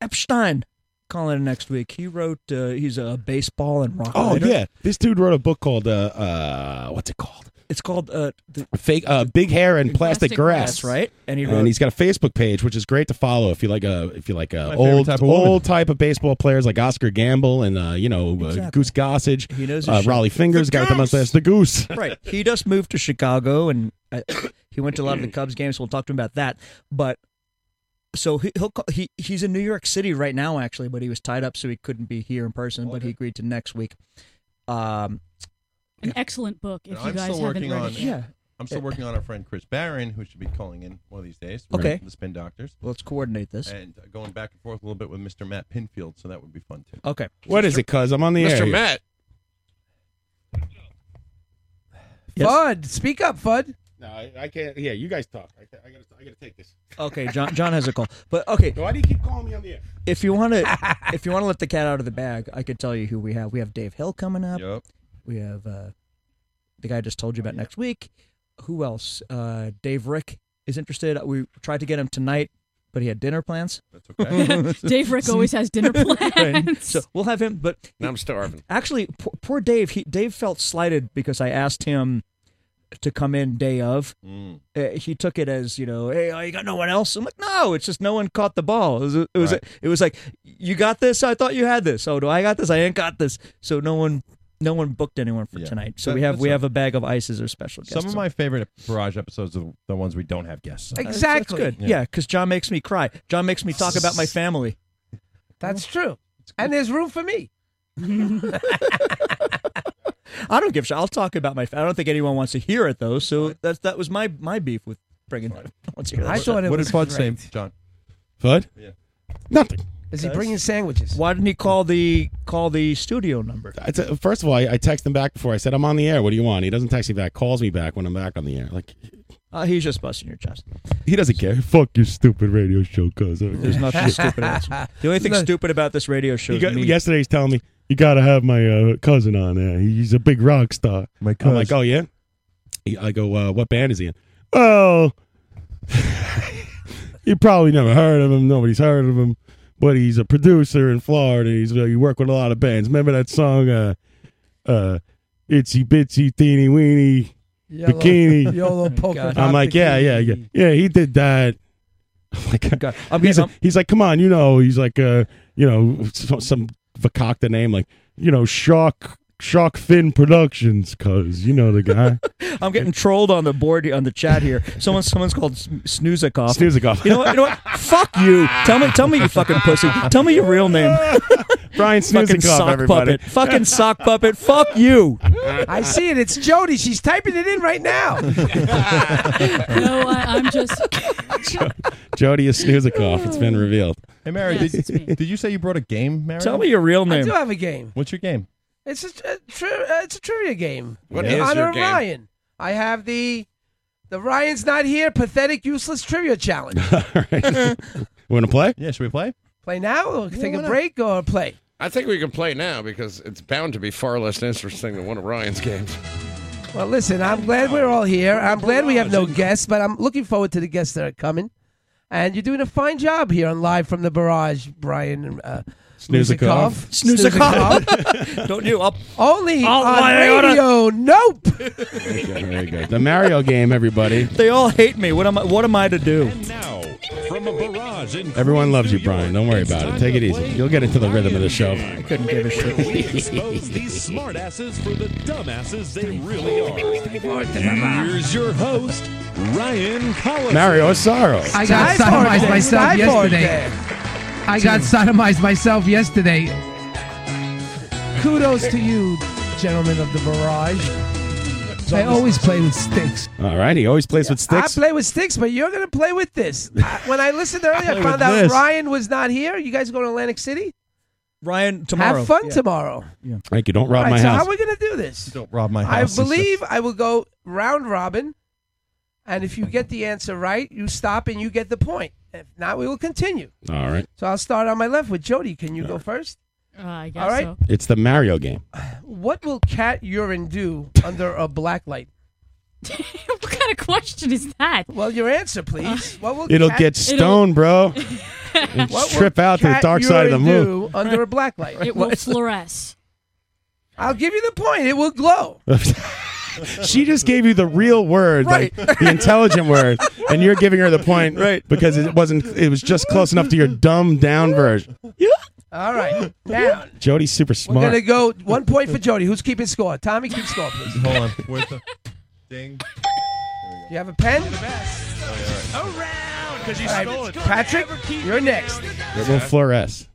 Epstein calling in next week. He wrote. Uh, he's a baseball and rock.
Oh
writer.
yeah, this dude wrote a book called uh, uh what's it called?
It's called uh, the,
Fake uh, Big Hair and Plastic,
Plastic
Grass,
Grass, right? And he
and
wrote-
he's got a Facebook page, which is great to follow if you like uh if you like uh,
My favorite
old
type of woman.
old type of baseball players like Oscar Gamble and uh you know uh, Goose Gossage,
He knows his
uh,
shit.
Raleigh Fingers,
The
guy with the
Goose!
mustache, the Goose.
right. He just moved to Chicago, and uh, he went to a lot of the Cubs games. We'll talk to him about that. But so he, he'll call, he he's in New York City right now, actually, but he was tied up, so he couldn't be here in person. But he agreed to next week. Um,
An excellent book. If
And
you
I'm
guys
still
haven't
working
read
on.
it, yet.
I'm still working on our friend Chris Barron, who should be calling in one of these days. We're
Okay.
The spin doctors.
let's coordinate this.
And uh, going back and forth a little bit with Mr. Matt Pinfield, so that would be fun too.
Okay.
What is it? Cause I'm on the air.
Mr.
here.
Matt.
Fudd, speak up, Fudd.
No, I, I can't. Yeah, you guys talk. I, I gotta I gotta take this.
Okay, John. John has a call, but okay.
Why do you keep calling me on the air?
If you want to, if you want to let the cat out of the bag, I could tell you who we have. We have Dave Hill coming up.
Yep.
We have uh, the guy I just told you about next week. Who else? Uh, Dave Rick is interested. We tried to get him tonight, but he had dinner plans. That's
okay. Dave Rick always has dinner plans.
So we'll have him. But
Now I'm starving.
actually, poor, poor Dave. He Dave felt slighted because I asked him to come in day of.
Mm.
Uh, he took it as you know, hey, oh, you got no one else. I'm like, no, it's just no one caught the ball. It was, it was,
Right.
it was like, you got this. I thought you had this. Oh, do I got this? I ain't got this. So no one, no one booked anyone for
Yeah.
tonight. So
That-
we have
that's
we
all.
have a bag of ice as our special guest.
Some of my favorite barrage episodes are the ones we don't have guests. on.
That's- that's good. Yeah, because John makes me cry. John makes me talk about my family.
That's true. And there's room for me.
I don't give a shit. I'll talk about my. I don't think anyone wants to hear it though. So that's that was my my beef with bringing. that. No one wants to hear that shit.
what did Fudd say, John?
Fudd?
Yeah.
Nothing.
Is he bringing sandwiches?
Why didn't he call the call the studio number?
I t- first of all, I, I text him back before I said I'm on the air. What do you want? He doesn't text me back. Calls me back when I'm back on the air. Like
Uh, he's just busting your chest.
he doesn't care. Fuck your stupid radio show, cuz
There's nothing stupid. About this. The only thing stupid about this radio show
He
is
got-
me.
yesterday he's telling me you gotta have my uh, cousin on there. He's a big rock star. My I'm like,
cousin.
oh yeah. He- I go, uh, what band is he in? Well, you probably never heard of him. Nobody's heard of him, but he's a producer in Florida. He's uh, he worked with a lot of bands. Remember that song, uh, uh, "Itsy Bitsy Teeny Weeny
Yellow-
Bikini"?
Yellow polka
I'm
dot
like, yeah, yeah, yeah, yeah. He did that. I'm like, he's,
getting-
he's like, come on, you know, he's like, uh, you know, some, some Vakakta name, like, you know, Shark Shark Fin Productions, cause you know the guy.
I'm getting trolled on the board on the chat here. Someone, someone's called S- Snoozikoff.
Snoozikoff.
You know what? You know what? Fuck you. Tell me, tell me you fucking pussy. Tell me your real name.
Brian
fucking
Snoozikoff,
sock
everybody.
puppet. Fucking sock puppet. Fuck you.
I see it. It's Jody. She's typing it in right now.
no, I, I'm just.
Jody is Snoozikoff. It's been revealed.
Hey, Mary,
Yes, it's me.
did, did you say you brought a game, Mary?
Tell me your real name.
I do have a game.
What's your game?
It's a, a tri- uh, it's a trivia game.
What
In
is your
honor of
game?
Ryan. I have the the Ryan's not here pathetic useless trivia challenge.
Want to play?
Yeah, should we play?
play now or take
why
a
not?
break or play.
I think we can play now because it's bound to be far less interesting than one of Ryan's games.
Well, listen, I'm glad we're all here. I'm glad we have no guests, but I'm looking forward to the guests that are coming. And you're doing a fine job here on Live from the Barrage, Brian. Uh,
Snoozikoff.
Snoozikoff.
Snoozikoff.
Don't you up
only
All
on
I order-
radio? Nope.
Very good, very good. The Mario game, everybody.
They all hate me. What am I? What am I to do?
Now, from a barrage in
Everyone loves you, Brian. Don't worry about it. Take it easy. You'll get into the rhythm of the show.
I couldn't give a
we
shit.
expose these smartasses for the dumbasses they really are. Here's your host, Ryan Collins.
Mario Sorrow.
I got sodomized myself yesterday. I got sodomized myself yesterday. Kudos to you, gentlemen of the barrage. I always play with sticks.
All right, he always plays with sticks.
I play with sticks, but you're going to play with this. I- when I listened earlier, I
Play
found
with
out
this.
Ryan was not here. You guys going to Atlantic City?
Ryan, tomorrow.
Have fun
Yeah.
tomorrow.
Thank you. Don't rob
All right,
my
so
house.
how are we going to do this?
Don't rob my
I
house.
believe I will go round robin, and if you get the answer right, you stop and you get the point. If not, we will continue.
All right.
So I'll start on my left with Jody. Can you go first?
Uh, I guess
All right.
so.
It's the Mario game.
What will cat urine do under a black light?
what kind of question Uh, is that?
Well, your answer, please. what will
It'll
cat-
get stoned, bro. And
What will
trip out to the
cat
dark side of the
urine
moon.
do under a black light.
It will fluoresce.
I'll give you the point. It will glow.
she just gave you the real word, like the intelligent word, and you're giving her the point, right? Because it wasn't. It was just close enough to your dumbed down version.
All right. Now,
Jody's super
we're
smart.
going to go one point for Jody. Who's keeping score? Tommy, keep score, please.
Hold on. Where's the ding?
You have a pen?
Around, because you
All right,
stole it.
Patrick, you're next.
It will fluoresce.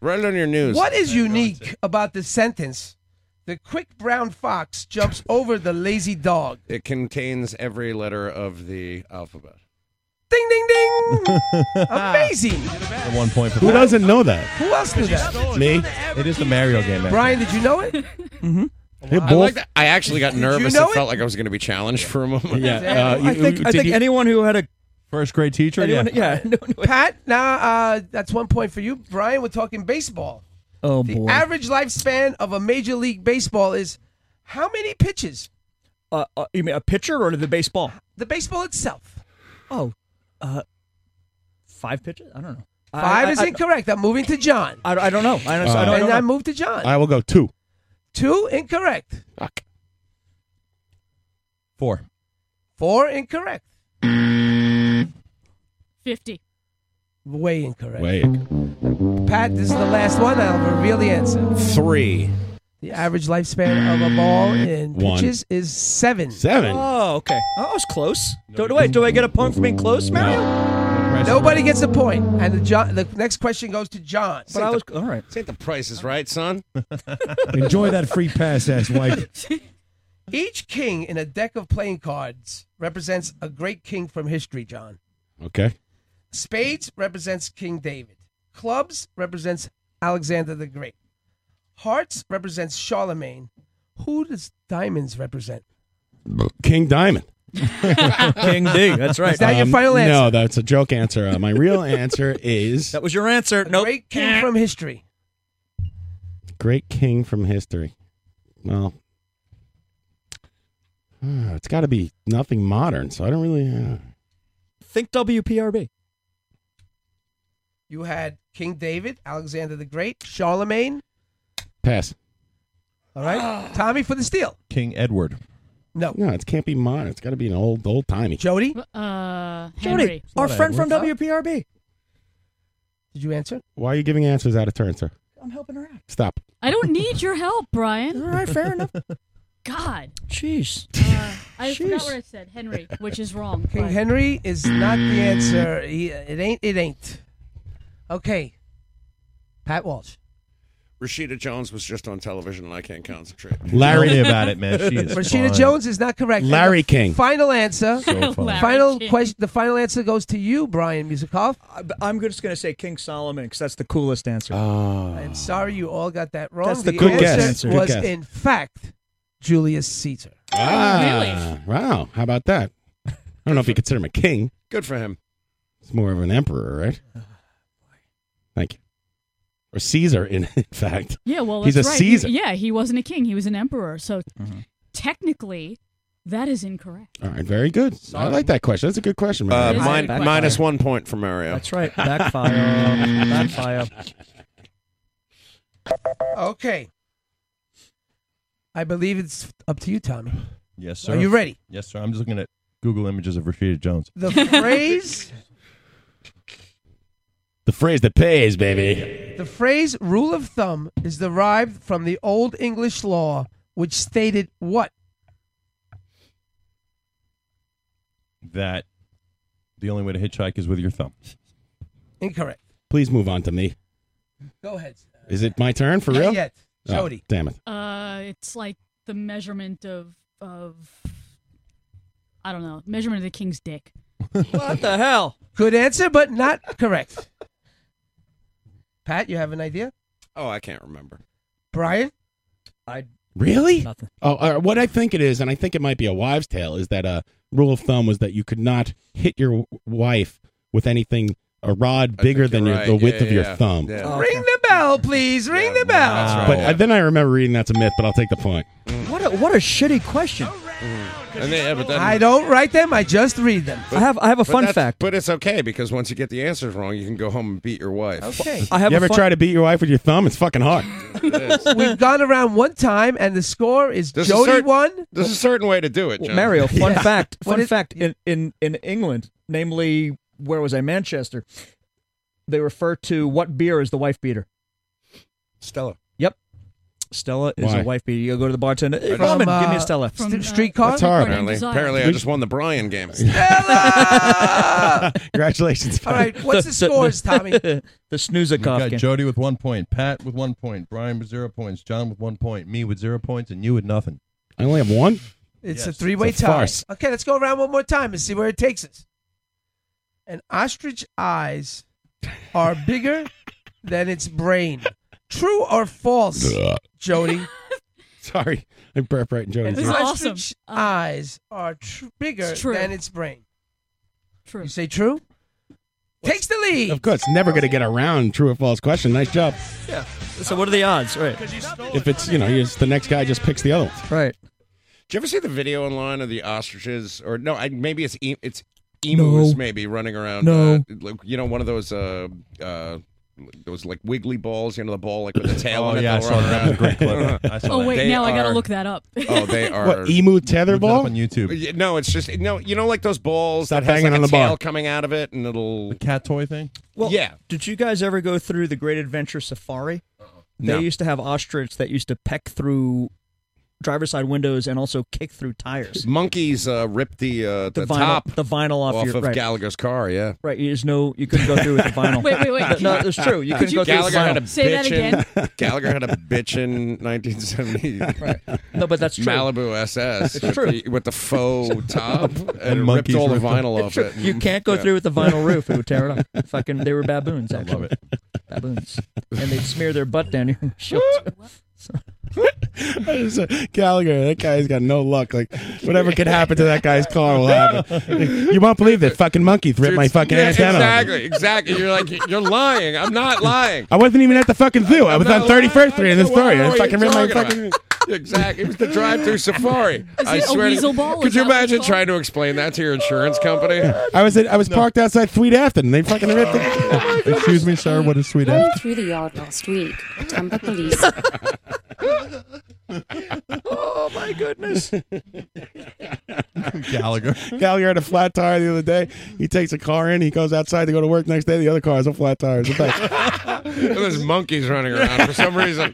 Right on your news.
What is unique about the sentence? The quick brown fox jumps over the lazy dog.
It contains every letter of the alphabet.
Ding, ding, ding. Amazing.
The one point for
Who doesn't know that?
Who else knew that?
Me.
It is the Mario game. man.
Brian, did you know it? mm-hmm.
I, like that. I actually got
Did you
nervous.
know
it felt like I was going to be challenged for a moment.
uh,
Yeah, uh,
I think, I think anyone who had a
first grade teacher,
anyone, yeah,
Pat, now uh, that's one point for you. Brian, we're talking baseball.
Oh
The
boy.
average lifespan of a major league baseball is how many pitches?
uh, uh, you mean a pitcher or the baseball?
The baseball itself.
Oh, uh, five pitches? I don't know. I-
Five
I-
is
I-
incorrect. I'm moving to John.
I, I don't know. I
Uh,
don't, I don't, I
and
don't
I
know.
moved to John.
I will go two.
Two incorrect.
Four.
Four incorrect.
50.
Way incorrect.
Wait.
Pat, this is the last one. I'll reveal the answer.
Three.
The average lifespan of a ball in
One.
pitches is seven.
Oh, okay. Oh, I was close. Do, do I do I get a point for being close, Mario?
Nobody gets a point, and the, John, the next question goes to John.
But I was-
all right.
This ain't the prices, right, son?
Enjoy that free pass, ass wife.
Each king in a deck of playing cards represents a great king from history, John.
Okay.
Spades represents King David. Clubs represents Alexander the Great. Hearts represents Charlemagne. Who does diamonds represent?
King Diamond. Um,
King D, that's right. Is that your final
No,
answer?
that's a joke answer. Uh, my real answer is
That was your answer. Nope.
Great king from history.
great king from history. Well, uh, it's got to be nothing modern, so I don't really. Uh,
Think WPRB.
You had King David, Alexander the Great, Charlemagne.
pass.
All
Ah.
right, Tommy for the steal.
King Edward.
No.
No, it can't be modern. It's got to be an old, old timey.
Jody?
Uh,
Jody,
Henry.
our friend from
Edwards.
WPRB.
Did you answer?
Why are you giving answers out of turn, sir?
I'm helping her out.
Stop.
I don't need your help, Brian.
All right, fair enough.
God. Uh,
Jeez.
I forgot what I said. Henry, which is wrong.
King
but-
Henry is not the answer. He, it ain't. It ain't. Okay. Pat Walsh.
Rashida Jones was just on television and I can't concentrate.
Larry- Tell me about it, man. She is
Rashida
fine.
Jones is not correct.
Larry
And the
King.
Final answer.
So fine. Larry
final
King.
question. The final answer goes to you, Brian Musikoff.
I'm just going to say King Solomon because that's the coolest answer.
I'm sorry you all got that wrong.
That's the
the
good
answer
guess. Ah. Good
was
guess.
in fact Julius Caesar.
Ah, Wow. How about that? I don't know if you consider him a king.
Good for him.
It's more of an emperor, right?
Oh,
Thank you. Or Caesar, in fact.
Yeah, well,
he's
that's
a
right. He-
Caesar. Mm-hmm.
yeah, he wasn't a king; he was an emperor. So technically, that is incorrect.
All right, very good. I like that question. That's a good question. man.
Uh, min- minus one point for Mario.
That's right. Backfire. Backfire.
Okay. I believe it's up to you, Tommy.
Yes, sir.
Are you ready?
Yes, sir. I'm just looking at Google images of Rashida Jones.
The phrase,
The phrase that pays, baby.
the phrase "rule of thumb" is derived from the Old English law, which stated what?
That the only way to hitchhike is with your thumb.
Incorrect.
Please move on to me.
Go ahead.
Is it my turn for
Not
real?
yet.
Oh,
Jody.
damn it.
Uh, it's like the measurement of of I don't know, measurement of the king's dick.
What the hell?
Good answer, but not correct. Pat, you have an idea?
Oh, I can't remember.
Brian?
I
Really?
Nothing.
Oh, all right, what I think it is, and I think it might be a wives' tale, is that a rule of thumb was that you could not hit your w- wife with anything a rod bigger than
you're
your, the
right.
width
Yeah,
of your
yeah.
thumb. uh,
Yeah.
Ring the bell, please. Ring the bell.
But I, then I remember reading that's a myth, but I'll take the point.
What a what a shitty question.
And they, yeah, but then-
I don't write them. I just read them.
but- but that's- But it's okay because once you get the answers wrong, you can go home and beat your wife.
Okay.
you ever try to beat your wife with your thumb? It's fucking hard.
We've gone around one time, and the score is
There's a
Jody
certain-
one.
There's a certain way to do it,
Well,
John.
Mario, fun fact,
What
fun
is-
fact, in, in, in England, namely, where was I? Manchester. They refer to what beer is the wife beater?
Stella.
Yep. Stella is
Why?
a wife beater. You go to the bartender, hey,
From,
Robin, give me
uh,
a Stella.
from,
St- streetcar?
That's hard.
According to
Apparently,
Desire.
apparently I
We-
just won the Brian game.
Congratulations.
All right, what's the scores, Tommy?
the snoozer
got Jody with one point, Pat with one point, Brian with zero points, John with one point, me with zero points, and you with nothing.
I only have one.
It's
Yes,
a three-way
it's a
tie.
farce.
Okay, let's go around one more time and see where it takes us. An ostrich eyes are bigger than its brain. True or false, Jody?
Sorry, I burp right in
An
Jody's. ear.
ostrich eyes are tr- bigger
It's true.
than its brain.
True.
You say true? Takes the lead.
Of course, never going to get around true or false question. Nice job.
Yeah. So what are the odds? Right.
If it's you know, here's the next guy just picks the other one.
Right.
Did you ever see the video online of the ostriches? Or no, I, maybe it's e- it's emus,
No.
maybe running around.
No.
uh, like, you know, one of those uh, uh, those like wiggly balls. You know, the ball like with the tail
Oh,
on it.
yeah, I
they'll
saw
run
that. That was a
around.
great clip. I saw
Oh, wait,
They
now I gotta
are-
look that up.
Oh, they are
What emu tetherball
on YouTube?
Yeah, No, it's just no. You know, like those balls
Stop
that has
banging
like,
on
a
the
tail
bar.
coming out of it, and it'll the
cat toy thing.
Well,
yeah.
Did you guys ever go through the Great Adventure Safari? They
No.
used to have ostrich that used to peck through driver's side windows and also kick through tires.
Monkeys uh, rip the uh, the,
The vinyl-
top
the vinyl off your-
of
right.
Gallagher's car. Yeah,
Right, you just know you couldn't go through with the vinyl.
Wait, wait, wait.
No, it's true. You
Could
couldn't
you
go through with the
Gallagher had a
vinyl.
Say that
bitchin'- Gallagher had a bitch in 1970.
No, but that's true.
Malibu SS.
It's
with
true.
The, with the faux top and,
And
it ripped
monkeys
all the
ripped it.
vinyl
It's
off
true.
it.
You can't go
Yeah.
through with the vinyl roof; it would tear it up. Fucking, they were baboons. Actually,
love it.
baboons, and they'd smear their butt down your shoulder.
I just said, Gallagher, that guy's got no luck. Like whatever could happen to that guy's car will happen. Like, you won't believe that fucking monkey ripped my fucking
Yeah,
antenna.
Exactly, exactly. You're like, you're lying. I'm not lying.
I wasn't even at the fucking zoo. I was
not
on 31st Street in this
What
story.
are
I
you
fucking ripped my
talking
fucking.
about? Exactly. It was the drive-through safari. I
it a
swear. to-
weasel ball?
Could
Is
you
that what
imagine
it's
trying to explain that to your insurance company?
I was at, I was parked outside Sweet Afton. And they fucking ripped it.
Excuse me, sir. What is sweet
Going
ass?
through the yard last week, Tampa police.
oh my goodness!
Gallagher.
Gallagher had a flat tire the other day. He takes a car in. He goes outside to go to work next day. The other car has a flat tire. It's a fact.
There's monkeys running around for some reason.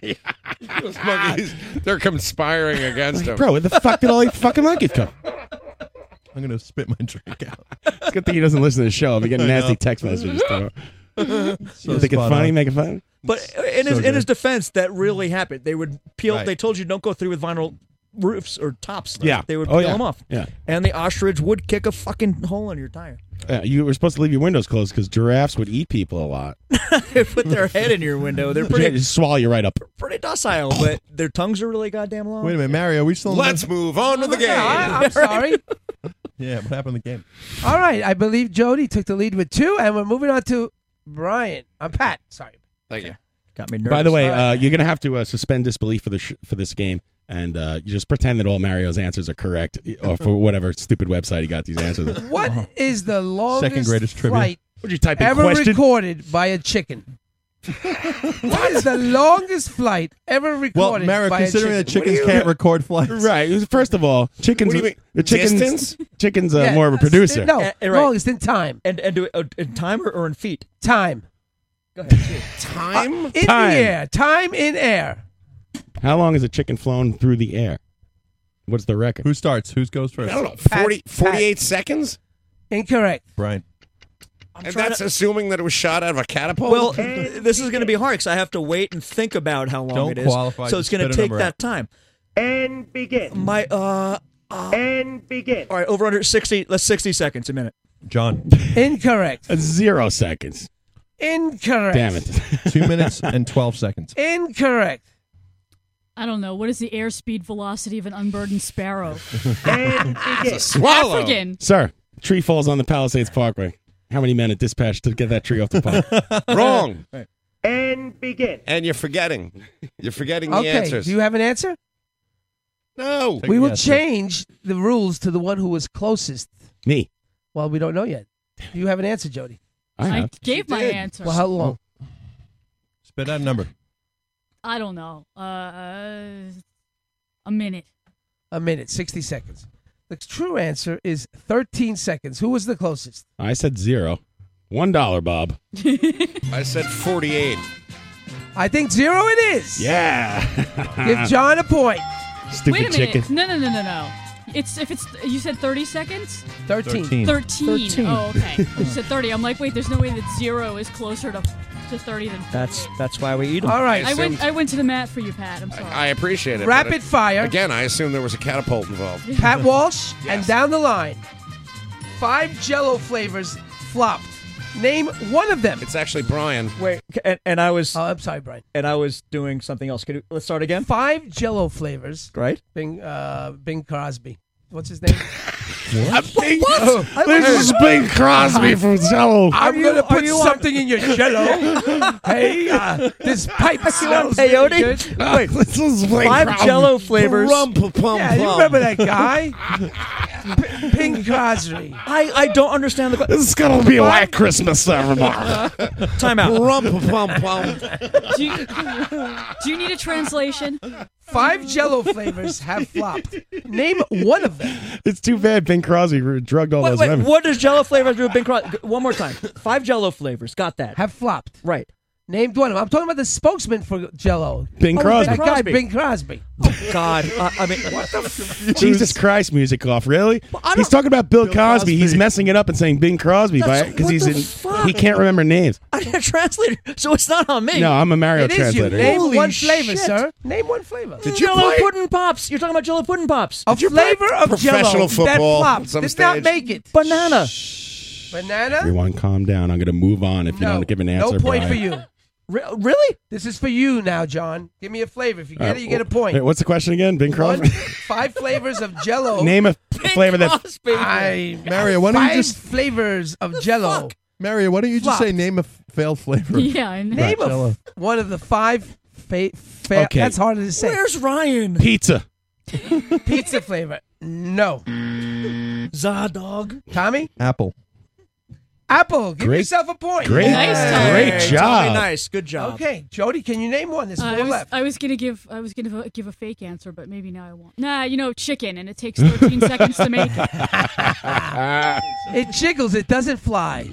Those monkeys, they're conspiring against him.
Bro, where the fuck did all these fucking monkeys come?
I'm gonna spit my drink out.
It's a good thing he doesn't listen to the show. We get
I know.
nasty text messages. Though.
So
you think it's
spot
funny?
on.
Make it funny?
But in his
So
in his
good.
defense, that really happened. They would peel.
Right.
They told you don't go through with vinyl roofs or tops.
Yeah.
they would
Oh,
peel
yeah.
them off.
Yeah.
and the ostrich would kick a fucking hole in your tire.
Yeah, you were supposed to leave your windows closed because giraffes would eat people a lot.
They put their head in your window. They're
They
pretty
just swallow you right up.
pretty docile, but their tongues are really goddamn long. Oh,
Wait a minute, Mario. Are we still? in
Let's
the-
move on to the game.
I, I'm sorry.
Yeah. What happened in the game?
All right, I believe Jody took the lead with two, and we're moving on to Brian. I'm Pat. Sorry.
Thank you.
Got me nervous.
By the way, uh, you're gonna have to uh, suspend disbelief for the sh- for this game, and uh, you just pretend that all Mario's answers are correct, or for whatever stupid website he got these answers. on.
What
Uh-huh.
is the longest
greatest trivia.
flight
Would you type in
ever
question?
recorded by a chicken? what is the longest flight ever recorded
Well, Mario,
by
considering
a
that
chicken?
chickens can't record flights,
Right. First of all, chickens.
What do you mean?
The chickens.
Distance?
uh,
Chickens are
Yeah,
more of a producer.
No,
Eh, eh, right.
longest in time.
and and do it, uh, in time or, or in feet?
Time.
Go ahead. shoot.
Time?
Uh, In
Time.
the air. Time in air.
How long is a chicken flown through the air? What's the record?
Who starts? Who goes first?
I don't know. 40,
Pat-
48 seconds?
Incorrect.
Brian.
I'm
And
trying
that's
to-
assuming that it was shot out of a catapult?
well, this is going to be hard because I have to wait and think about how long
Don't
it is.
qualify,
so
just
it's going
spit
to
a
take
number
that
out.
time. And begin. My uh, uh. And begin. All right, oh. over under sixty. Let's sixty seconds a minute.
John.
Incorrect.
Zero seconds.
Incorrect.
Damn it.
Two minutes and twelve seconds.
Incorrect.
I don't know. What is the airspeed velocity of an unburdened sparrow?
swallow.
African.
Sir, tree falls on the Palisades Parkway. How many men at dispatch to get that tree off the park?
Wrong.
And begin.
And you're forgetting. You're forgetting the
Okay.
answers.
Do you have an answer?
No.
we will change the rules to the one who was closest.
Me.
Well, we don't know yet. You have an answer, Jody.
I I gave my did. answer.
Well, how long?
Spit out a number.
I don't know. Uh, a minute.
A minute, 60 seconds. The true answer is 13 seconds. Who was the closest?
I said zero. One dollar, Bob.
I said 48.
I think zero it is.
Yeah.
Give John a point.
Stupid
Wait a minute.
chicken.
No, no, no, no, no. It's if it's you said thirty seconds. 13.
13. 13.
Oh, okay. you said thirty. I'm like, wait, there's no way that zero is closer to to thirty than.
That's that's why we eat them.
All right.
I went. I went to the mat for you, Pat. I'm sorry.
I appreciate it.
Rapid
but it-
fire.
Again, I assume there was a catapult involved.
Pat Walsh, and down the line, five Jello flavors flopped. Name one of them.
It's actually Brian.
Wait, and, and I was.
Oh, I'm sorry, Brian.
And I was doing something else. Could we, let's start again.
Five Jello flavors.
Right.
Bing, uh, Bing Crosby. What's his name?
What? Bing,
What?
Oh, this is Bing Crosby from Jello.
I'm gonna put something in your Jello. hey, uh, this pipe smells really good.
Wait,
this is Bing
five
Crosby.
Jello flavors.
yeah, you remember that guy? P- Bing Crosby.
I, I don't understand the.
This is gonna be a white Christmas, everybody.
Time out.
do, you, do you need a translation?
Five Jello flavors have flopped. Name one of them.
It's too bad Bing Crosby re- drugged all
Wait,
those
wait,
women.
what does Jello flavors do with Bing Crosby? One more time. Five Jello flavors. Got that?
Have flopped.
Right.
Named one of them. I'm talking about the spokesman for Jello. Oh,
Bing Crosby.
That guy,
Crosby. Oh,
Bing Crosby.
God, I, I mean, what the? F-
Jesus Christ, music off. Really? He's talking about Bill, Cosby. He's messing it up and saying Bing Crosby
That's-
because
what
he's
the
in.
fuck?
He can't remember names.
I need a translator, so it's not on me.
No, I'm a Mario
It is
translator.
you. Name
Holy
one flavor,
shit.
sir. Name one flavor.
Did you
Jello
play-
pudding pops. You're talking about Jello pudding pops.
A flavor of Jello
professional
that
football
flopped.
at some
Did not
stage?
make it.
Banana.
Banana.
Everyone, calm down. I'm going to move on if you
No.
don't give an
No
answer.
point
Brian.
for you.
Re- really?
This is for you now, John. Give me a flavor. If you
All
get
Uh,
right,
it, you get a
wh- Uh, wait,
point.
what's the question again? Bing
One,
Crosby.
five flavors of Jello.
Name a flavor that.
Crosby.
I
Mario, why don't you
five
just-
flavors of Jello?
fuck?
Mario, why don't you just
Flop.
say name a f- failed flavor?
Yeah. I know.
Name
Jello.
of one of the five. Fa- fa-
Okay.
That's harder to say.
Where's Ryan?
Pizza.
Pizza flavor. No.
Zadog.
Tommy?
Apple.
Apple. Give
Great-
yourself a point.
Great.
Nice time.
Great
Hey, Tommy,
job.
nice. Good job.
Okay. Jody, can you name one? There's
Uh,
four
I was,
left.
I was gonna give I was gonna v- give a fake answer, but maybe now I won't. Nah, you know, chicken, and it takes 13 seconds to make. it.
It jiggles. It doesn't fly.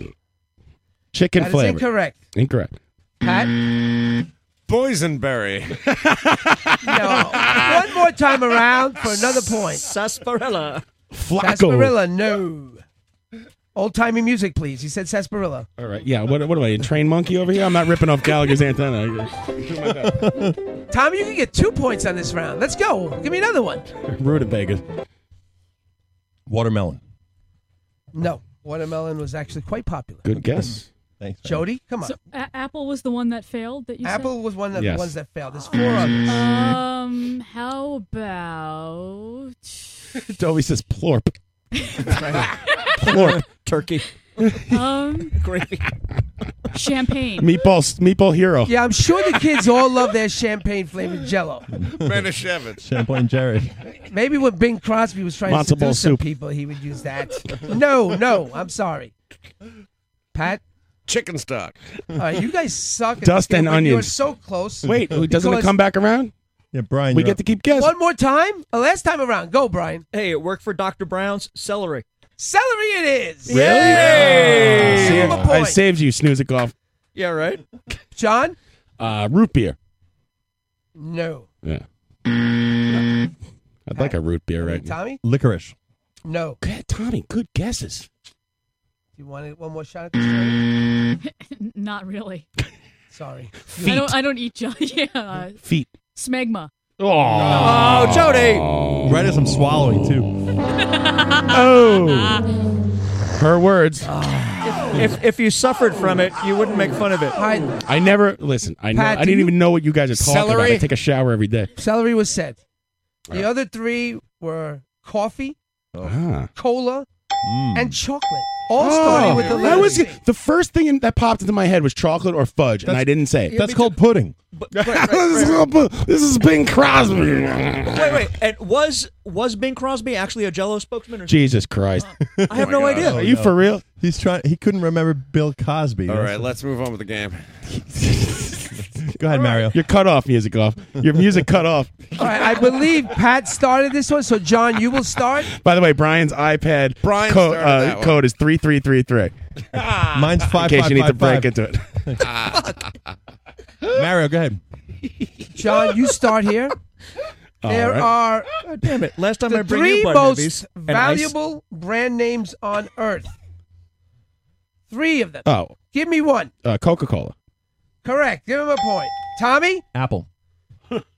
Chicken
That is
flavor.
incorrect.
Incorrect.
Pat?
Boysenberry.
No. one more time around for another point.
Sarsaparilla.
Flacco.
Sarsaparilla, no. Old timey music, please. He said sarsaparilla.
All right. Yeah. What, what am I? A train monkey over here? I'm not ripping off Gallagher's antenna.
Tommy, you can get two points on this round. Let's go. Give me another one.
Rutabaga.
Watermelon.
No. Watermelon was actually quite popular.
Good guess.
Thanks. man.
Jody, come on.
So a- Apple was the one that failed. That you said?
Apple was one of
Yes.
the ones that failed. There's four others.
Um, how about
Toby says plorp. plorp.
Turkey.
um
Gravy.
champagne?
Meatball. Meatball hero.
Yeah, I'm sure the kids all love their champagne flavored jello.
Manischewitz.
Champlain Jerry.
Maybe when Bing Crosby was trying
Matzo
to
ball
seduce some
soup.
people, he would use that. No, no, I'm sorry. Pat,
Chicken stock.
all right, you guys suck. at
Dust
this game,
and
but You're
onions.
so close.
Wait. Doesn't it
Because-
come back around?
Yeah, Brian.
We
you're
get
up.
to keep guessing.
One more time? Uh, last time around. Go, Brian.
Hey, it worked for Dr. Brown's celery.
Celery it is.
Really? See,
Give him a
I
point.
saved you, snooze it off.
Yeah, right.
John?
Uh, root beer.
No.
Yeah. I'd like a root beer right now.
Tommy?
licorice.
No.
Good, Tommy, good guesses.
You want it- one more shot at this? Jody?
Not really.
Sorry.
I don't. I don't eat jelly. yeah, uh,
Feet.
smegma.
Oh, Jody.
Right as I'm swallowing too.
Oh. Her words.
If, if you suffered from it, you wouldn't make fun of it.
All right,
I never listen. I know,
Pat,
I
do
didn't
you-
even know what you guys are talking about. I
Celery?
take a shower every day.
celery was said. The other three were coffee,
Ah. Oh.
cola, and chocolate. Oh. Mm. All started with the
Hmm. that
letters.
was the first thing in, that popped into my head was chocolate or fudge, and I didn't say it.
That's called pudding.
this, is called pu- this is Bing Crosby.
wait, wait. And was was Bing Crosby actually a Jello spokesman? Or
Jesus Christ!
I
Oh
have no idea.
Are you for real?
He's trying. He couldn't remember Bill Cosby.
All
That's-
right, let's move on with the game.
Go ahead, Mario. Your cut off music off. Your music cut off.
All right, I believe Pat started this one, so John, you will start.
By the way, Brian's iPad
Brian
co-
started that
uh,
one. Ah.
code is three three three three.
Mine's five.
In case
five,
you need
five,
to break
five.
into it.
Mario, go ahead.
John, you start here. there
right.
are.
damn it! Last time
the
I bring
three
you Bud
most
movies and ice.
valuable brand names on earth. Three of them.
Oh,
Give me one.
uh, Coca Cola.
Correct. Give him a point. Tommy?
Apple.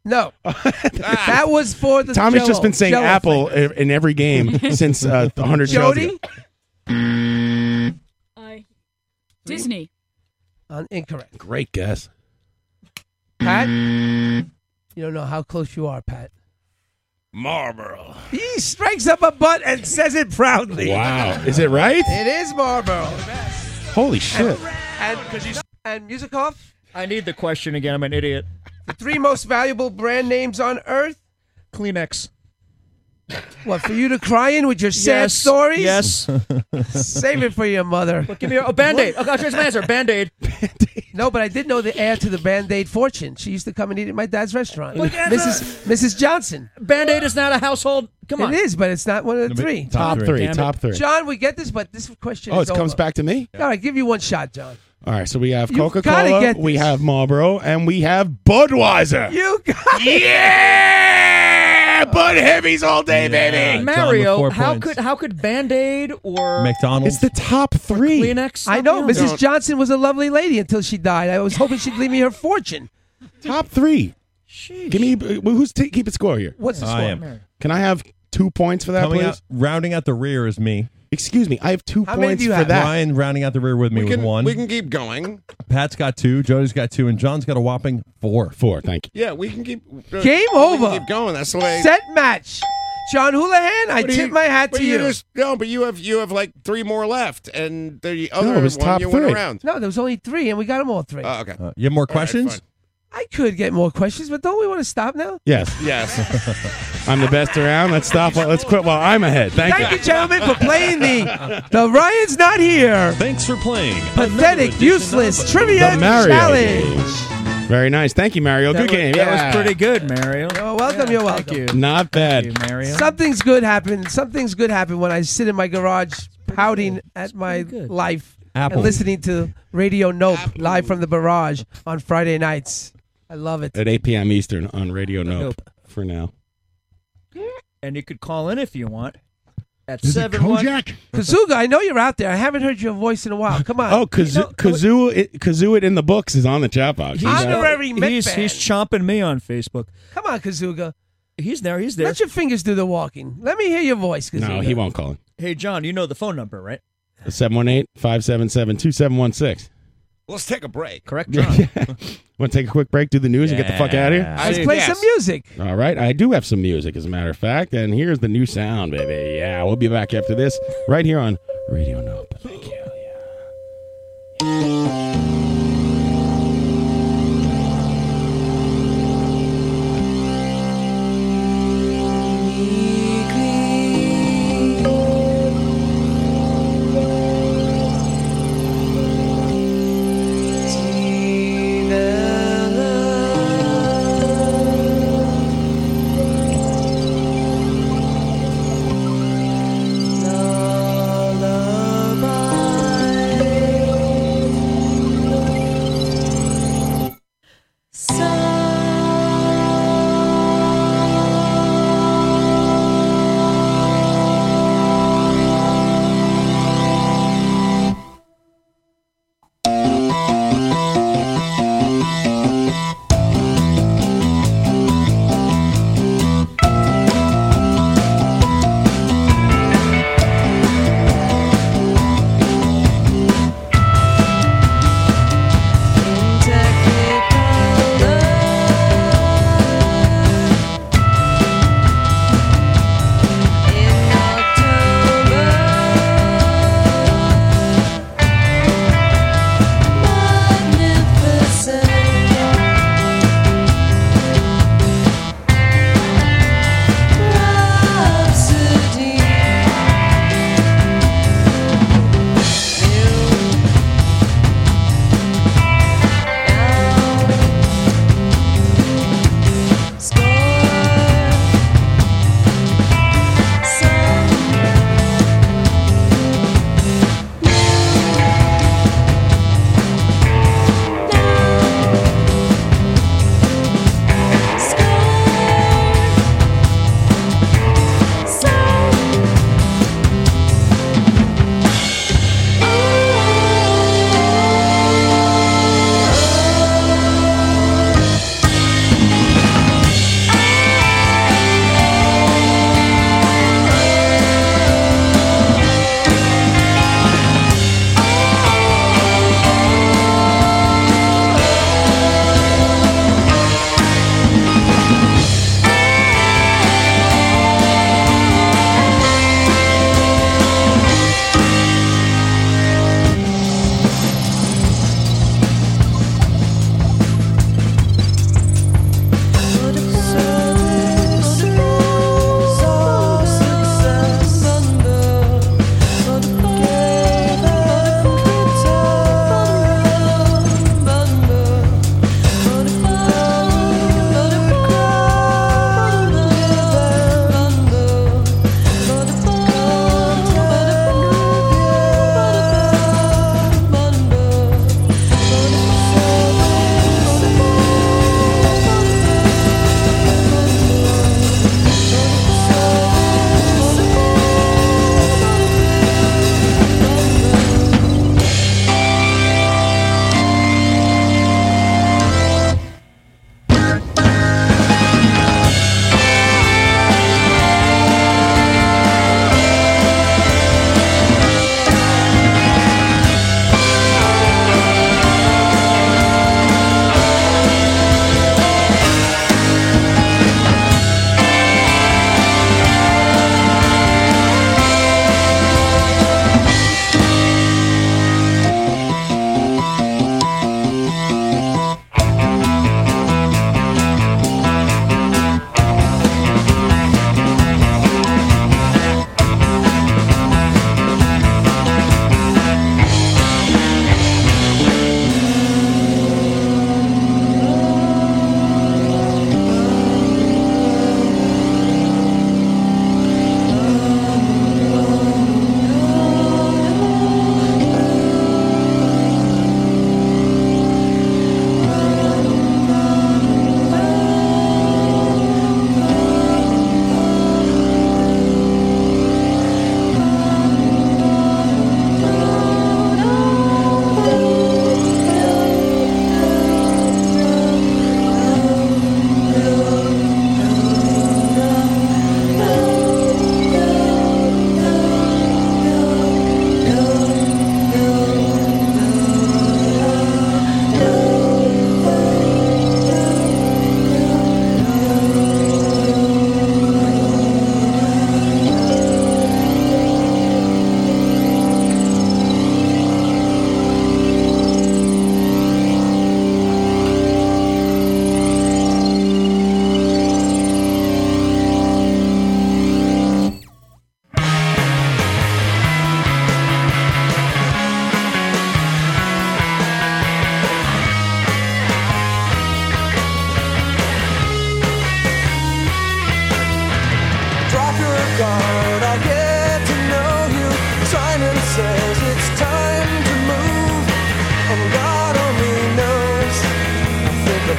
No. that was for the.
Tommy's
Jell-O-
just been saying
Jell-O
Apple i- in every game since uh, a
thing.
100 shows ago.
Jody?
Disney.
Un- incorrect.
Great guess.
Pat? You don't know how close you are, Pat.
Marlboro.
He strikes up a butt and says it proudly.
Wow. Is it right?
It is Marlboro.
Holy shit.
And, and music off.
I need the question again. I'm an idiot.
The three most valuable brand names on earth.
Kleenex.
What, for you to cry in with your sad
Yes.
stories?
Yes.
Save it for your mother.
give me a- a Band-Aid.
Oh,
Oh, God, here's my answer.
Band-Aid. no, but I did know the heir to the Band-Aid fortune. She used to come and eat at my dad's restaurant.
Well, yeah,
Mrs. Mrs. Johnson.
Band-Aid is not a household. Come on.
It is, but it's not one of the
No, but
three.
top Top three, three.
Damn
top
it.
three.
John, we get this, but this question
Oh,
is
it comes
over.
back to me?
All right, give you one shot, John.
All right, so we have
You've
Coca
gotta
Cola,
get
we have Marlboro, and we have Budweiser.
You got
Yeah, Bud Heavies all day, baby.
Mario, how could how could Band-Aid or
McDonald's. It's the top three.
Kleenex?
I know
Something
Mrs.
else.
Johnson was a lovely lady until she died. I was hoping she'd leave me her fortune.
Top three. Give me well, who's t- keep it score here.
What's
the I score? am.
Can I have two points for that,
Coming
please?
out, rounding out the rear is me.
Excuse me, I have two
How many points do you for have? that.
Ryan rounding out the rear with me
We
with
can-
one.
we can keep going.
Pat's got two. Jody's got two, and John's got a whopping four.
Four. Thank
Yeah, we can keep. uh,
Game
we can
over.
Keep going. That's the way.
Set match. John Houlihan, I
But
tip
you-
my hat
but
to you.
Just, no, but you have you have like three more left, and the other
it was
one
top
you
three. Uh,
went around.
No, there was only three, and we got them all three.
Oh, okay.
You have more questions?
I could get more questions, but don't we want to stop now?
Yes.
Yes.
I'm the best around. Let's stop. Let's quit while I'm ahead. Thank,
Thank you, gentlemen, for playing the the Ryan's not here.
Thanks for playing.
Pathetic, useless, trivia
The Mario
challenge.
game. Very nice. Thank you, Mario. good game. yeah.
good, Mario.
You're welcome. you're welcome. Thank
Not bad.
Mario.
Something's good happened. Something's good happened when I sit in my garage pouting at my life
Apple.
and listening to Radio Nope live from the barrage on Friday nights. I love it.
At 8 p.m. Eastern on Radio Nope for now.
And you could call in if you want. At
Is it
seven one-
Kojak?
Kazuga, I know you're out there. I haven't heard your voice in a while. Come on.
Oh, Kazoo, Kazoo, it, Kazoo it in the books is on the chat box. You know?
Honorary
he's,
Mitfan.
he's chomping me on Facebook.
Come on, Kazuga.
He's there. He's there.
Let your fingers do the walking. Let me hear your voice, Kazuga.
No, he won't call
Hey, John, you know the phone number, right?
it. 718 577 2716.
Let's take a break.
Correct,
John. Want to take a quick break, do the news, and get the fuck out of here?
Yeah. Let's
play some music.
All right, I do have some music, as a matter of fact, and here's the new sound, baby. Yeah, we'll be back after this, right here on Radio Nope.
Lullaby.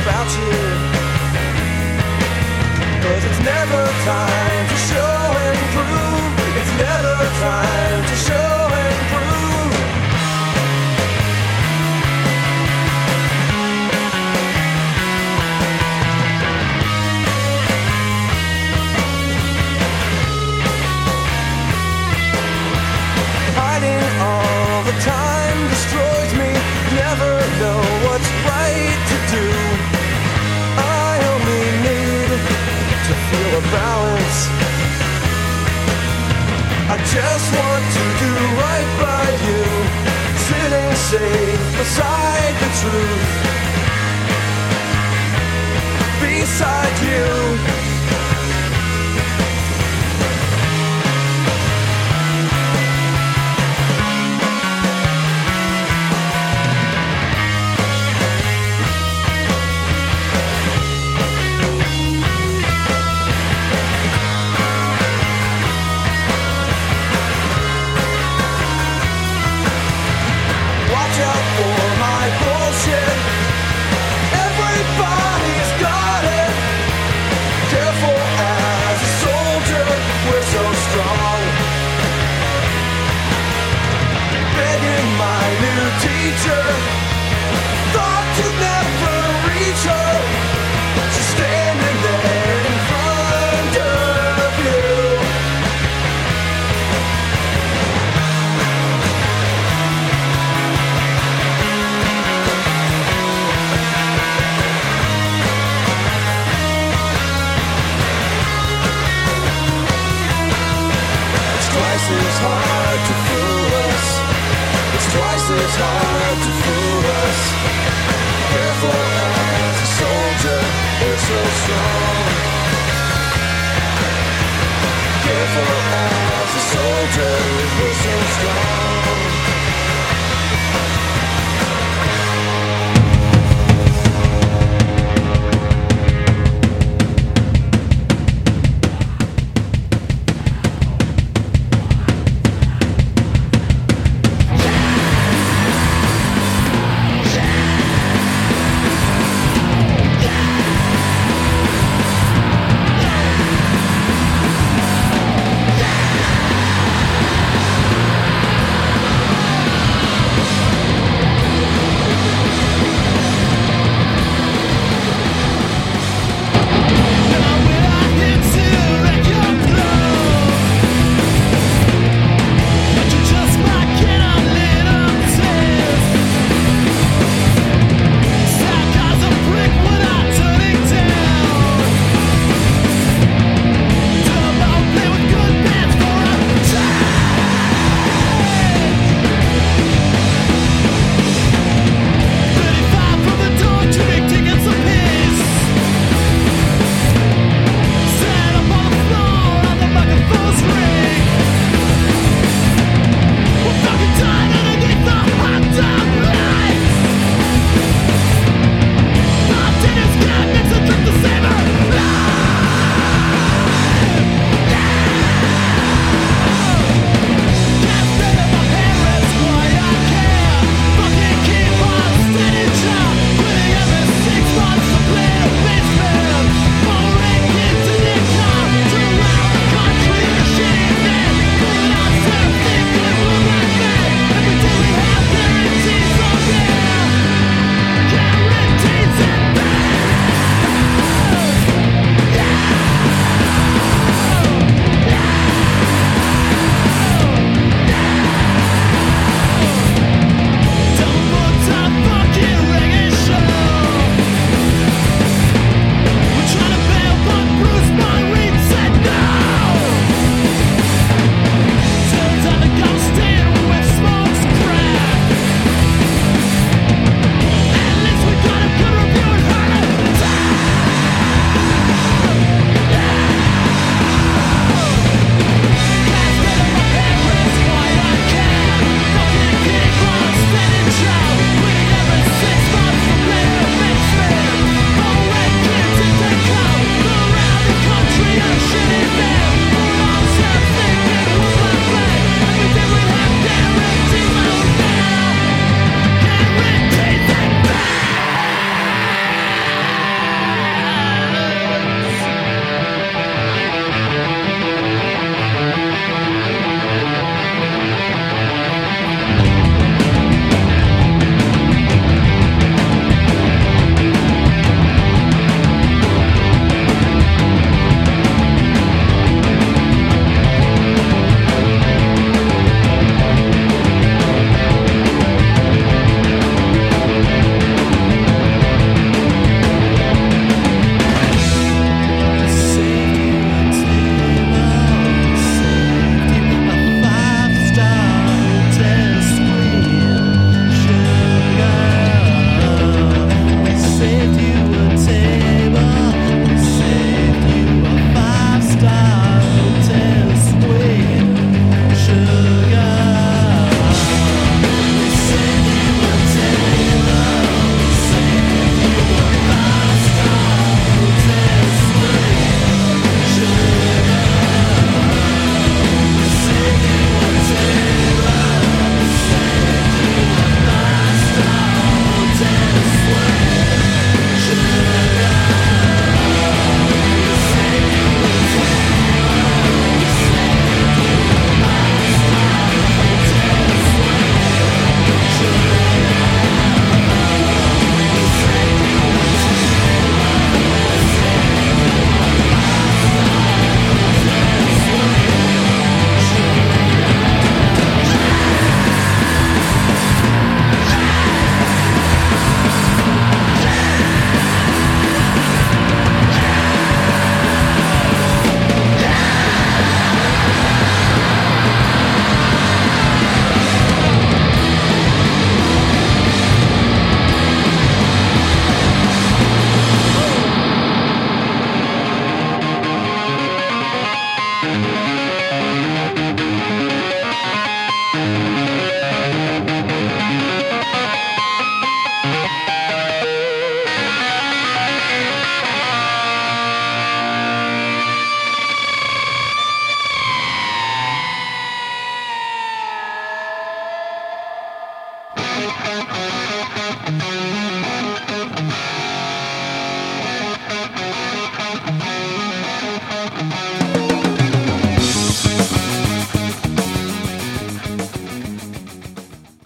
out here. Cause it's never time to show and prove. It's never time to show and prove. Hiding all the time destroys me. Never know what's right to do. I only need to feel a balance. I just want to do right by you. Sitting safe beside the truth. Beside you. Watch out for my bullshit. Everybody's got it. Careful as a soldier, we're so strong. Begging my new teacher. Thought you'd never reach her. She's standing there in front of you. It's twice as hard to fool us. It's twice as hard to fool us. Careful as a soldier, we're so strong. Careful as a soldier, we're so strong.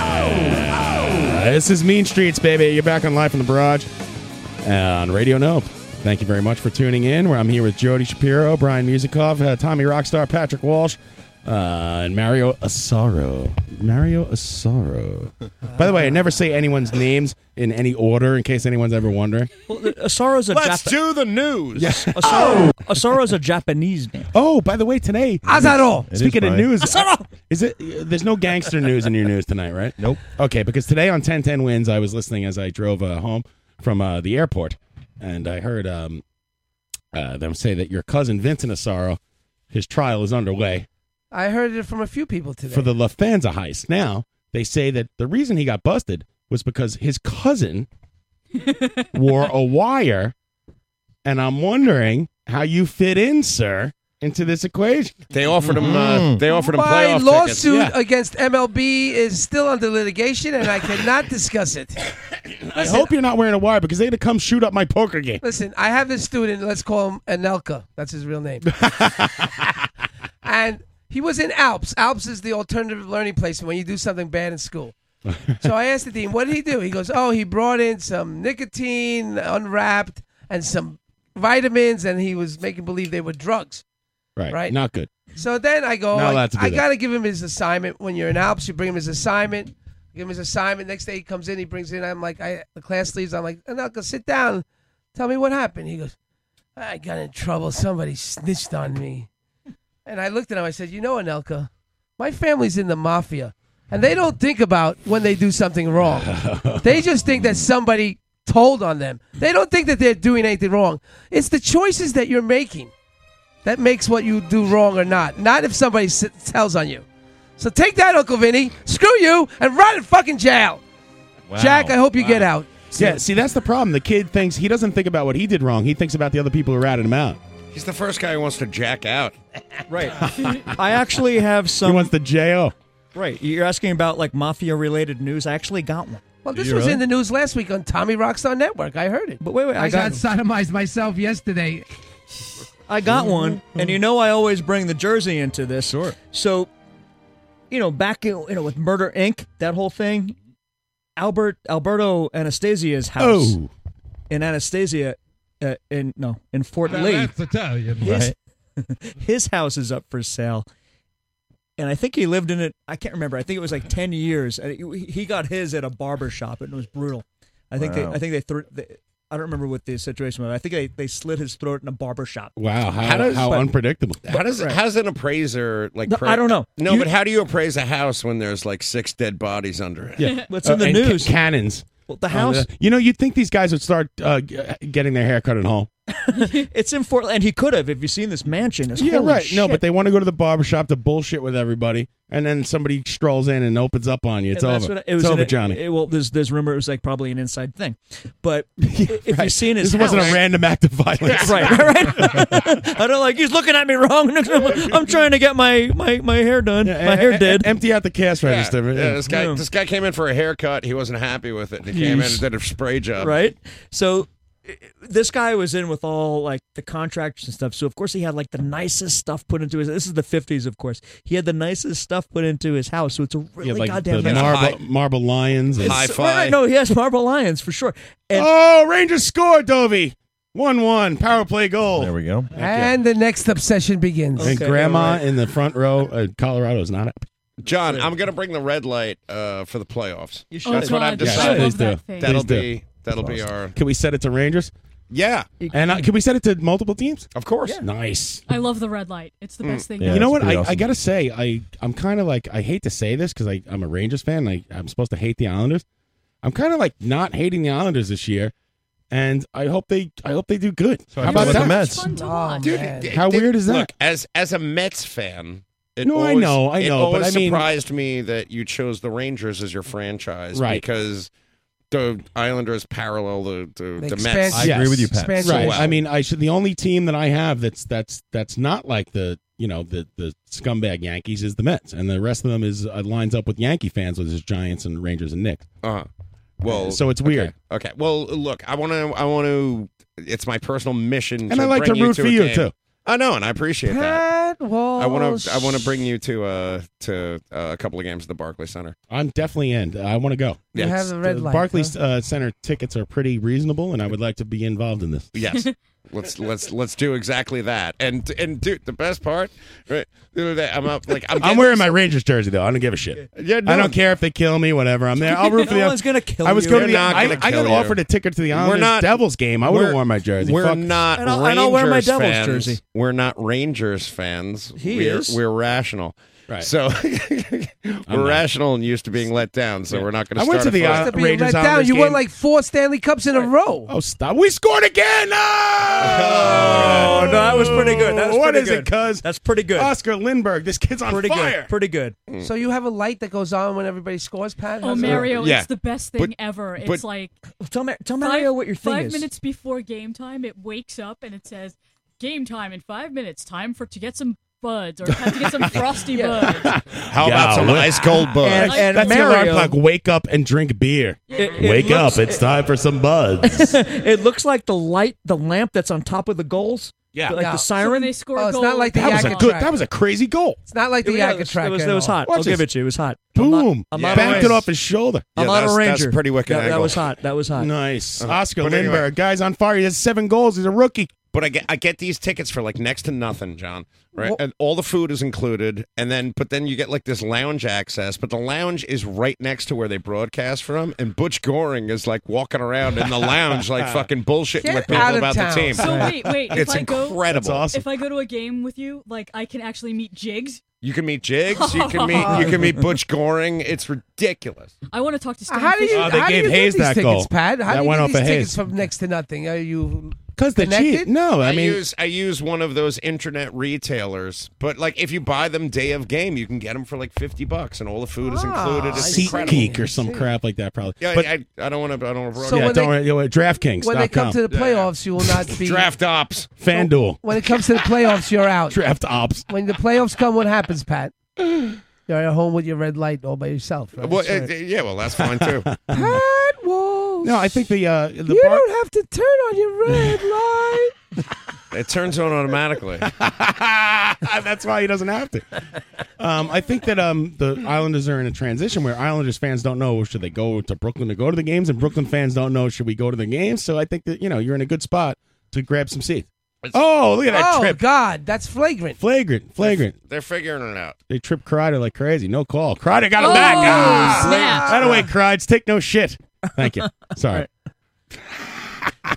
Uh, This is Mean Streets, baby. You're back on Live from the Barrage on Radio Nope. Thank you very much for tuning in. Where I'm here with Jody Shapiro, Brian Musikoff, uh, Tommy Rockstar, Patrick Walsh, uh, and Mario Asaro. Mario Asaro. By the way, I never say anyone's names in any order in case anyone's ever wondering.
Well, the- Asaro's a
Let's
Jap-
do the news.
Yes.
Asaro, Asaro's a Japanese name.
Oh, by the way, today
Azaro. It is
Speaking of
mine.
news,
Azaro.
is it? There's no gangster news in your news tonight, right? Nope. Okay, because today on 1010 Wins, I was listening as I drove uh, home from uh, the airport, and I heard um, uh, them say that your cousin Vincent Asaro, his trial is underway
I heard it from a few people today.
for the LaFanza heist. Now they say that the reason he got busted was because his cousin wore a wire, and I'm wondering how you fit in, sir, into this equation.
They offered him. Uh,
Mm.
they offered him
My
playoff
lawsuit
tickets. Yeah.
against MLB is still under litigation, and I cannot discuss it.
I hope you're not wearing a wire because they're gonna come shoot up my poker game.
Listen, I have this student. Let's call him Anelka. That's his real name. and he was in Alps. Alps is the alternative learning place when you do something bad in school. so I asked the dean, "What did he do?" He goes, "Oh, he brought in some nicotine unwrapped and some vitamins, and he was making believe they were drugs."
Right.
Right.
Not good.
So then I go, "Oh,
Not allowed
I,
to do that.
got to give him his assignment. When you're in Alps, you bring him his assignment. Give him his assignment. Next day he comes in, he brings it in. I'm like, I the class leaves. I'm like, Anelka, sit down. Tell me what happened. He goes, I got in trouble. Somebody snitched on me. And I looked at him. I said, You know, Anelka, my family's in the mafia, and they don't think about when they do something wrong. they just think that somebody told on them. They don't think that they're doing anything wrong. It's the choices that you're making that makes what you do wrong or not. Not if somebody s- tells on you. So take that, Uncle Vinny. Screw you and rot in fucking jail. Jack, I hope you get out.
Yeah, see, that's the problem. The kid thinks he doesn't think about what he did wrong. He thinks about the other people who ratted him out.
He's the first guy who wants to jack out.
Right. I actually have some.
He wants the J.O.
Right. You're asking about like mafia related news. I actually got one.
Well, this was in the news last week on Tommy Rockstar Network. I heard it.
But wait, wait, I
I got
got-
sodomized myself yesterday.
I got
Mm-hmm,
one, and you know I always bring the Jersey into this. Sure. So, you know, back in, you know with Murder Inc. that whole thing, Albert Alberto Anastasia's house
Oh.
in Anastasia, uh, in no in Fort
Now
Lee.
that's Italian.
His, his house is up for sale. And I think he lived in it. I can't remember. I think it was like ten years. And he he got his at a barber shop, and it was brutal. I think
Wow.
they. I think they, thr they. I don't remember what the situation was. I think they, they slit his throat in a barber shop.
Wow, how,
How does-
how
but-
unpredictable.
How does
Right.
how does an appraiser like?
No, I don't know.
No,
You-
but how do you appraise a house when there's like six dead bodies under it? Uh,
Yeah.
What's in the
Uh, and ca-
news?
cannons. Oh,
Well, the house-
you know, you'd think these guys would start uh, g- getting their hair cut at home.
it's in Fort, and he could have if you've seen this mansion. It's,
Yeah,
holy
right. No,
shit.
but they want to go to the barbershop to bullshit with everybody, and then somebody strolls in and opens up on you. It's
And that's
over.
what-
it's
an-
over, Johnny.
it- well, there's there's rumor it was like probably an inside thing, but if you've seen his
this wasn't
house-
a random act of violence.
right, right. right. I don't like he's looking at me wrong. I'm trying to get my my, my hair done. my
e-
hair
e-
did. Hmm.
Empty out the cash
Yeah,
register.
yeah,
but yeah.
this guy this guy came in for a haircut. He wasn't happy with it. He came in and
Yeesh.
did a spray job.
right? So i- this guy was in with all like the contractors and stuff. So of course he had like the nicest stuff put into his. This is the fifties, of course. He had the nicest stuff put into his house. So it's a really
Yeah, like
goddamn
the
nice-
marble, marble lions. and-
It's- Right, right, no, he has marble lions for sure. And
oh, Rangers score, Dovey. 1 1, power play goal. There we go.
And the next obsession begins.
and Grandma in the front row, uh, Colorado's not up.
John, I'm gonna bring the red light uh, for the playoffs.
You
should.
That's
Oh,
what I've
God, yes,
decided.
please do. Please
That'll
do.
be that'll be our.
Can we set it to Rangers?
Yeah.
And uh, can we set it to multiple teams?
Of course.
Nice.
I love the red light. It's the best thing.
Mm. you know what? I,
ever.
I gotta say, I I'm kind of like I hate to say this because I I'm a Rangers fan. And I I'm supposed to hate the Islanders. I'm kind of like not hating the Islanders this year, and I hope they I hope they do good. How about that?
Dude,
man.
it-
How
it-
weird is that?
Look, as as a Mets fan, it
No, I
always-
know, I
it
know, but
always
I mean-
surprised me that you chose the Rangers as your franchise,
Right.
Because the Islanders parallel the the, the Mets.
Yes. Right.
Well,
I mean, I should. The only team that I have that's that's that's not like the you know the the scumbag Yankees is the Mets, and the rest of them is uh, lines up with Yankee fans, which is Giants and Rangers and Knicks.
Uh-huh. Well,
so it's weird.
okay. Well, look, I want to. I want to. It's my personal mission,
And I like
bring
to root
you
for
a
you,
game.
too.
I know, and I appreciate that.
that wall.
I want to. I want to bring you to uh to uh, a couple of games at the Barclays Center.
I'm definitely in. I want to go.
You have
It's-
a red
the
light,
Barclays uh, Center tickets are pretty reasonable, and I would like to be involved in this.
Yes. let's let's let's do exactly that. And and dude, the best part, right? the other day, I'm up like I'm,
I'm,
getting-
wearing my Rangers jersey though. I don't give a shit.
Yeah, no.
I don't care if they kill me. Whatever. I'm there. I'll root for
No
the.
one's gonna kill
I was
you.
going to
They're
the.
not
I,
gonna
I got
kill you.
offered a ticket to the
We're
Islanders
not-
Devils game. I would have
we're-
worn my jersey.
We're
Fuck.
not
And I'll-
Rangers
and I'll wear my Devils
fans.
jersey.
We're not Rangers fans.
He
we're,
is.
We're rational.
Right.
So
not.
we're rational and used to being let down. So we're not going
I went
start
to the, uh,
a fight.
Supposed to be Rangers
Let down. You won like four Stanley Cups in a row.
Oh, stop! We scored again. uh,
Oh, no, that was pretty good. That was
What
pretty
is it,
good. Cuz? That's pretty good.
Oscar Lindberg, this kid's on
pretty
fire.
Good. Pretty good.
Mm. So you have a light that goes on when everybody scores, Pat?
Oh,
How's it-
Mario,
Yeah.
it's the best
But-
thing ever. It's
but-
like
Tell, Ma- tell Mario what your thing
five
is.
minutes before game time, it wakes up and it says, "Game time in five minutes. Time for to get some buds or time to get some frosty buds."
How about some ice cold bud?
And- and
That's the alarm
Mario-
clock. Wake up and drink beer.
it
Wake
looks-
up! It's time for some buds.
it looks like the light, the lamp that's on top of the goals.
Yeah.
like
No.
the
So
siren.
when they score a Oh, it's not goal- like the
That was a
Yakka
good.
track.
That was a crazy goal.
It's not like the
Yeah, it
Yaga
was-
track.
It was,
at
it was
all.
hot. I'll
Watch
give
this.
it to you. It was hot.
Boom!
I'm
Yeah.
not a
Banked it
Ranger.
off his shoulder.
I'm
Yeah,
not a
that's- that's
Ranger.
pretty wicked
That, that
angle.
was hot. That was hot.
Nice.
Uh,
Oscar
but anyway.
Lindbergh, guy's on fire. He has seven goals. He's a rookie.
But I get I get these tickets for like next to nothing, John. Right, and all the food is included, and then but then you get like this lounge access. But the lounge is right next to where they broadcast from, and Butch Goring is like walking around in the lounge, like fucking bullshitting
Get
with people
out of
about
town.
the team.
So wait, wait. If
it's
I go,
incredible.
If I go to a game with you, like I can actually meet Jigs.
you can meet Jigs, you can meet you can meet Butch Goring. It's ridiculous.
I want to talk to Stan.
How do you?
Oh, they
how
gave
do you
Hayes
get these
that
tickets,
goal.
Pat? How
That
do you
went
get
off
these
of
tickets
Hayes.
from next to nothing? Are you?
Because
they
connected?
use I use one of those internet retailers, but like if you buy them day of game, you can get them for like fifty bucks, and all the food
Ah,
is included. It's incredible.
SeatGeek or some crap like that, probably.
Yeah,
but
I, I don't want to. I don't want to.
yeah, don't worry. yeah, DraftKings.
When they come to the playoffs, you will not be
draft ops.
FanDuel.
When it comes to the playoffs, you're out.
Draft ops.
When the playoffs come, what happens, Pat? You're at home with your red light all by yourself. Right?
Well,
Sure.
uh, yeah, well, that's fine too.
Pat Walls.
No, I think the uh, the
you
bar-
don't have to turn on your red light.
it turns on automatically.
That's why he doesn't have to. Um, I think that um, the Islanders are in a transition where Islanders fans don't know should they go to Brooklyn to go to the games, and Brooklyn fans don't know should we go to the games. So I think that you know you're in a good spot to grab some seats. Oh, look at that
oh,
trip!
God, that's flagrant.
Flagrant, flagrant.
They're figuring it out.
They trip Kreider like crazy. No call. Kreider got him
Oh,
back. Ah,
snap.
Right away, Kreids. Take no shit. Thank you. Sorry.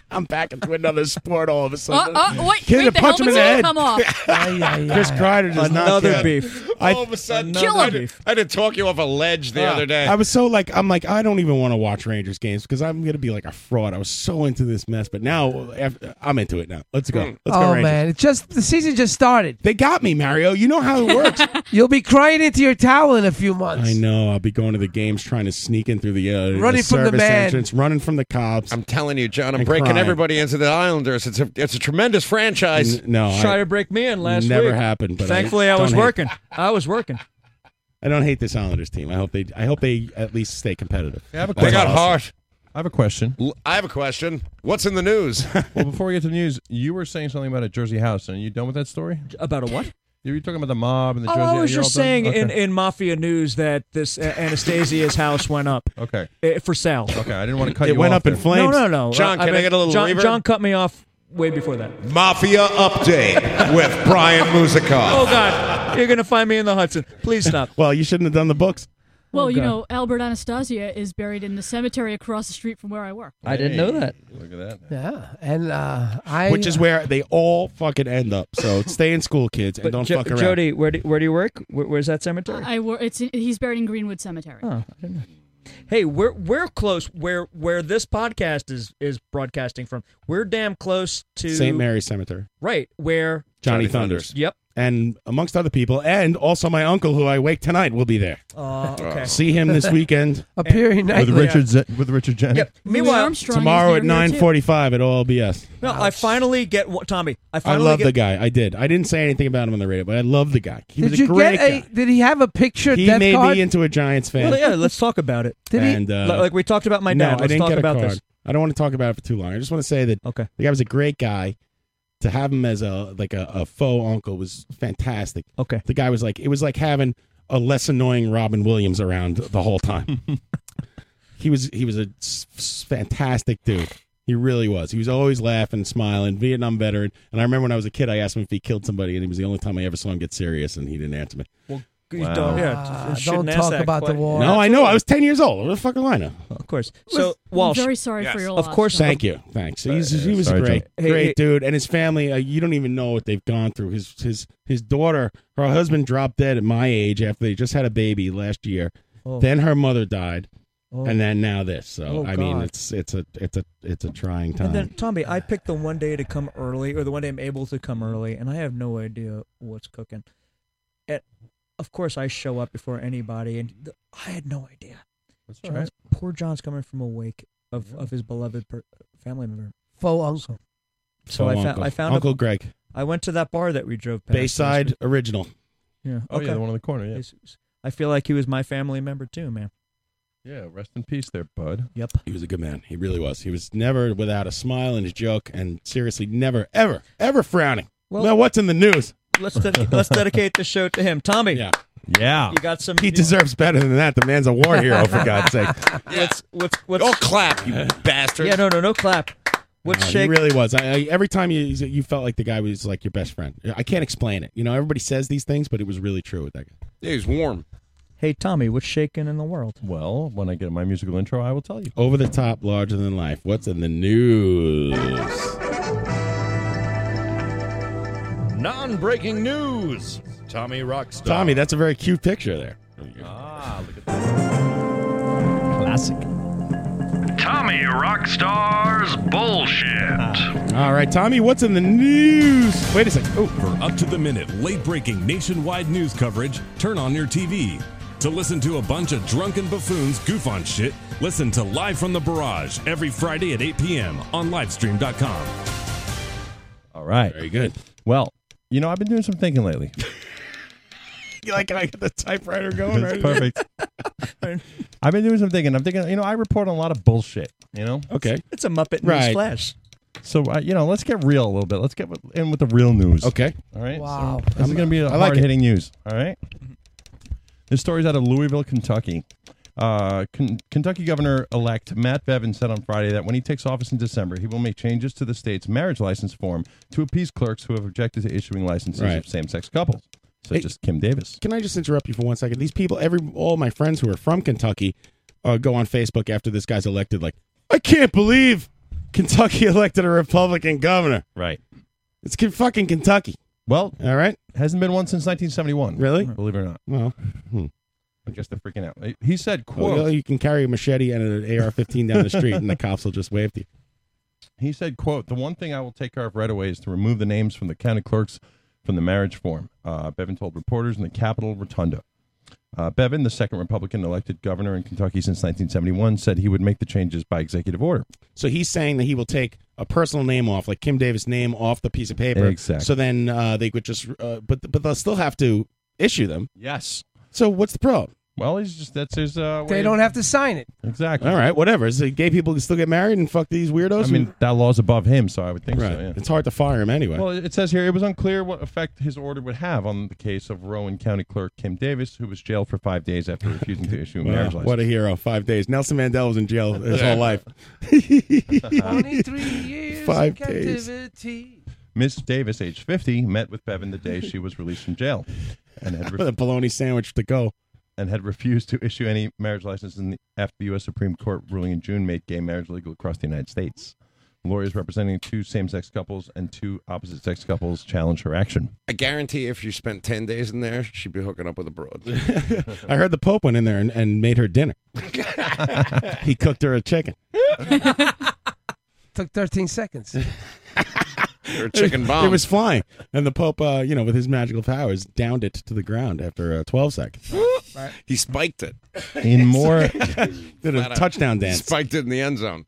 I'm back into another sport all of a sudden.
Uh, uh, wait,
Kid
wait,
to
the
punch him in the
helmet's
head.
gonna come off.
Chris Kreider does not
Another
care.
beef.
I- Uh, Ah,
all of a sudden,
Kill
I
him.
did- I did talk you off a ledge the other day.
I was so like, I'm like, I don't even want to watch Rangers games because I'm gonna be like a fraud. I was so into this mess, but now after, I'm into it now. Let's
Hmm.
go. Let's
oh
go Rangers.
man, it just the season just started.
They got me, Mario. You know how it works.
You'll be crying into your towel in a few months.
I know. I'll be going to the games, trying to sneak in through the uh,
Running
the
from the
service
man.
entrance, running from the cops.
I'm telling you, John. I'm
And
breaking
crying.
everybody into the Islanders. It's a it's a tremendous franchise.
N- no, I-
Tried to break me in last
Never
week.
happened, but I
Thankfully, I,
don't
was
hate-
working. I was working.
I don't hate this Islanders team. I hope they. I hope they at least stay competitive.
I have a
That's
question.
awesome.
I have a question.
L- I have a question. What's in the news?
Well, before we get to the news, you were saying something about a Jersey house, and you done with that story?
About a what?
You were talking about the mob and the
Oh,
Jersey.
I was
you're
just
all done?
saying in,
Okay.
in Mafia News that this uh, Anastasia's house went up.
Okay.
Uh, for sale.
Okay, I didn't want to cut
It
you
went
off
up in
there.
flames.
No, no, no.
John,
Uh,
can I
mean,
get a little
John,
reverb?
John cut me off way before that.
Mafia update with Brian
Oh
Muzikoff.
God, you're gonna find me in the Hudson. Please stop.
Well, you shouldn't have done the books.
Well, you
Oh, God.
know, Albert Anastasia is buried in the cemetery across the street from where I work.
I didn't know that.
Look at that.
Yeah, and uh, I
Which is where they all fucking end up. So stay in school, kids, and
But
don't
Jo-
fuck around.
Jody, where do, where do you work? Where, where's that cemetery?
I wor- it's in, he's buried in Greenwood Cemetery.
Oh, I didn't know. Hey, we're we're close. Where where this podcast is is broadcasting from? We're damn close to
St. Mary's Cemetery.
Right where
Johnny, Thunders.
Yep.
And amongst other people, and also my uncle, who I wake tonight, will be there.
Oh, okay.
See him this weekend.
appearing
With
nightly.
Richard, Z- with Richard Jenny.
Yep. Meanwhile,
Tomorrow at nine forty-five at all BS.
No, I finally get what Tommy. I
I
finally
love
get,
the guy. I did. I didn't say anything about him on the radio, but I love the guy. He
Did
was a
you
great
get a?
guy.
Did he have a picture
He
death
made
card?
me into a Giants fan.
Well, yeah, let's talk about it.
Did he-
and, uh,
Like- like we talked about my
no,
dad.
I
Let's
didn't
talk
get a
about
card.
this.
I don't want to talk about it for too long. I just want to say that okay. the guy was a great guy, to have him as a like a, a faux uncle was fantastic.
Okay,
the guy was like it was like having a less annoying Robin Williams around the whole time. he was he was a s- s- fantastic dude. He really was. He was always laughing, smiling. Vietnam veteran. And I remember when I was a kid, I asked him if he killed somebody, and it was the only time I ever saw him get serious, and he didn't answer me.
Well,
you Wow.
don't,
don't-
yeah,
Ah,
you shouldn't
don't
ask
talk
that
about the
question.
war. No, I know. I was 10 years old. What the fuck do I know?
Of course.
Listen,
So
I'm
Walsh,
very sorry for your
Of
loss,
course,
Thank you. Thanks. He's, he was
sorry,
a great,
John. Hey,
great
hey.
dude, and his family. Uh, you don't even know what they've gone through. His his his daughter, her husband dropped dead at my age after they just had a baby last year.
Oh.
Then her mother died,
Oh.
and then now this. So
Oh,
I mean,
God.
it's it's a it's a it's a trying time.
And then Tommy, I picked the one day to come early, or the one day I'm able to come early, and I have no idea what's cooking. And of course, I show up before anybody, and th- I had no idea. That's
all right.
Poor John's coming from a wake of, of his beloved per- family member.
Faux uncle.
So
Faux
I, found
uncle.
I found a-
Uncle Greg.
I went to that bar that we drove past.
Bayside original.
Yeah.
Oh, yeah, the one on the corner, yeah.
He's- I feel like he was my family member too, man.
Yeah, rest in peace there, bud.
Yep.
He was a good man. He really was. He was never without a smile and a joke, and seriously, never, ever, ever frowning.
Well-
Well, what's in the news?
Let's dedica- let's dedicate the show to him, Tommy. Yeah.
Yeah.
You got some.
He deserves better than that. The man's a war hero, for God's sake.
What's what's what's?
Oh, clap, you bastard!
Yeah, no, no, no clap. What's
Uh,
shake?
He really was. I, I, every time you you felt like the guy was like your best friend. I can't explain it. You know, everybody says these things, but it was really true with that guy.
Yeah, he's warm.
Hey, Tommy, what's shaking in the world?
Well, when I get my musical intro, I will tell you.
Over the top, larger than life. What's in the news?
Non breaking news Tommy Rockstar.
Tommy, that's a very cute picture there.
Ah, look at that.
Classic.
Tommy Rockstar's
Ah.
bullshit.
All right, Tommy, what's in the news? Wait a second. Oh,
For up to the minute, late breaking nationwide news coverage, turn on your TV. To listen to a bunch of drunken buffoons goof on shit, listen to Live from the Barrage every Friday at 8 p.m. on livestream.com.
All right.
Very good.
Well, you know, I've been doing some thinking lately.
you like I got the typewriter going
That's
right
perfect. I've been doing some thinking. I'm thinking, you know, I report on a lot of bullshit, you know?
Okay.
It's a Muppet
Right.
newsflash.
So, uh, you know, let's get real a little bit. Let's get with, in with the real news.
Okay.
All right.
Wow.
So this is going to be
I
a
like
hard hitting news. All right. This story's out of Louisville, Kentucky. Uh, Ken- Kentucky Governor elect Matt Bevin said on Friday that when he takes office in December, he will make changes to the state's marriage license form to appease clerks who have objected to issuing licenses
Right.
of same sex couples, such
Hey,
as Kim Davis.
Can I just interrupt you for one second? These people, every all my friends who are from Kentucky, uh, go on Facebook after this guy's elected. Like, I can't believe Kentucky elected a Republican governor.
Right.
It's Ken- fucking Kentucky.
Well,
all right.
Hasn't been one since 1971.
Really?
Believe it or not.
Well, hmm.
I guess they're freaking out. He said, quote,
well, you can carry a machete and an AR-15 down the street, and the cops will just wave to you.
He said, "quote The one thing I will take care of right away is to remove the names from the county clerks from the marriage form." Uh, Bevin told reporters in the Capitol Rotunda. Uh, Bevin, the second Republican elected governor in Kentucky since 1971, said he would make the changes by executive order.
So he's saying that he will take a personal name off, like Kim Davis' name off the piece of paper.
Exactly.
So then uh, they would just, uh, but but they'll still have to issue them.
Yes.
So what's the problem?
Well, he's just that's his. Uh,
They don't have to sign it.
exactly.
All right, whatever. So gay people can still get married and fuck these weirdos.
I mean, that law's above him, so I would think
right.
so. Yeah.
It's hard to fire him anyway.
Well, it says here it was unclear what effect his order would have on the case of Rowan County Clerk Kim Davis, who was jailed for five days after refusing to issue a
Wow,
marriage license.
what a hero! Five days. Nelson Mandela was in jail his whole life.
Twenty-three years.
Five
in
days.
captivity.
Miss Davis, age 50, met with Bevin the day she was released from jail and had
With a bologna sandwich to go.
and had refused to issue any marriage license in the, after the U.S. Supreme Court ruling in June made gay marriage legal across the United States. Lawyers representing two same-sex couples and two opposite-sex couples challenged her action.
I guarantee if you spent ten days in there, she'd be hooking up with a broad.
I heard the Pope went in there and, and made her dinner. he cooked her a chicken.
Took thirteen seconds.
Or chicken bomb.
It was flying, and the Pope, uh, you know, with his magical powers, downed it to the ground after uh, twelve seconds.
He spiked it.
In more- Did a
Flat out.
touchdown dance.
Spiked it in the end zone.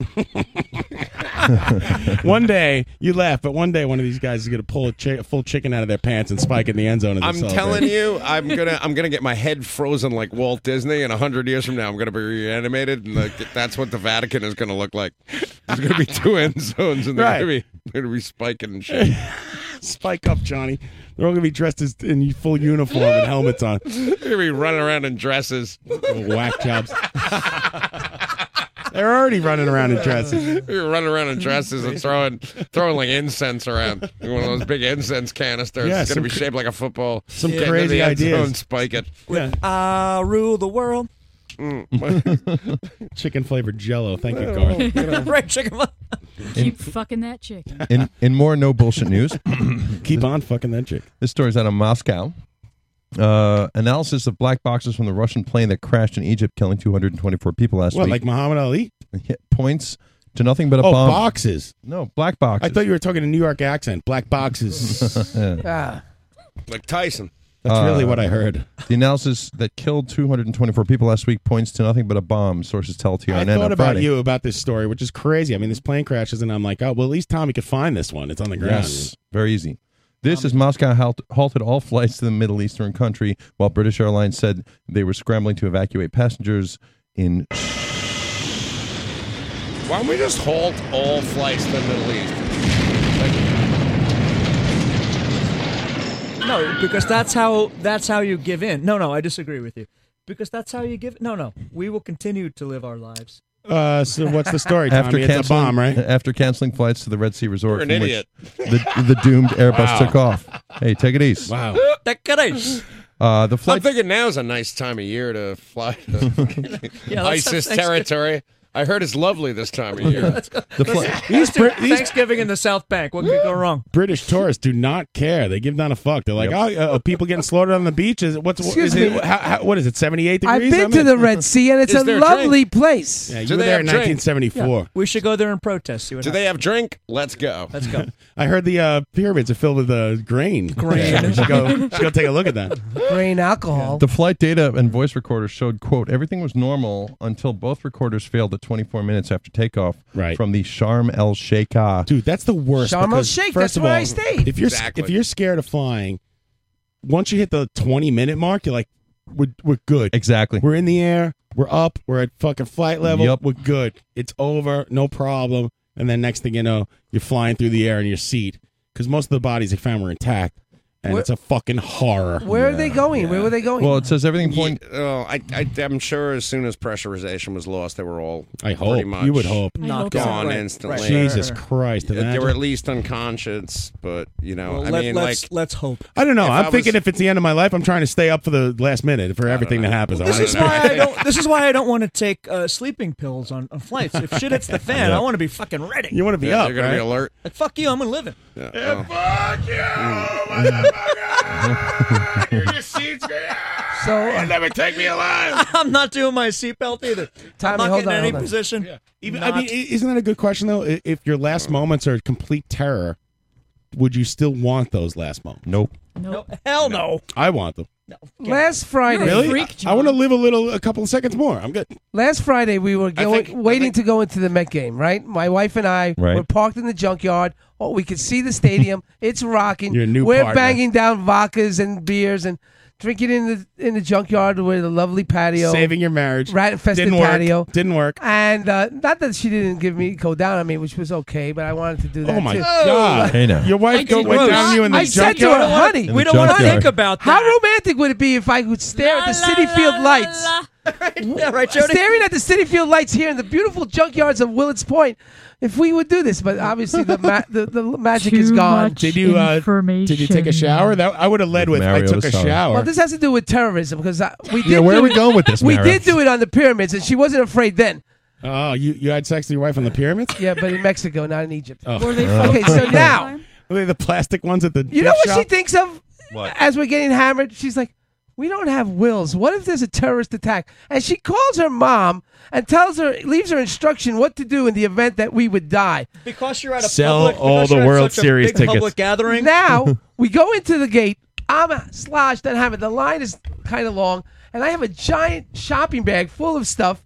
one day you laugh, but one day one of these guys is gonna pull a, chi- a full chicken out of their pants and spike it in the end zone. And
I'm telling you, I'm gonna I'm gonna get my head frozen like Walt Disney, and hundred years from now, I'm gonna be reanimated, and like, that's what the Vatican is gonna look like. There's gonna be two end zones, and they're
Right.
gonna be they're gonna be spiking and shit.
spike up, Johnny. They're all gonna be dressed as in full uniform and helmets on.
they're gonna be running around in dresses,
whack jobs. They're already running around in dresses.
You're running around in dresses and throwing throwing like incense around. One of those big incense canisters.
Yeah,
it's gonna
some
be
cr-
shaped like a football.
some
Get into
crazy
the end
ideas.
zone, spike it.
I rule the world.
chicken flavored Jello. Thank you, Garth.
right, chicken.
Keep fucking that chick.
in in more no bullshit news,
keep on fucking that chick.
This story's out of Moscow. Uh, analysis of black boxes from the Russian plane that crashed in Egypt, killing 224 people last
What,
week.
like Muhammad Ali?
Hit points to nothing but a
oh,
bomb.
boxes.
No, black boxes.
I thought you were talking a New York accent. Black boxes.
Ah.
Like Tyson. Uh,
That's really what I heard.
Uh, The analysis that killed 224 people last week points to nothing but a bomb. Sources tell TRN.
I
on
thought about
Friday.
you about this story, which is crazy. I mean, this plane crashes, and I'm like, oh, well, at least Tommy could find this one. It's on the ground.
Yes, very easy. This is Moscow halt- halted all flights to the Middle Eastern country while British Airlines said they were scrambling to evacuate passengers in.
Why don't we just halt all flights to the Middle East?
No, because that's how that's how you give in. No, no, I disagree with you. Because that's how you give. No, no, we will continue to live our lives.
Uh, so what's the story, Tommy?
After
it's a
canceling,
bomb, right?
After canceling flights to the Red Sea resort,
You're an
from which
idiot.
the, the doomed Airbus
Wow.
took off. Hey, take it easy.
Wow.
That grace.
Uh, the flight
I'm thinking now's a nice time of year to fly to
Yeah, let's have
ISIS
Thanksgiving.
territory. I heard it's lovely this time of year.
The fl- these, Brit- these
Thanksgiving in the South Bank. What could go wrong?
British tourists do not care. They give not a fuck. They're like, oh, uh, are people getting slaughtered on the beach? Is it, what's
Excuse
is
me.
it, how, how, what is it? 78
I've
degrees.
been
I'm
to
in-
the Red Sea, and it's
Is
a
there a
lovely
drink?
place.
Yeah, you were there in 1974.
We should go there and protest. See what
Do they have drink? Let's go.
Let's go.
I heard the uh, pyramids are filled with uh, grain. Grain. we should go, should go take a look at that.
Grain alcohol.
The flight data and voice recorder showed, quote, everything was normal until both recorders failed at 24 minutes after takeoff right. from the Sharm el Sheikh.
Dude, that's the worst.
Sharm
because
el-Sheikh,
first
that's
of
where
all,
I stayed.
If you're
Exactly.
if you're scared of flying, once you hit the 20 minute mark, you're like, we're, we're good.
Exactly.
We're in the air. We're up. We're at fucking flight level.
Yup.
We're good. It's over. No problem. And then next thing you know, you're flying through the air in your seat because most of the bodies they found were intact, and
Where-
it's a fucking horror.
Where are they going? Where were they going?
Well, it says everything point.
Oh, I, I, I'm sure as soon as pressurization was lost, they were all.
I
pretty
hope.
much
You would hope. I
not
hope so.
gone
Right,
instantly.
right. Jesus Christ,
Yeah, they
imagine.
were at least unconscious, but you know,
Well,
I
let-
mean,
let's-
like,
let's hope.
I don't know.
If
I'm
I was-
thinking if it's the end of my life, I'm trying to stay up for the last minute for everything that happens. I
This
wanna
is
know.
why I don't. This is why I don't want to take uh, sleeping pills on, on flights. If shit hits the fan,
Yeah.
I want to be fucking ready.
You wanna be Yeah, up, you're gonna be right? alert.
Like fuck you, I'm gonna live it.
Yeah.
Mm.
So
never take me alive.
uh, I'm not doing my seatbelt either.
Tommy,
I'm not
hold
getting
on,
in any
hold on.
position.
Even,
Not-
I mean, i- isn't that a good question though? I- If your last moments are complete terror, would you still want those last moments?
Nope.
no, hell no.
I want them.
Last Friday,
really? I, want to live a little, a couple of seconds more. I'm good.
Last Friday, we were go-
think-
waiting to go into the Met game, right? My wife and I
Right.
were parked in the junkyard. Oh, we could see the stadium. it's rocking.
Your new
we're
partner.
banging down vodkas and beers and drinking in the in the junkyard with a lovely patio.
Saving your marriage.
Rat infested
Didn't work.
patio.
Didn't work.
And uh, not that she didn't give me go down on me, which was okay, but I wanted to do that.
Oh my
too.
god!
Hey, now. Your
wife go, went down on you in the
I said to
junkyard?
her,
In
honey,
the We don't wanna junkyard. think
about
that. How romantic would it be if I could stare at the city field lights?
yeah, right, Jody.
Staring at the city field lights here in the beautiful junkyards of Willits Point, if we would do this, but obviously the ma- the, the magic is gone.
Did you uh, did you take a shower? That I would have led with. I
Mario
took a
Sala.
shower.
Well, this has to do with terrorism because I, we did.
Yeah, where
do
are we
it-
going with this,
We
Mara?
did do it on the pyramids, and she wasn't afraid then.
oh, you you had sex with your wife on the pyramids?
Yeah, but in Mexico, not in Egypt.
Oh.
okay? So now
Were they the plastic ones at the
you
gift
know what
shop?
she thinks of
What?
as we're getting hammered. She's like, "We don't have wills. What if there's a terrorist attack?" And she calls her mom and tells her, leaves her instruction what to do in the event that we would die.
Because you're at a
Sell
public,
all
because
the
you're at
World
such a
Series
big
tickets.
Public gathering.
Now we go into the gate. I'm sloshed and hammered. The line is kind of long, and I have a giant shopping bag full of stuff.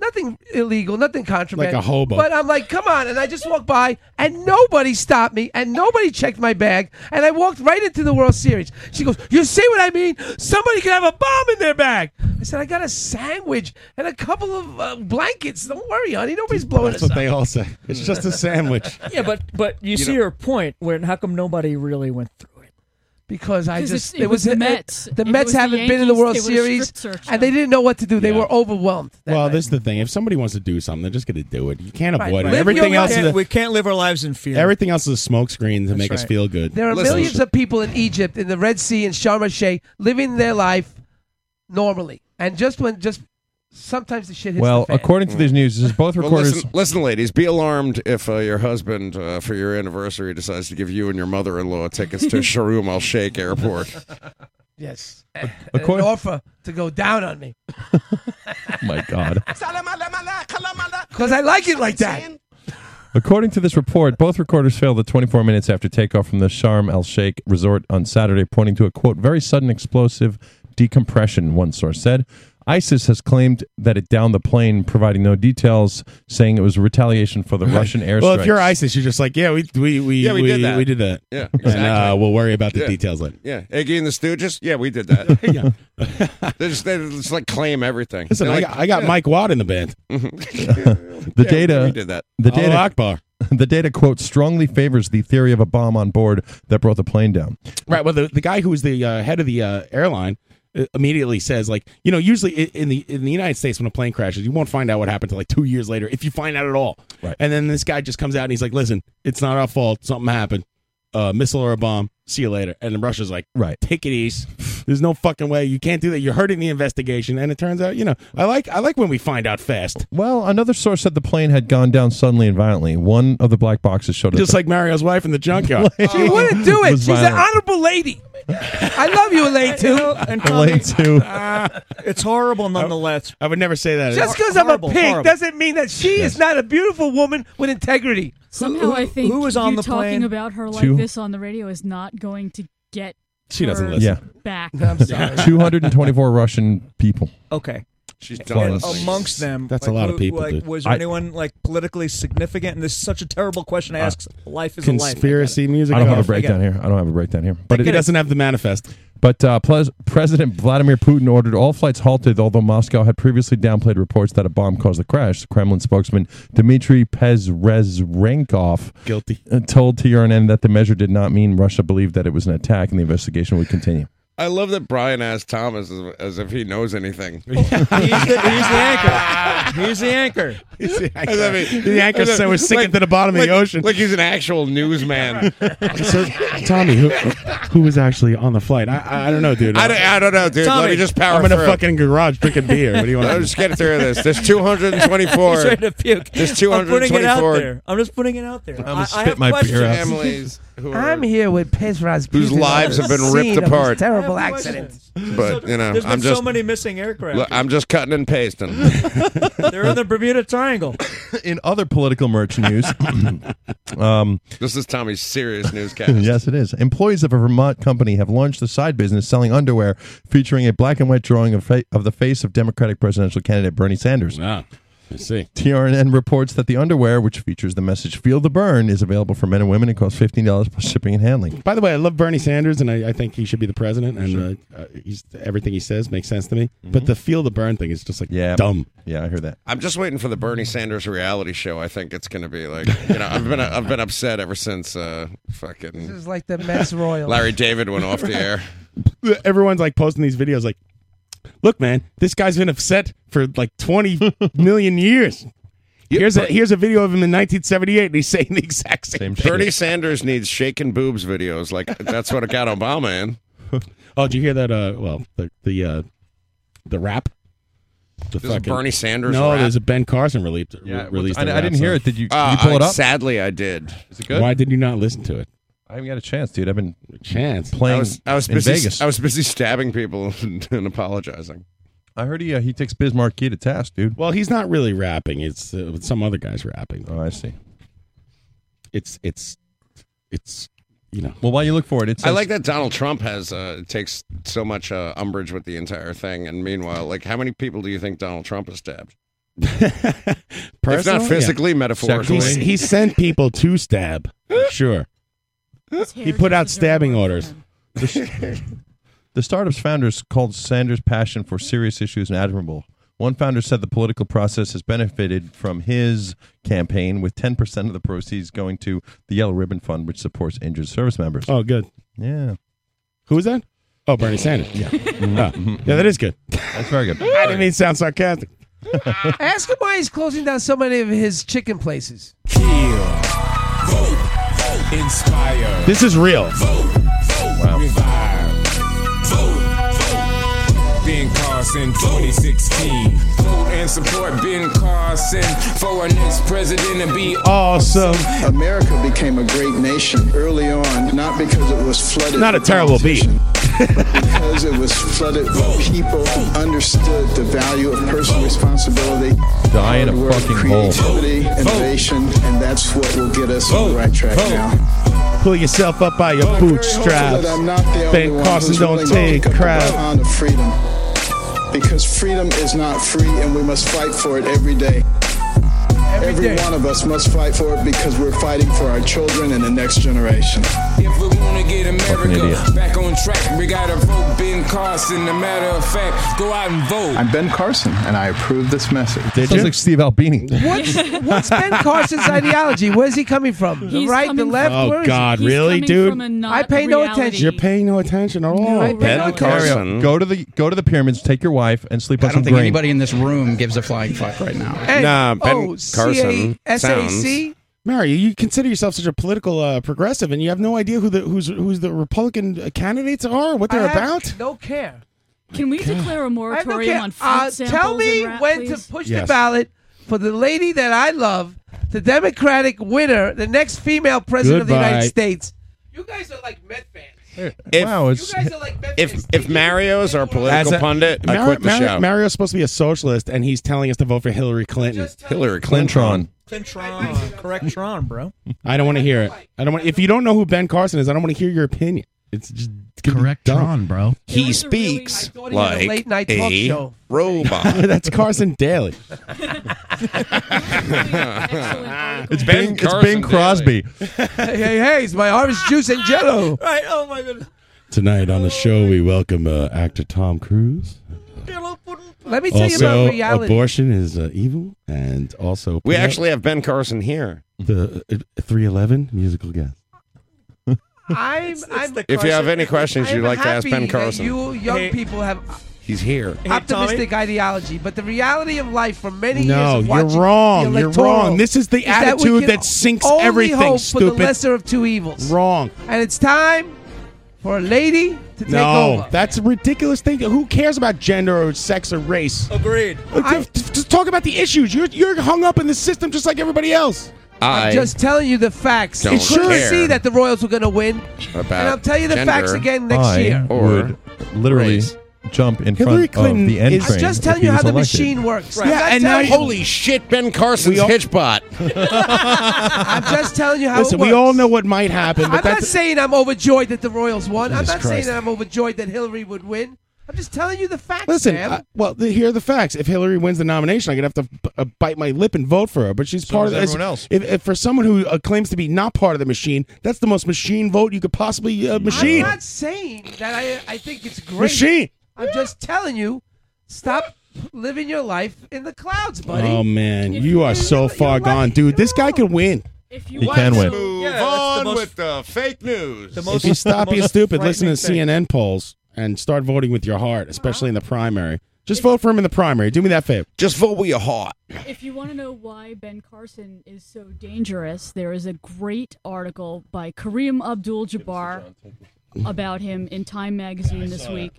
nothing illegal, nothing contraband.
Like a hobo.
But I'm like, come on. And I just walked by, and nobody stopped me, and nobody checked my bag. And I walked right into the World Series. She goes, You see what I mean? Somebody could have a bomb in their bag. I said, I got a sandwich and a couple of uh, blankets. Don't worry, honey. Nobody's blowing
That's
us up.
what they all say. It's just a sandwich.
Yeah, but but you, see her point. When how come nobody really went through it?
Because I
'Cause
just
it's- it was the Mets.
The
It
Mets
was the
haven't been in the
Yankees.
World
It was a strip
Series,
search,
and they didn't know what to do. They
Yeah.
were overwhelmed.
well, this is the thing. If somebody wants to do something, they're just going to do it. You can't
Right,
avoid
right.
it.
Live
Everything
your
else,
life.
is
We
a,
can't live our lives in fear.
everything else is a smokescreen to make us
right.
feel good.
There are millions of people in Egypt, in the Red Sea, in Sharm el Sheikh, living their life normally, and just when just sometimes the shit hits
Well,
the fan. Mm.
according to these news, this is both
Well,
recorders.
listen, listen, ladies, be alarmed if uh, your husband uh, for your anniversary decides to give you and your mother-in-law tickets to Sharum Al Sheikh Airport.
yes,
according-
an offer to go down on me
Oh my God.
because I like it like that.
According to this report, both recorders failed at 24 minutes after takeoff from the Sharm el Sheikh resort on Saturday, pointing to a quote, very sudden explosive decompression, one source said. ISIS has claimed that it downed the plane, providing no details, saying it was retaliation for the Russian airstrike.
Well, if you're ISIS, you're just like, yeah, we we we
Yeah, we did that.
We did that.
Yeah,
and uh,
exactly.
we'll worry about the
Yeah.
details later.
Yeah, Iggy and the Stooges. Yeah, we did that. they just they just like claim everything.
Listen,
They're
I
like,
got, I got
yeah.
Mike Watt in the band.
the
Yeah,
data
we did that.
The
Allah
data,
Akbar.
The data quote strongly favors the theory of a bomb on board that brought the plane down.
Right. Well, the, the guy who was the uh, head of the uh, airline uh, immediately says, like, you know, usually i- in the in the United States when a plane crashes, you won't find out what happened till like two years later, if you find out at all.
Right.
And then this guy just comes out and he's like, listen, it's not our fault. Something happened. Uh, missile or a bomb. See you later. And then Russia's like,
right,
take it easy. There's no fucking way you can't do that. You're hurting the investigation. And it turns out, you know, I like I like when we find out fast.
Well, another source said the plane had gone down suddenly and violently. One of the black boxes showed
Just
it.
like Mario's wife in the junkyard.
She wouldn't do it.
Was
She's an
violent.
honorable lady. I love you, Elaine too.
And
Elaine too.
it's horrible nonetheless.
I would never say that.
Just because I'm a pig doesn't mean that she is not a beautiful woman with integrity.
Somehow I think you talking about her like
Two.
this on the radio is not going to get
She doesn't
her
listen.
back.
I'm sorry.
224 Russian people.
Okay.
She's
done
And
listening.
amongst them.
That's a
like,
lot of
who-
people,
Like,
dude.
Was there
I-
anyone like politically significant? And this is such a terrible question to ask. life is
Conspiracy
a life.
music.
Uh, I don't have
off.
a breakdown here. I don't have a breakdown here. But
But he doesn't have the manifest.
But uh, pres- President Vladimir Putin ordered all flights halted, although Moscow had previously downplayed reports that a bomb caused the crash. Kremlin spokesman Dmitry Pezrezrenkov
Guilty.
uh, told TRN that the measure did not mean Russia believed that it was an attack and the investigation would continue.
I love that Brian asked Thomas as, as if he knows anything.
He's the, he's the anchor. He's the anchor.
He's the
As if he-
The anchor
as if-
so was sinking
like-
to the bottom of the
like-
ocean.
Like he's an actual newsman.
So, Tommy, who who was actually on the flight? I I don't know, dude.
I don't- I don't know, dude. Let me just power
I'm in a
through.
fucking garage drinking beer. What do you want?
Let's get through this. There's 224.
He's ready to puke.
There's
I'm putting it out
224.
there. I'm just putting it out there. I'm
gonna
I
spit
have
my
questions.
beer out. Families who are-
I'm here with Piz
Whose lives have been ripped apart.
Terrible accident.
But you know,
There's been
I'm just
so many missing aircraft.
Look, I'm just cutting and pasting.
They're in the Bermuda Triangle.
In other political merch news, um,
this is Tommy's serious newscast.
yes, it is. Employees of a Vermont company have launched a side business selling underwear featuring a black and white drawing of, fa- of the face of Democratic presidential candidate Bernie Sanders.
Ah, I see.
TRN reports that the underwear, which features the message "Feel the Burn," is available for men and women and costs fifteen dollars plus shipping and handling.
By the way, I love Bernie Sanders, and I, I think he should be the president. And uh, uh, he's, everything he says makes sense to me. But the feel the burn thing is just like dumb.
Yeah, I hear that.
I'm just waiting for the Bernie Sanders reality show. I think it's going to be like you know I've been I've been upset ever since uh,
This
fucking
is like the Mets Royal.
Larry David went off the air.
Everyone's like posting these videos, like, look, man, this guy's been upset for like 20 million years. Here's a here's a video of him in 1978, and he's saying the exact same, thing.
Bernie Sanders needs shaking boobs videos. Like that's what got Obama in.
Oh, did you hear that? Uh, well, the the uh, the rap. The
This is Bernie Sanders
No,
rap?
there's a Ben Carson released.
Yeah,
re- released.
I-
a
I
rap
didn't hear
song.
it. Did you- Uh, did you pull it I- up?
Ah, Sadly, I did.
Is it good?
Why did you not listen to it?
I haven't got a chance, dude. I've been
chance
playing
I was I was
in
busy
Vegas.
I was busy stabbing people and, and apologizing.
I heard he uh, he takes Biz Markie to task, dude.
Well, he's not really rapping. It's uh, some other guy's rapping.
Oh, I see.
It's it's it's you know.
Well, while you look for it, it's
I like that Donald Trump has uh, takes so much uh, umbrage with the entire thing, and meanwhile, like how many people do you think Donald Trump has stabbed? If not
Personally?
physically,
Yeah.
metaphorically.
He, he sent people to stab. Sure.
he
put out stabbing orders.
The startup's founders called Sanders' passion for serious issues admirable. One founder said the political process has benefited from his campaign, with 10% of the proceeds going to the Yellow Ribbon Fund, which supports injured service members.
Oh, good.
Yeah.
Who is that? Oh, Bernie Sanders. Yeah. Oh. Yeah, that is good. That's
Mm-hmm. very good.
I didn't mean to sound sarcastic.
Ask him why he's closing down so many of his chicken places.
Inspire.
This is real.
Revive. Vote. Ben Carson 2016. Vote and support Ben Carson for our next president to be
awesome.
America became a great nation early on, not because it was flooded.
Not a
with
terrible beat.
politicians, but because it was flooded with people who understood the value of personal responsibility.
Die in a
hard work,
fucking hole.
creativity, innovation, and that's what will get us on the right track now.
Pull yourself up by your bootstraps.
That I'm not the only
Ben
one
Carson
who's
don't
willing to
take
pick up the
crap.
baton of freedom. Because freedom is not free, and we must fight for it every day. Every one of us must fight for it because we're fighting for our children and the next generation.
If we wanna get America
idiot.
back on track, we gotta vote Ben Carson. A matter of fact, go out and vote.
I'm Ben Carson, and I approve this message.
Sounds like Steve Albini.
What's, what's Ben Carson's ideology? Where's he coming from? The
He's
right, the
coming
left?
Oh,
Where is
God,
he?
really, dude?
I pay no attention.
You're paying no attention at all.
I pay Ben no attention. Carson.
Go to the go to the pyramids. Take your wife and sleep on
I don't
some
think
grain.
anybody in this room gives a flying fuck right now.
Hey,
Uh,
Nah, Ben
oh,
Carson
C-A-S-A-C?
Mary, you consider yourself such a political uh, progressive, and you have no idea who the who's who's the Republican uh, candidates are, what they're
I have
about.
No care.
Can we declare a
I have no
moratorium
care.
on food
Uh,
samples?
Tell me
and rap,
when
please?
to push the
Yes.
ballot for the lady that I love, the Democratic winner, the next female president of the
Goodbye.
United States.
If, if, if Mario's our political
As a-
pundit, I
Mari-
quit the
Mari-
show.
Mario's supposed to be a socialist, and he's telling us to vote for Hillary Clinton.
Hillary Clinton.
Clintron, correct Tron, bro.
I don't want to hear it. I don't want. If you don't know who Ben Carson is, I don't want to hear your opinion. It's just correct,
Tron, bro.
He speaks like
late night talk
a
show.
robot.
That's Carson Daly.
It's Ben, it's Ben Crosby.
hey, hey, hey, it's my orange juice and jello.
Right, oh my goodness.
Tonight on the show, we welcome uh, actor Tom Cruise.
Let me tell you about reality.
abortion is uh, evil, and also
We actually have Ben Carson here.
the uh, three eleven musical guest.
I'm, I'm,
the If you have Carson- any questions you'd
I'm
like to ask
happy
Ben
that
Carson.
You young
Hey.
people have
He's here.
optimistic ideology, but the reality of life for many
No,
years. of
you're
watching
wrong.
the
You're
electoral
wrong. This is the
is that we
attitude
can
that sinks
only
everything,
hope For
stupid.
the lesser of two evils.
Wrong.
And it's time for a lady to take
No,
over.
that's a ridiculous thing. Who cares about gender or sex or race?
Agreed.
Just talk about the issues. You're you're hung up in the system just like everybody else.
I
I'm just telling you the facts.
don't
You couldn't
care.
see that the Royals were going to win.
About
and I'll tell you the
gender.
facts again next
I
year.
would literally jump in
Hillary
front
Clinton
of the end
is-
train.
I'm just
if
telling
he
you
was
how the
elected.
machine works.
Right.
I'm
Yeah,
not
and now
telling
you-
you-
Holy shit, Ben Carson's
We all-
hitchbot.
I'm just telling you how
Listen,
it works.
we all know what might happen, but
I'm not
that's
saying I'm overjoyed that the Royals won. I'm
Jesus
not
Christ.
saying that I'm overjoyed that Hillary would win. I'm just telling you the facts,
Listen,
man.
I- well, the, here are the facts. If Hillary wins the nomination, I'm gonna have to b- uh, bite my lip and vote for her. But she's
So
part
does
of this.
everyone else.
If, if for someone who uh, claims to be not part of the machine, that's the most machine vote you could possibly uh, machine.
I'm not saying that I, I think it's great.
Machine.
I'm just telling you, stop living your life in the clouds, buddy.
Oh man, you are so far gone, dude. This guy could win.
you
He
want can
win.
Move
Yeah, that's the
on
most-
with the fake news.
if you stop being stupid, listen to CNN polls and start voting with your heart, especially in the primary. Just vote for him in the primary. Do me that favor.
Just vote with your heart.
If you want to know why Ben Carson is so dangerous, there is a great article by Kareem Abdul Jabbar about him in Time magazine this week.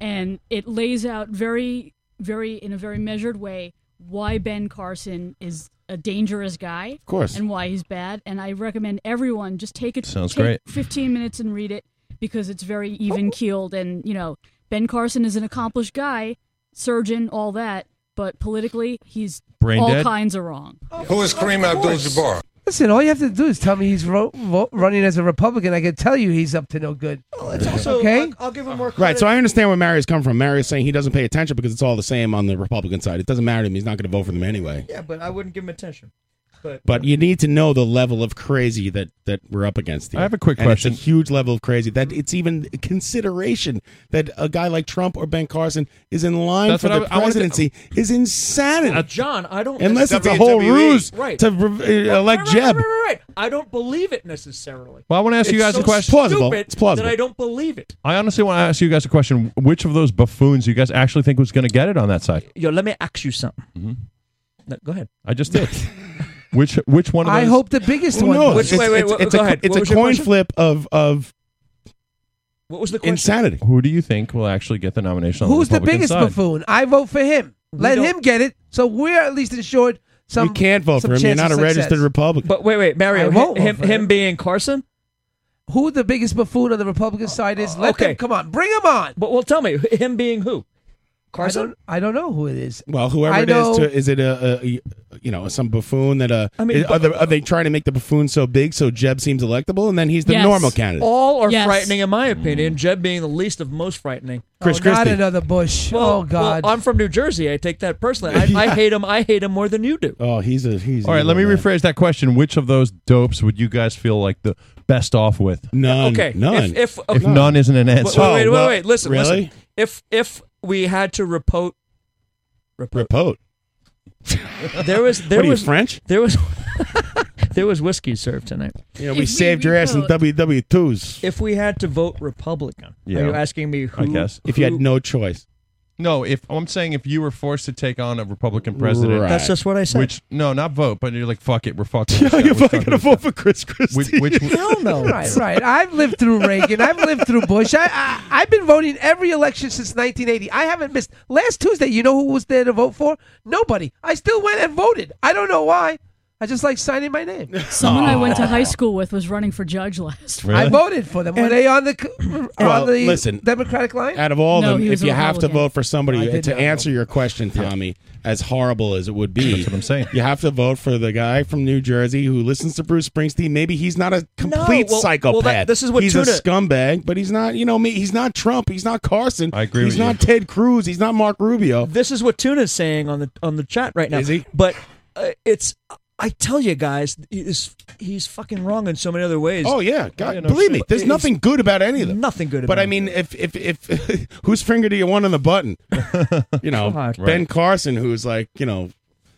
And it lays out very, very, in a very measured way, why Ben Carson is a dangerous guy. Of
course.
And why he's bad. And I recommend everyone just take it.
Sounds
take
great.
15 minutes and read it because it's very even keeled. And, you know, Ben Carson is an accomplished guy, surgeon, all that. But politically, he's
Brain
all
dead?
kinds are wrong.
Oh.
Who is Kareem Abdul Jabbar?
Listen, all you have to do is tell me he's ro- vo- running as a Republican. I can tell you he's up to no good.
It's also,
Okay.
I'll, I'll give him more credit.
Right, so I understand where Mario's come from. Mario's saying he doesn't pay attention because it's all the same on the Republican side. It doesn't matter to him. He's not going to vote for them anyway.
Yeah, but I wouldn't give him attention. But
But you need to know the level of crazy that that we're up against. Here.
I have a quick
And it's
question.
a huge level of crazy that it's even a consideration that a guy like Trump or Ben Carson is in line
That's
for
what
the
I- I wanted to-
presidency is insanity.
John, I don't.
Unless it's a whole
E.
WWE.
ruse
right.
to re-
Right,
elect
right, Right, right,
Jeb.
right, right. I don't believe it necessarily.
Well, I wanna ask you
It's
guys a
so
question.
stupid
Plausible. It's plausible.
That I don't believe it.
I honestly want to ask you guys a question. Which of those buffoons you guys actually think was going to get it on that side?
Yo, let me ask you something. Mm-hmm. No, go ahead.
I just did. which which one of those?
I hope the biggest
Who
one.
knows?
does.
It's, it's, it's a, It's a coin flip of of
What was the
insanity.
Who do you think will actually get the nomination? On
Who's the,
the, Republican
biggest
side?
buffoon? I vote for him. Let
don't-
him get it, so we're at least insured. Some
you can't vote
some
for him. You're
chance
not a
of success.
registered Republican.
But wait, wait,
I
Mario,
won't vote
him, him,
for him.
being Carson.
Who the biggest buffoon on the Republican side is? Let
okay.
them come on, bring him on.
But well, tell me, him being who? Carson.
I don't, I don't know who it is.
Well, whoever
I
it is,
know-
to, is it a, a you know some buffoon that uh,
I mean,
is- are, they, are they trying to make the buffoon so big so Jeb seems electable and then he's the
Yes.
normal candidate?
All are
Yes.
frightening, in my opinion. Jeb being the least of most frightening.
Chris
oh, not
Christie.
another Bush. oh God.
Well, I'm from New Jersey. I take that personally. I, I hate him. I hate him more than you do.
Oh, he's a he's.
All right, let me rephrase that question. Which of those dopes would you guys feel like the best off with?
None. Oh,
Okay. If, if, okay.
none isn't an
Wait,
answer,
Wait, wait, wait, wait. Listen, listen. If if we had to repote,
repote.
there was there
What are you,
was
French.
There was there was whiskey served tonight.
Yeah, we saved your ass in WW twos.
If we had to vote Republican, are you asking me? Who,
I guess
if you had no choice.
No, if I'm saying if you were forced to take on a Republican president,
Right. That's
just what I said.
Which no, not vote, but you're like fuck it, we're fucking. Yeah,
you're fucking gonna vote for Chris Christie.
Which, which,
Hell no. right, right. I've lived through Reagan. I've lived through Bush. I, I I've been voting every election since 1980. I haven't missed. Last Tuesday, you know who was there to vote for? Nobody. I still went and voted. I don't know why. I just like signing my name.
Someone I went to high school with was running for judge last.
Really?
I voted for them. Were
And-
they on the c-
Well,
on the
listen.
Democratic line?
Out of all
No,
of
he
them,
was
if
a
you have to
Republican.
vote for
I
somebody
did
to
not
answer your question, Tommy, as horrible as it would be, that's what I'm saying. You have to vote for the guy from New Jersey who listens to Bruce Springsteen. Maybe he's not a complete
well- well, that-
psychopath.
this is what
he's a
Tuna-
scumbag, but he's not. You know me. He's not Trump. He's not Carson. I agree. He's
with you.
not Ted Cruz. He's not Mark Rubio.
This is what Tuna's saying on the on the chat right now.
Is he?
But uh, it's I tell you guys, he's he's fucking wrong in so many other ways.
Oh yeah, God,
You know,
believe me. There's
it's-
nothing good about any of them.
Nothing good.
But
about
I mean, if if if whose finger do you want on the button? You know,
God.
Ben Carson, who's like you know,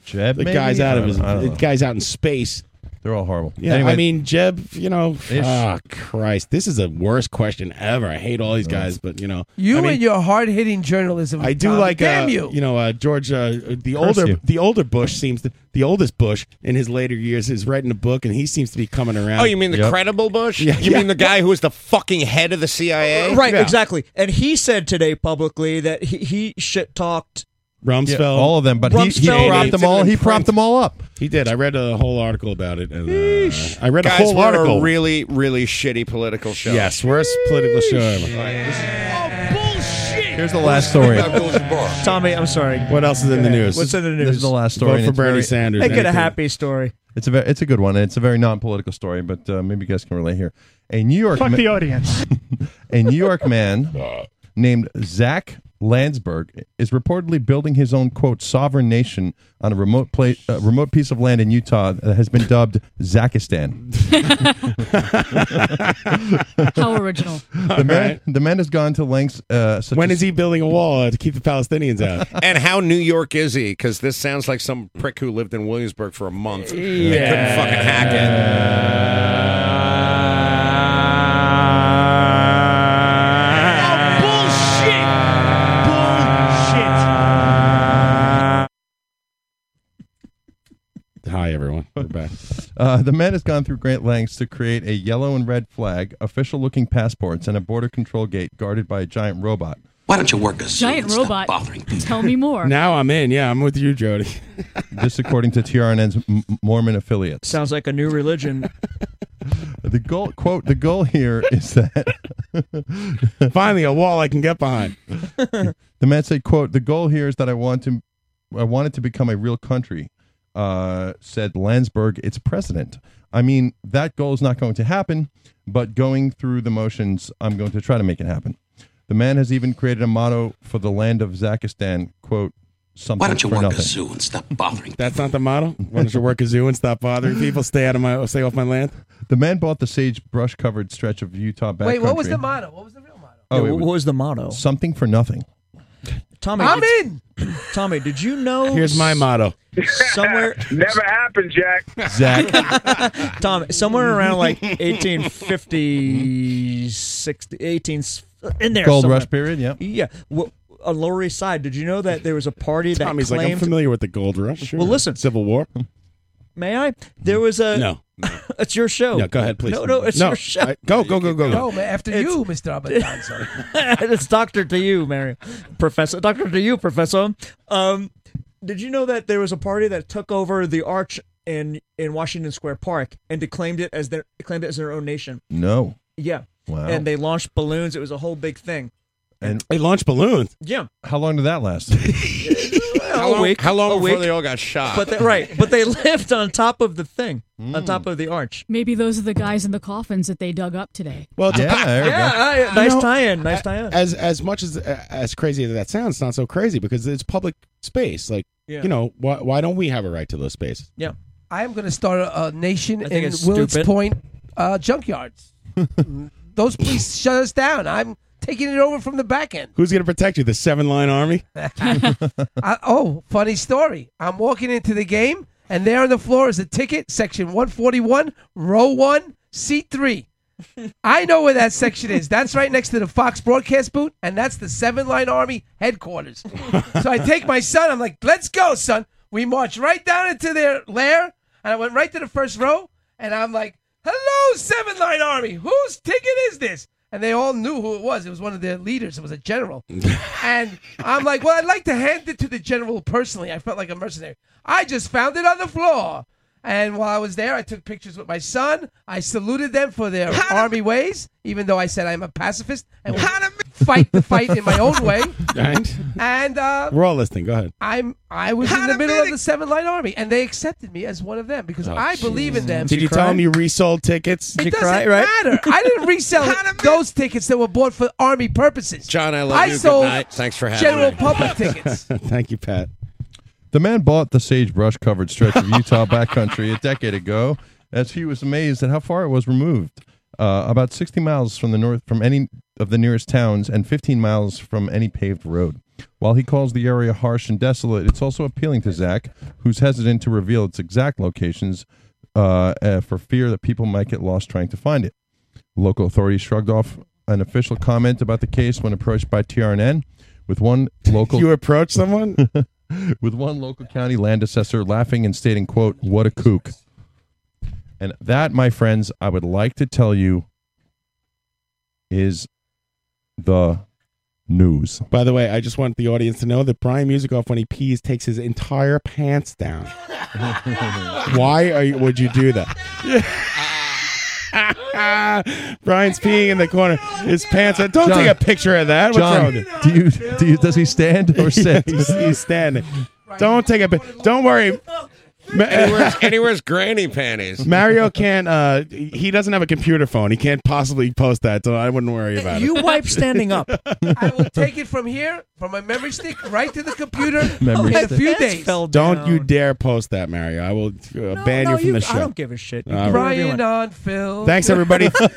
Jeb,
the
maybe?
guy's out of
I
his,
don't- I don't
the
know.
guy's out in space.
They're all horrible.
Yeah,
Anyway.
I mean, Jeb, you know,
Ish.
ah, Christ, this is the worst question ever. I hate all these guys, but you know,
You
I mean,
and your hard hitting journalism.
I do
Tom.
like,
Damn
uh,
you.
know, uh, George, uh, the
Curse
older,
you.
the older Bush seems to, the oldest Bush in his later years is writing a book, and he seems to be coming around.
Oh, you mean the credible Bush?
Yeah,
you
yeah.
mean the guy who was the fucking head of the CIA?
Uh, Right,
Yeah.
exactly. And he said today publicly that he, he shit talked
Rumsfeld,
Yeah, all of them, but he- he Rumsfeld. propped them all- he propped them all up.
He did. I read a whole article about it. And, uh, I read
Guys,
a whole
we're
article.
A really, really shitty political show.
yes, worst political show ever.
Here's the last story.
Tommy, I'm sorry.
What else is in the news?
What's in the news?
This is the last story.
Vote
and
for
it's
Bernie
very-
Sanders.
Make it a happy story.
It's a ve- it's a good one. and It's a very non-political story, but uh, maybe you guys can relate here. A New York
Fuck
ma-
the audience.
a New York
Uh.
man named Zach Landsberg is reportedly building his own quote sovereign nation on a remote place, uh, remote piece of land in Utah that has been dubbed Zakistan.
How original.
The man, the man has gone to lengths. Uh, such
When
as-
is he building a wall uh, to keep the Palestinians out?
And how New York is he? Because this sounds like some prick who lived in Williamsburg for a month. Yeah. couldn't fucking hack
Uh, Hi, everyone. We're back.
Uh, the man has gone through great lengths to create a yellow and red flag, official looking passports, and a border control gate guarded by a giant robot.
Why don't you work us?
Giant robot. Tell me more.
Now I'm in. Yeah, I'm with you, Jody.
this, according to TRN's M- Mormon affiliates.
Sounds like a new religion.
The goal, quote, the goal here is that.
Finally, a wall I can get behind.
the man said, "quote The goal here is that I want to, I want it to become a real country. uh, said Landsberg its president. I mean, that goal is not going to happen, but going through the motions, I'm going to try to make it happen. The man has even created a motto for the land of Zakistan, quote, something
Why don't you
for
work
nothing.
a zoo and stop bothering?
That's not the motto. Why don't you work a zoo and stop bothering people? Stay out of my, stay off my land.
The man bought the sagebrush covered stretch of Utah backcountry.
Wait, what was the motto? What was the real motto?
Oh,
Yeah,
it
what was the motto?
Something for nothing.
Tommy,
I'm
in. Tommy, did you know?
Here's my motto.
Somewhere
Never happened, Jack.
Zach. Tom, somewhere around like 1850, 60, 18, in there.
Gold
somewhere.
Rush period, yeah.
Yeah. Well, on Lower East Side, did you know that there was a party that
Tommy's like, I'm
claimed?
familiar with the gold rush.
Well, listen.
Civil War.
may I? There was a.
No.
it's your show.
No, go ahead, please.
No, no, it's
No,
your show.
I- go, go, go, go, go.
Oh, man, after you, Mr. Abadanzo.
it's doctor to you, Mary, professor. Doctor to you, professor. Um, did you know that there was a party that took over the arch in in Washington Square Park and declaimed it as their claimed it as their own nation?
No.
Yeah.
Wow.
And they launched balloons. It was a whole big thing.
And
they launched balloons.
Yeah.
How long did that last?
How
a
long,
week,
how long
a
before
week.
they all got
Ah.
shot?
But they, right, but they lived on top of the thing, on
Hmm.
top of the arch.
Maybe those are the guys in the coffins that they dug up today.
Well, it's a-
Yeah, there we go. Yeah, I- nice tie-in, nice
a-
tie-in.
As as much as as crazy as that sounds, it's not so crazy because it's public space. Like,
Yeah.
you know, why why don't we have a right to those spaces?
Yeah.
I am going to start a, a nation
I think
in
it's
Willits
stupid.
Point uh, junkyards. Those police shut us down. I'm taking it over from the back end.
Who's going to protect you? The Seven Line Army.
I, oh, funny story. I'm walking into the game, and there on the floor is a ticket, section 141, row 1, seat 3. I know where that section is. That's right next to the Fox broadcast booth, and that's the Seven Line Army headquarters. so I take my son. I'm like, let's go, son. We march right down into their lair, and I went right to the first row, and I'm like, hello, Seven Line Army. Whose ticket is this? And they all knew who it was. It was one of their leaders. It was a general. And I'm like, well, I'd like to hand it to the general personally. I felt like a mercenary. I just found it on the floor. And while I was there, I took pictures with my son. I saluted them for their army ways, even though I said I'm a pacifist and will fight the fight in my own way.
Right.
And uh,
We're all listening. Go ahead.
I'm I was in the middle of the Seven Line Army, and they accepted me as one of them because I believe in them.
Did you tell him you resold tickets?
It doesn't matter. I didn't resell those tickets that were bought for army purposes.
John, I love
I
you. Good
sold
night. Thanks for having
general
me.
public tickets.
Thank you, Pat.
The man bought the sagebrush covered stretch of Utah backcountry a decade ago as he was amazed at how far it was removed. Uh, about 60 miles from the north from any of the nearest towns and 15 miles from any paved road. While he calls the area harsh and desolate, it's also appealing to Zach, who's hesitant to reveal its exact locations uh, uh, for fear that people might get lost trying to find it. Local authorities shrugged off an official comment about the case when approached by TRNN, with one local
You approach someone?
with one local county land assessor laughing and stating, "quote What a kook." And that, my friends, I would like to tell you, is the news.
By the way, I just want the audience to know that Brian Musikoff, when he pees, takes his entire pants down. Why are you, would you do that? Brian's peeing in the corner. His pants are. Don't
John-
take a picture of that. What's wrong with
John,
you?
do you, do you, does he stand or sit?
he's, he's standing. Don't take a. pic- Don't worry.
and, he
Ma-
wears, and he wears granny panties.
Mario can't. Uh, he doesn't have a computer phone. He can't possibly post that, so I wouldn't worry about it.
You wipe standing up.
I will take it from here, from my memory stick, right to the computer
Memory
in a
stick.
few
That's
days.
fell
Don't
down.
you dare post that, Mario. I will uh, ban
no,
you from
you-
the
I
show.
don't give a shit. You
All
can
right.
do
Brian on Phil.
Thanks, everybody. Thank,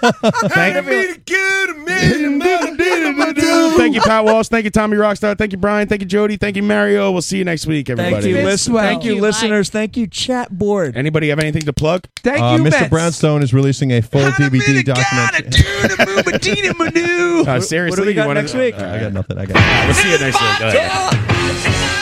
thank you, Pat Walsh. Thank you, Tommy Rockstar. Thank you, Brian. Thank you, Jody. Thank you, Mario. We'll see you next week, everybody.
Thank you, listen, thank you, listeners. Thank you, chat board.
Anybody have anything to plug?
Thank
Uh, Mr. Brownstone is releasing a full DVD documentary.
Uh, seriously, you wanna- All right.
I got nothing. I got. Nothing.
We'll see you next week. Go ahead.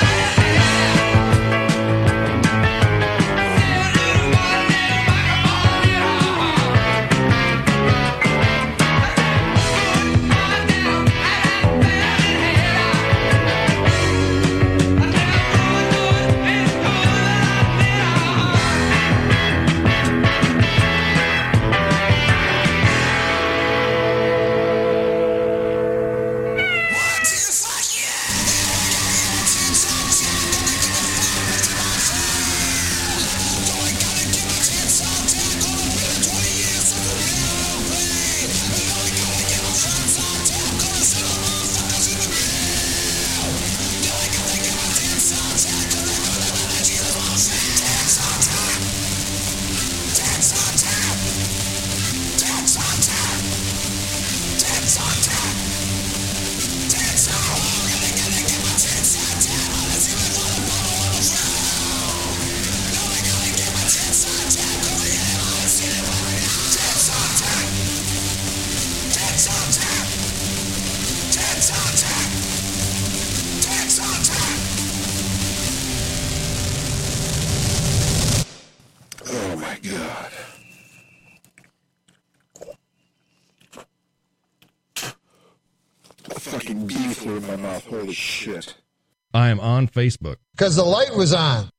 What if I can?
Oh my god. Fucking bee flew in my mouth. Holy shit.
I am on Facebook.
Because the light was on.